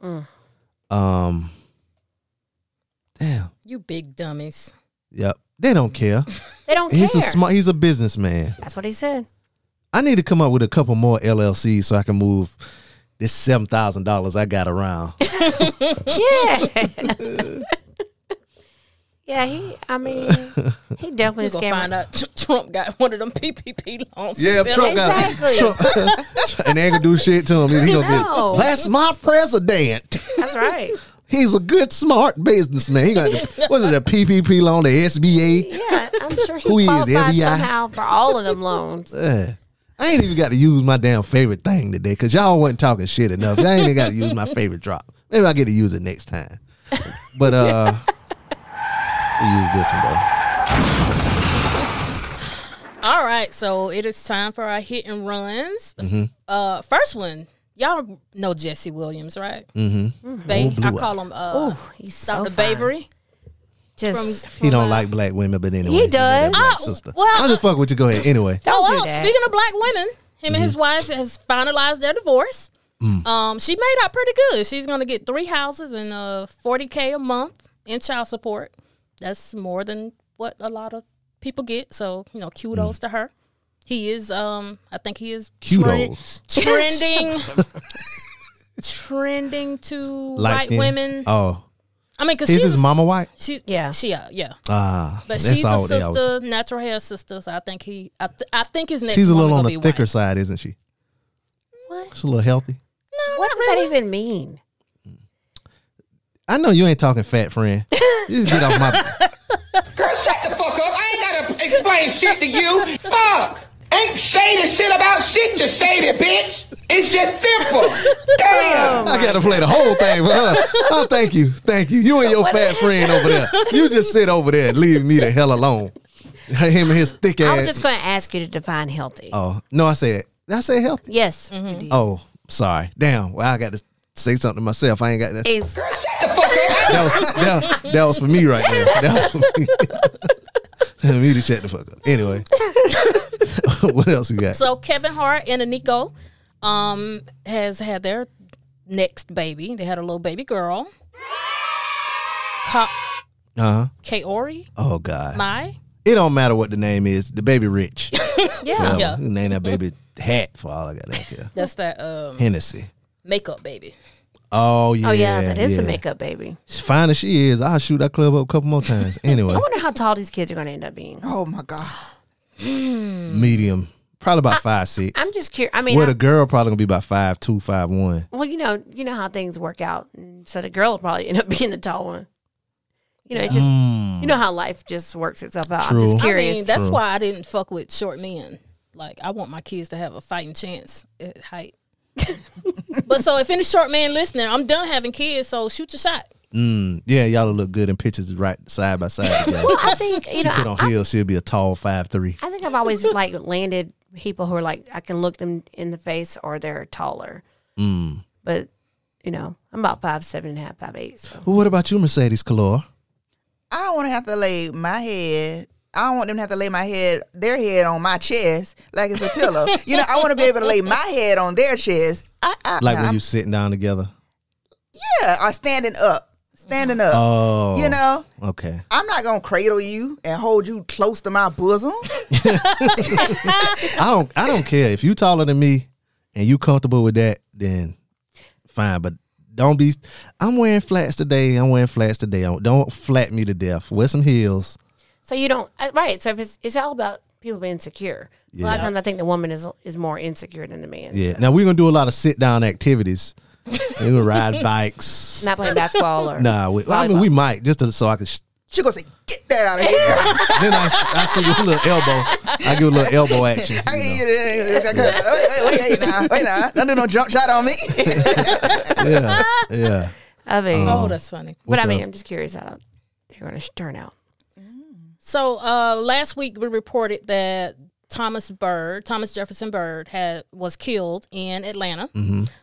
[SPEAKER 1] Um, damn,
[SPEAKER 5] You big dummies.
[SPEAKER 1] yep, they don't care.
[SPEAKER 6] They don't
[SPEAKER 1] He's
[SPEAKER 6] care.
[SPEAKER 1] a smart. He's a businessman.
[SPEAKER 6] That's what he said.
[SPEAKER 1] I need to come up with a couple more LLCs so I can move this seven thousand dollars I got
[SPEAKER 6] [LAUGHS]
[SPEAKER 1] around.
[SPEAKER 6] Yeah. [LAUGHS] yeah, he, I mean, he definitely
[SPEAKER 5] You
[SPEAKER 6] is
[SPEAKER 5] gonna find
[SPEAKER 6] scamming.
[SPEAKER 5] out Tr- Trump got one of them PPP loans.
[SPEAKER 1] Yeah,
[SPEAKER 5] Bill,
[SPEAKER 1] Trump got
[SPEAKER 6] Exactly.
[SPEAKER 1] Trump, [LAUGHS] and they ain't gonna do shit to him. He gonna
[SPEAKER 6] No.
[SPEAKER 1] be that's my president.
[SPEAKER 6] That's right.
[SPEAKER 1] He's a good, smart businessman. He got
[SPEAKER 6] [LAUGHS]
[SPEAKER 1] the, what's it, a PPP loan, the SBA.
[SPEAKER 6] Yeah, I'm sure he
[SPEAKER 1] Who he is,
[SPEAKER 6] qualified
[SPEAKER 1] FBI?
[SPEAKER 6] somehow for all of them loans.
[SPEAKER 1] Eh, I ain't even got to use my damn favorite thing today because y'all wasn't talking shit enough. I ain't even got to use my favorite drop. Maybe I get to use it next time. But uh, [LAUGHS] we use this one though.
[SPEAKER 5] All right, so it is time for our hit and runs.
[SPEAKER 1] Mm-hmm.
[SPEAKER 5] Uh, first one, y'all know Jesse Williams, right? Mm-hmm. Ba- I call him uh,
[SPEAKER 6] Oh, he's so
[SPEAKER 5] Doctor
[SPEAKER 6] fine.
[SPEAKER 5] Bavery. uh,
[SPEAKER 6] Just
[SPEAKER 1] He don't like black women, but anyway,
[SPEAKER 6] He
[SPEAKER 1] give me that
[SPEAKER 6] does.
[SPEAKER 1] black
[SPEAKER 5] Oh,
[SPEAKER 1] sister.
[SPEAKER 5] well,
[SPEAKER 1] I'm just fucking with you. Go ahead. Anyway,
[SPEAKER 6] don't
[SPEAKER 5] oh,
[SPEAKER 6] do
[SPEAKER 5] well,
[SPEAKER 6] that.
[SPEAKER 5] speaking of black women, him and his
[SPEAKER 1] Mm-hmm.
[SPEAKER 5] wife has finalized their divorce.
[SPEAKER 1] Mm.
[SPEAKER 5] Um, she made out pretty good. She's gonna get three houses and uh forty k a month in child support. That's more than what a lot of people get. So you know, kudos to her. He is, um, I think he is trend-
[SPEAKER 1] Mm. kudos.
[SPEAKER 5] trending, [LAUGHS] trending to
[SPEAKER 1] Light
[SPEAKER 5] white
[SPEAKER 1] skin.
[SPEAKER 5] women.
[SPEAKER 1] Oh,
[SPEAKER 5] I mean, because
[SPEAKER 1] is
[SPEAKER 5] she's
[SPEAKER 1] his mama white?
[SPEAKER 5] She's
[SPEAKER 6] Yeah.
[SPEAKER 5] she uh, yeah.
[SPEAKER 1] Ah,
[SPEAKER 5] But
[SPEAKER 1] that's
[SPEAKER 5] she's a
[SPEAKER 1] all they always.
[SPEAKER 5] sister, natural hair sister. So I think he, I, th- I think his next.
[SPEAKER 1] She's a
[SPEAKER 5] woman
[SPEAKER 1] little on
[SPEAKER 5] gonna
[SPEAKER 1] the
[SPEAKER 5] be
[SPEAKER 1] thicker
[SPEAKER 5] white.
[SPEAKER 1] side, isn't she?
[SPEAKER 6] What?
[SPEAKER 1] She's a little healthy.
[SPEAKER 6] What does that even mean?
[SPEAKER 1] I know you ain't talking fat,
[SPEAKER 5] [LAUGHS]
[SPEAKER 1] friend. You just get off my.
[SPEAKER 8] Girl, shut the fuck up. I ain't gotta explain shit to you. Fuck. Ain't say the shit about shit, just say it, bitch. It's just simple. Damn.
[SPEAKER 1] I gotta play the whole thing for her. Oh, thank you, thank you. You and your fat friend over there. You just sit over there and leave me the hell alone. Him and his thick
[SPEAKER 6] I was
[SPEAKER 1] ass.
[SPEAKER 6] just going to ask you to define healthy. Mm-hmm.
[SPEAKER 1] oh no, I said. Did I say healthy?
[SPEAKER 6] Yes.
[SPEAKER 1] Oh, sorry. Damn. Well, I got to say something to myself. I ain't got that.
[SPEAKER 6] Is
[SPEAKER 8] Girl, shut the fuck up.
[SPEAKER 1] that was that, that was for me right there. That was for me. [LAUGHS] Tell me to shut the fuck up. Anyway, [LAUGHS] what else we got?
[SPEAKER 5] So Kevin Hart and Aniko, um, has had their next baby. They had a little baby girl. Ka-
[SPEAKER 1] Uh huh.
[SPEAKER 5] Kaori
[SPEAKER 1] Oh God.
[SPEAKER 5] Mai.
[SPEAKER 1] it don't matter what the name is. The baby rich.
[SPEAKER 6] [LAUGHS] yeah.
[SPEAKER 1] Um, you Name that baby hat for all I got. I don't care.
[SPEAKER 5] That's that um
[SPEAKER 1] Hennessy.
[SPEAKER 5] makeup baby.
[SPEAKER 1] Oh yeah.
[SPEAKER 6] Oh yeah, that is
[SPEAKER 1] yeah.
[SPEAKER 6] a makeup baby.
[SPEAKER 1] Fine as she is, I'll shoot that club up a couple more times. Anyway,
[SPEAKER 6] [LAUGHS] I wonder how tall these kids are going to end up being.
[SPEAKER 7] Oh my god.
[SPEAKER 1] medium, probably about five six.
[SPEAKER 6] I'm just curious. I mean,
[SPEAKER 1] Where
[SPEAKER 6] I-
[SPEAKER 1] the girl probably gonna be about five two, five one.
[SPEAKER 6] well, you know, you know how things work out, and so the girl will probably end up [LAUGHS] being the tall one. You know, it just you know how life just works itself out. I'm
[SPEAKER 1] Mm. True.
[SPEAKER 6] just
[SPEAKER 1] I
[SPEAKER 6] curious.
[SPEAKER 5] I mean, that's
[SPEAKER 1] True.
[SPEAKER 5] why I didn't fuck with short men. Like I want my kids to have a fighting chance at height. [LAUGHS] but so if any short man listening, I'm done having kids. So shoot your shot.
[SPEAKER 1] Mm, yeah, y'all will look good in pictures right side by
[SPEAKER 7] [LAUGHS]
[SPEAKER 1] side. together.
[SPEAKER 6] well, I think you know,
[SPEAKER 1] Put
[SPEAKER 6] I,
[SPEAKER 1] on heels, she'll be a tall five three.
[SPEAKER 6] I think I've always like landed people who are like I can look them in the face or they're taller.
[SPEAKER 1] Mm.
[SPEAKER 6] But you know, I'm about five seven and a half, five eight. So
[SPEAKER 1] Well, what about you, Mercedes Calor?
[SPEAKER 7] I don't want to have to lay my head I don't want them to have to lay my head, their head on my chest like it's a pillow. you know, I want to be able to lay my head on their chest. I, I,
[SPEAKER 1] Like
[SPEAKER 7] nah,
[SPEAKER 1] when
[SPEAKER 7] Uh, I'm-
[SPEAKER 1] you sitting down together.
[SPEAKER 7] yeah, or standing up, standing up.
[SPEAKER 1] Oh,
[SPEAKER 7] You know,
[SPEAKER 1] Okay.
[SPEAKER 7] I'm not gonna cradle you and hold you close to my bosom.
[SPEAKER 1] I don't. I don't care if you taller than me and you comfortable with that. Then fine, but don't be. I'm wearing flats today. I'm wearing flats today. Don't- Don't flat me to death. Wear some heels.
[SPEAKER 6] So you don't uh, right. So if it's it's all about people being secure. A lot of times I think the woman is is more insecure than the man.
[SPEAKER 1] Yeah.
[SPEAKER 6] so.
[SPEAKER 1] Now we're gonna do a lot of sit down activities. we're gonna
[SPEAKER 7] [LAUGHS]
[SPEAKER 1] ride bikes.
[SPEAKER 6] Not playing basketball
[SPEAKER 1] [LAUGHS]
[SPEAKER 6] or
[SPEAKER 1] Nah, we, I mean we might just to, so I can. Sh-
[SPEAKER 7] She gonna say, "Get that out
[SPEAKER 6] [LAUGHS]
[SPEAKER 7] of here."
[SPEAKER 1] then I, I should give a little elbow. I give a little elbow action. you
[SPEAKER 7] I
[SPEAKER 1] know.
[SPEAKER 7] can't- wait, wait, wait, wait, now, wait, now. Don't do no jump shot
[SPEAKER 6] [LAUGHS]
[SPEAKER 7] on me.
[SPEAKER 1] Yeah, yeah.
[SPEAKER 6] I mean,
[SPEAKER 5] [LAUGHS] Oh, that's funny.
[SPEAKER 6] but I
[SPEAKER 1] what's
[SPEAKER 6] mean,
[SPEAKER 1] up?
[SPEAKER 6] I'm just curious how they're going to turn out.
[SPEAKER 5] So uh, last week we reported that Thomas Byrd, Thomas Jefferson Byrd, had was killed in Atlanta.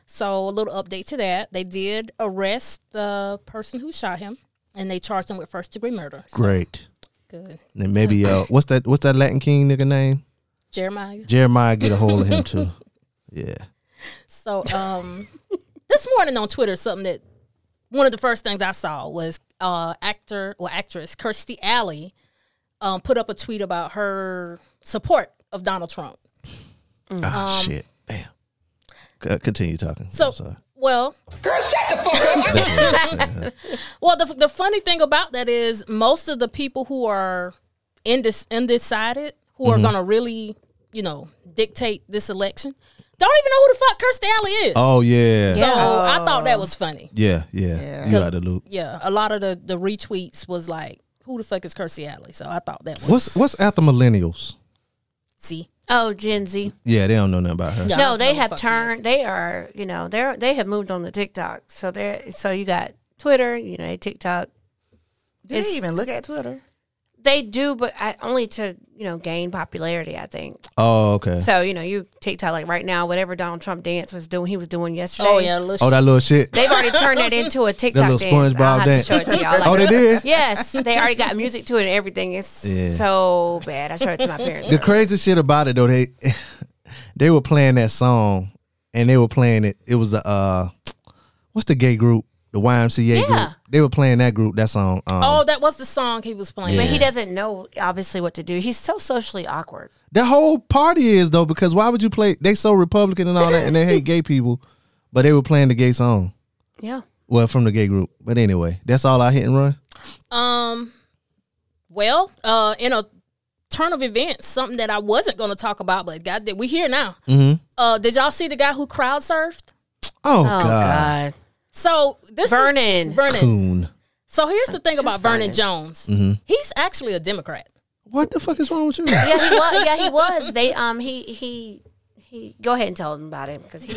[SPEAKER 5] So a little update to that: they did arrest the person who shot him, and they charged him with first degree murder. So,
[SPEAKER 1] Great.
[SPEAKER 5] good,
[SPEAKER 1] And then maybe uh, what's that? What's that Latin King nigga name?
[SPEAKER 5] Jeremiah.
[SPEAKER 1] Jeremiah get a hold of him too. Yeah.
[SPEAKER 5] So um, this morning on Twitter, something that one of the first things I saw was uh, actor or actress Kirstie Alley um, put up a tweet about her support of Donald Trump.
[SPEAKER 6] Um,
[SPEAKER 1] Ah shit. Damn. C- uh, continue talking.
[SPEAKER 5] So,
[SPEAKER 1] I'm sorry. [LAUGHS]
[SPEAKER 5] well,
[SPEAKER 8] Girl, shut the fuck up. I
[SPEAKER 5] Well, the, the funny thing about that is most of the people who are indec- undecided, who
[SPEAKER 1] Mm-hmm.
[SPEAKER 5] are going to really, you know, dictate this election, don't even know who the fuck Kirstie Alley is.
[SPEAKER 1] Oh yeah.
[SPEAKER 5] So I thought that was funny.
[SPEAKER 1] Yeah. Yeah. You out of the loop.
[SPEAKER 5] Yeah, a lot of the, the retweets was like, who the fuck is Kirstie Alley? So I thought that was
[SPEAKER 1] What's what's after millennials?
[SPEAKER 5] see.
[SPEAKER 6] Oh, Gen Z.
[SPEAKER 1] Yeah, they don't know nothing about her.
[SPEAKER 5] Yeah,
[SPEAKER 6] No,
[SPEAKER 5] I don't know
[SPEAKER 6] they
[SPEAKER 5] who
[SPEAKER 6] have
[SPEAKER 5] the fuck she
[SPEAKER 6] turned. They are, you know, they're they have moved on to TikTok. So they're so you got Twitter, you know, TikTok.
[SPEAKER 7] Did they even look at Twitter?
[SPEAKER 6] They do, but I, only to you know gain popularity. I think
[SPEAKER 1] Oh okay.
[SPEAKER 6] so. You know, you TikTok like right now, whatever Donald Trump dance was doing, he was doing yesterday.
[SPEAKER 5] Oh yeah, let's
[SPEAKER 1] oh that little shit.
[SPEAKER 6] They've already turned that into a TikTok
[SPEAKER 1] little
[SPEAKER 6] dance. I'll
[SPEAKER 1] SpongeBob
[SPEAKER 6] have
[SPEAKER 1] dance.
[SPEAKER 6] to show it to y'all.
[SPEAKER 1] [LAUGHS] oh
[SPEAKER 6] Like,
[SPEAKER 1] they
[SPEAKER 5] [LAUGHS]
[SPEAKER 1] did.
[SPEAKER 6] Yes, they already got music to it and everything. It's
[SPEAKER 1] Yeah.
[SPEAKER 6] so bad. I showed it to my parents.
[SPEAKER 1] The crazy shit about it though, they [LAUGHS] they were playing that song and they were playing it. It was a uh, what's the gay group? The YMCA
[SPEAKER 6] Yeah.
[SPEAKER 1] group. They were playing that group, that song. Um,
[SPEAKER 5] Oh, that was the song he was playing.
[SPEAKER 6] But he doesn't know obviously what to do. He's so socially awkward.
[SPEAKER 1] The whole party is though, because why would you play? They so Republican and all that, and they hate gay people, but they were playing the gay song.
[SPEAKER 6] Yeah.
[SPEAKER 1] Well, from the gay group. But anyway, that's all I hit and run.
[SPEAKER 5] Um, well, uh, in a turn of events, something that I wasn't going to talk about, but God, did we here now?
[SPEAKER 1] Mm-hmm.
[SPEAKER 5] Uh, did y'all see the guy who crowd surfed?
[SPEAKER 1] Oh,
[SPEAKER 6] Oh
[SPEAKER 1] God,
[SPEAKER 6] God.
[SPEAKER 5] So this
[SPEAKER 6] Vernon.
[SPEAKER 5] is Vernon.
[SPEAKER 1] coon.
[SPEAKER 5] So here's the thing about Vernon
[SPEAKER 6] Vernon.
[SPEAKER 5] Jones.
[SPEAKER 1] Mm-hmm.
[SPEAKER 5] He's actually a Democrat.
[SPEAKER 1] What the fuck is wrong with you?
[SPEAKER 6] Yeah, he was. Yeah, he was. They um he he he. Go ahead and tell them about him because he.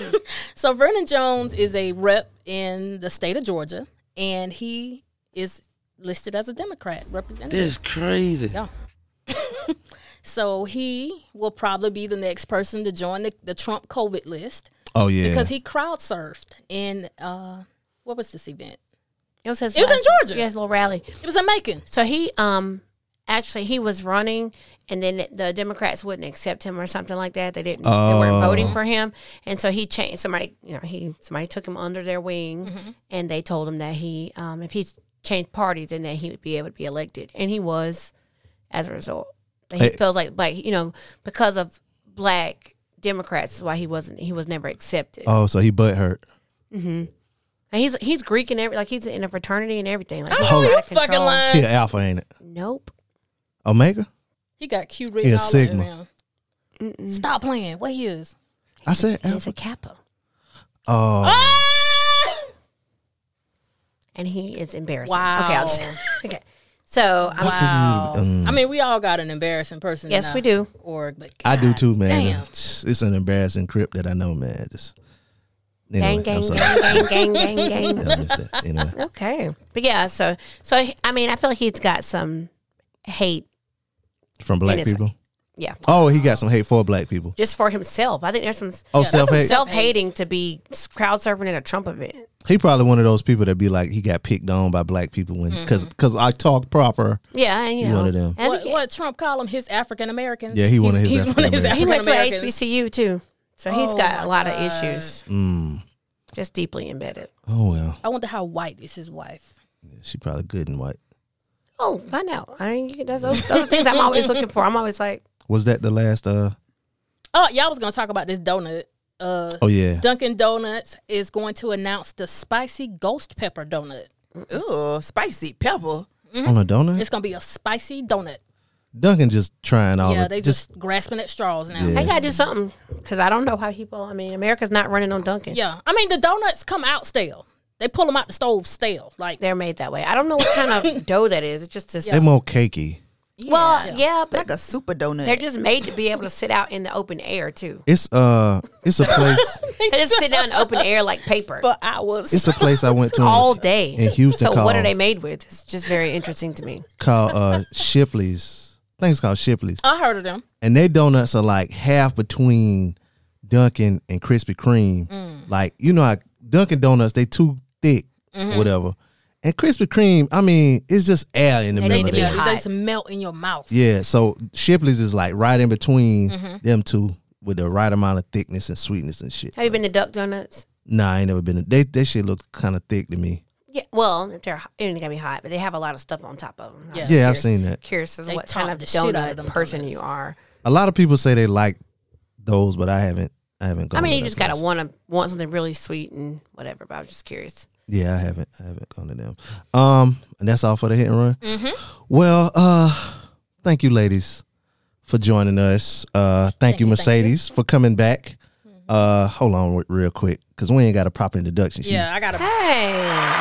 [SPEAKER 5] So Vernon Jones is a rep in the state of Georgia, and he is listed as a Democrat representative.
[SPEAKER 9] This crazy.
[SPEAKER 5] So he will probably be the next person to join the, the Trump COVID list
[SPEAKER 1] Oh yeah,
[SPEAKER 5] because he crowd surfed in uh, what was this event?
[SPEAKER 6] It was his.
[SPEAKER 5] It was in
[SPEAKER 6] last-
[SPEAKER 5] Georgia.
[SPEAKER 6] Yeah, his little rally.
[SPEAKER 5] It was in Macon.
[SPEAKER 6] So he um actually he was running and then the Democrats wouldn't accept him or something like that. They didn't they
[SPEAKER 1] Oh.
[SPEAKER 6] weren't voting for him. And so he changed somebody, you know, he somebody took him under their wing
[SPEAKER 5] Mm-hmm.
[SPEAKER 6] and they told him that he um if he changed parties then that he would be able to be elected. And he was as a result. He
[SPEAKER 1] Hey.
[SPEAKER 6] feels like like you know, because of black Democrats is why he wasn't he was never accepted.
[SPEAKER 1] oh, so he butt hurt.
[SPEAKER 6] And he's he's Greek and every like he's in a fraternity and everything. Like
[SPEAKER 5] I
[SPEAKER 6] he's
[SPEAKER 5] know
[SPEAKER 6] out of
[SPEAKER 5] Oh, you fucking
[SPEAKER 6] control.
[SPEAKER 5] lying.
[SPEAKER 1] Oh. He an alpha, ain't it?
[SPEAKER 6] Nope.
[SPEAKER 1] Omega.
[SPEAKER 5] He got Q
[SPEAKER 1] He
[SPEAKER 5] written
[SPEAKER 1] a
[SPEAKER 5] all
[SPEAKER 1] Sigma.
[SPEAKER 5] over him. Stop playing. What he is?
[SPEAKER 1] I said
[SPEAKER 6] He's a
[SPEAKER 1] alpha.
[SPEAKER 6] Kappa.
[SPEAKER 1] Oh,
[SPEAKER 5] Ah!
[SPEAKER 6] and he is embarrassing.
[SPEAKER 5] Wow.
[SPEAKER 6] Okay, I'll just, [LAUGHS] okay. So I'm
[SPEAKER 5] Wow.
[SPEAKER 1] Mm.
[SPEAKER 5] I mean, we all got an embarrassing person. in
[SPEAKER 6] Yes,
[SPEAKER 5] our
[SPEAKER 6] we do.
[SPEAKER 5] Org, but
[SPEAKER 1] I do
[SPEAKER 5] God
[SPEAKER 1] too, man.
[SPEAKER 5] Damn.
[SPEAKER 1] It's an embarrassing crip that I know, man. Just
[SPEAKER 6] gang,
[SPEAKER 1] anyway,
[SPEAKER 6] gang,
[SPEAKER 1] I'm sorry. [LAUGHS]
[SPEAKER 6] gang, gang, gang, gang, gang.
[SPEAKER 1] I missed that. uh, Anyway,
[SPEAKER 6] Okay, but yeah. So, so I mean, I feel like he's got some hate.
[SPEAKER 1] from black
[SPEAKER 6] And it's-
[SPEAKER 1] people.
[SPEAKER 6] Yeah.
[SPEAKER 1] Oh, he got some hate for black people.
[SPEAKER 6] Just for himself. I think there's some
[SPEAKER 1] Oh,
[SPEAKER 6] there's
[SPEAKER 1] self
[SPEAKER 6] some
[SPEAKER 1] hate.
[SPEAKER 6] self-hating to be crowd surfing at a Trump event.
[SPEAKER 1] He probably one of those people that be like he got picked on by black people when because because I talk proper.
[SPEAKER 6] Yeah, and, you
[SPEAKER 1] He
[SPEAKER 6] know.
[SPEAKER 1] one of them.
[SPEAKER 6] as
[SPEAKER 5] What,
[SPEAKER 6] he-
[SPEAKER 5] what Trump call him? His African Americans.
[SPEAKER 1] Yeah, he one of
[SPEAKER 5] He's-
[SPEAKER 1] his
[SPEAKER 5] He's one of his
[SPEAKER 1] African-Americans.
[SPEAKER 6] He
[SPEAKER 5] African
[SPEAKER 6] went to a
[SPEAKER 5] Americans.
[SPEAKER 6] HBCU too, so he's
[SPEAKER 5] Oh
[SPEAKER 6] got
[SPEAKER 5] my
[SPEAKER 6] a lot of
[SPEAKER 5] God.
[SPEAKER 6] issues.
[SPEAKER 1] Mm.
[SPEAKER 6] Just deeply embedded.
[SPEAKER 1] Oh well,
[SPEAKER 5] I wonder how white is his wife.
[SPEAKER 1] she probably good and white.
[SPEAKER 6] Oh, find out. I mean, you- that's those, those are things I'm always looking for. I'm always like,
[SPEAKER 1] Was that the last? Uh
[SPEAKER 5] Oh, y'all was gonna talk about this donut. Uh,
[SPEAKER 1] oh yeah.
[SPEAKER 5] Dunkin' Donuts is going to announce the spicy ghost pepper donut.
[SPEAKER 7] Ugh, spicy pepper.
[SPEAKER 1] On a donut.
[SPEAKER 5] It's gonna be a spicy donut.
[SPEAKER 1] Duncan just trying all.
[SPEAKER 5] yeah,
[SPEAKER 1] the,
[SPEAKER 5] they
[SPEAKER 1] Oh, just,
[SPEAKER 5] just, grasping at straws now.
[SPEAKER 1] Yeah.
[SPEAKER 5] Yeah.
[SPEAKER 6] I gotta do something because I don't know how people. I mean, America's not running on Dunkin'.
[SPEAKER 5] I mean the donuts come out stale. They pull them out the stove stale. Like
[SPEAKER 6] They're made that way. I don't know what kind of dough that is. It's just this.
[SPEAKER 1] they more cakey.
[SPEAKER 6] Well, yeah, but
[SPEAKER 7] Like a super donut.
[SPEAKER 6] they're just made to be able to sit out in the open air too.
[SPEAKER 1] It's uh, it's a place.
[SPEAKER 6] They just sit out in the open air like paper
[SPEAKER 5] for hours.
[SPEAKER 1] It's a place I went to in-
[SPEAKER 6] all day
[SPEAKER 1] in Houston.
[SPEAKER 6] So
[SPEAKER 1] called,
[SPEAKER 6] what are they made with? It's just very interesting to me.
[SPEAKER 1] called uh, Shipley's. I think it's called Shipley's,
[SPEAKER 5] I heard of them.
[SPEAKER 1] and their donuts are like half between Dunkin' and Krispy Kreme.
[SPEAKER 6] Mm.
[SPEAKER 1] Like you know, how Dunkin' donuts they too thick,
[SPEAKER 6] Mm-hmm.
[SPEAKER 1] whatever. And Krispy Kreme, I mean, it's just air in the
[SPEAKER 6] They
[SPEAKER 1] middle
[SPEAKER 6] need
[SPEAKER 1] of
[SPEAKER 6] to be
[SPEAKER 1] there.
[SPEAKER 5] Yeah,
[SPEAKER 6] hot.
[SPEAKER 5] they just melt in your mouth.
[SPEAKER 1] Yeah, so Shipley's is like right in between
[SPEAKER 6] Mm-hmm.
[SPEAKER 1] them two with the right amount of thickness and sweetness and shit.
[SPEAKER 6] Have you been to Duck Donuts?
[SPEAKER 1] Nah, I ain't never been. They they shit look kind of thick to me.
[SPEAKER 6] Yeah. Well, if they're hot- it ain't gonna be hot, but they have a lot of stuff on top of them. I was
[SPEAKER 1] Yeah, I've
[SPEAKER 6] curious-
[SPEAKER 1] seen that.
[SPEAKER 6] Curious as
[SPEAKER 5] They
[SPEAKER 6] what
[SPEAKER 5] top
[SPEAKER 6] kind of
[SPEAKER 5] the shit out of
[SPEAKER 6] donut
[SPEAKER 5] them
[SPEAKER 6] person
[SPEAKER 5] donuts.
[SPEAKER 6] you are.
[SPEAKER 1] A lot of people say they like those, but I haven't. I haven't gone.
[SPEAKER 6] I mean,
[SPEAKER 1] to
[SPEAKER 6] you
[SPEAKER 1] that
[SPEAKER 6] just gotta
[SPEAKER 1] place.
[SPEAKER 6] want to want something really sweet and whatever. But I was just curious.
[SPEAKER 1] Yeah, I haven't. I haven't gone to them. Um, and that's all for the hit and run. Well, uh, thank you, ladies, for joining us. Uh, thank, you,
[SPEAKER 5] you, thank you.
[SPEAKER 1] Mercedes, for coming back. Uh, hold on re- real quick, cause we ain't got a proper introduction. She-
[SPEAKER 5] Yeah, I gotta
[SPEAKER 6] Hey,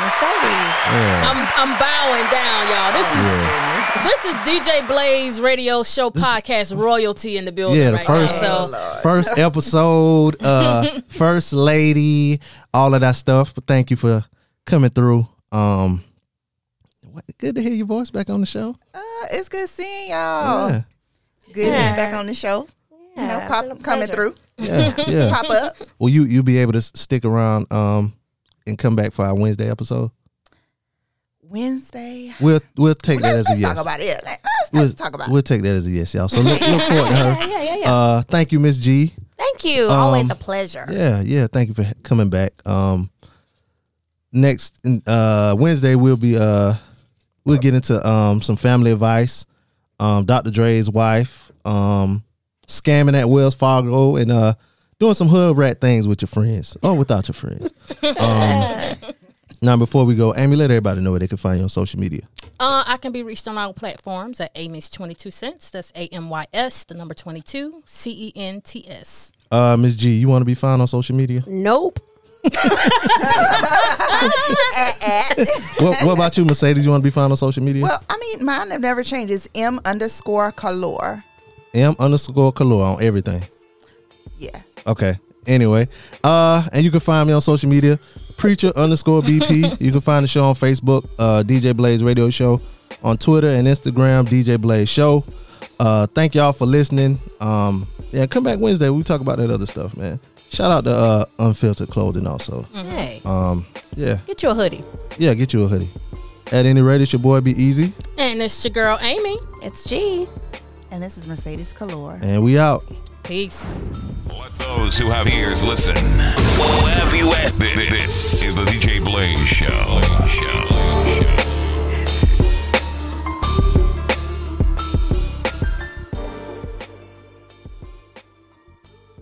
[SPEAKER 6] Mercedes.
[SPEAKER 1] Yeah.
[SPEAKER 5] I'm I'm bowing down, y'all. This is this is DJ Blaze Radio Show podcast royalty in the building
[SPEAKER 1] Yeah, the
[SPEAKER 5] right
[SPEAKER 1] first
[SPEAKER 5] now. So
[SPEAKER 1] first episode, uh, first lady, all of that stuff. But thank you for coming through. Um, what, good to hear your voice back on the show.
[SPEAKER 7] Uh, it's good seeing y'all.
[SPEAKER 1] Yeah,
[SPEAKER 7] Good being back on the show. you know,
[SPEAKER 6] it's been a
[SPEAKER 7] pop coming
[SPEAKER 6] pleasure.
[SPEAKER 7] through,
[SPEAKER 1] yeah, yeah.
[SPEAKER 7] pop up.
[SPEAKER 1] Will you you be able to s- stick around um and come back for our Wednesday episode?
[SPEAKER 7] Wednesday.
[SPEAKER 1] We'll we'll take that
[SPEAKER 7] Let's,
[SPEAKER 1] as a
[SPEAKER 7] let's
[SPEAKER 1] yes.
[SPEAKER 7] talk about it. Let- Let's,
[SPEAKER 1] We'll,
[SPEAKER 7] let's talk about
[SPEAKER 1] we'll
[SPEAKER 7] it.
[SPEAKER 1] take that as a yes, y'all. So look, look forward to her.
[SPEAKER 7] [LAUGHS]
[SPEAKER 6] Yeah, yeah, yeah, yeah. Um,
[SPEAKER 1] Uh, thank you, Miss G.
[SPEAKER 6] Thank you. Always a pleasure.
[SPEAKER 1] Yeah, yeah. Thank you for coming back. Um, next uh, Wednesday we'll be uh, we'll get into um some family advice. Um, Dr. Dre's wife um scamming at Wells Fargo and uh doing some hood rat things with your friends or without your friends. Um, now before we go, Amy, let everybody know where they can find you on social media.
[SPEAKER 5] Uh, I can be reached on all platforms at Amy's 22 cents. That's A M Y S, the number 22, C E N T S.
[SPEAKER 1] Uh, Miss G, you want to be found on social media?
[SPEAKER 6] Nope.
[SPEAKER 1] [LAUGHS]
[SPEAKER 7] [LAUGHS]
[SPEAKER 1] what, what about you, Mercedes? You want to be found on social media?
[SPEAKER 7] Well, I mean, mine have never changed. It's M underscore color.
[SPEAKER 1] M underscore Kalua on everything.
[SPEAKER 7] Yeah.
[SPEAKER 1] Okay. Anyway, uh, and you can find me on social media, preacher underscore BP. you can find the show on Facebook, uh, DJ Blaze Radio Show, on Twitter and Instagram, DJ Blaze Show. Uh, thank y'all for listening. Um, yeah, come back Wednesday. We talk about that other stuff, man. Shout out to uh, Unfiltered Clothing also. Um,
[SPEAKER 6] Hey,
[SPEAKER 1] Yeah,
[SPEAKER 6] get you a hoodie.
[SPEAKER 1] yeah, get you a hoodie. At any rate, it's your boy Be Easy,
[SPEAKER 5] And it's your girl, Amy.
[SPEAKER 6] It's G.
[SPEAKER 7] And this is Mercedes Color.
[SPEAKER 1] and we out.
[SPEAKER 5] Peace.
[SPEAKER 3] Let those who have ears listen. This is the DJ Blaze Show.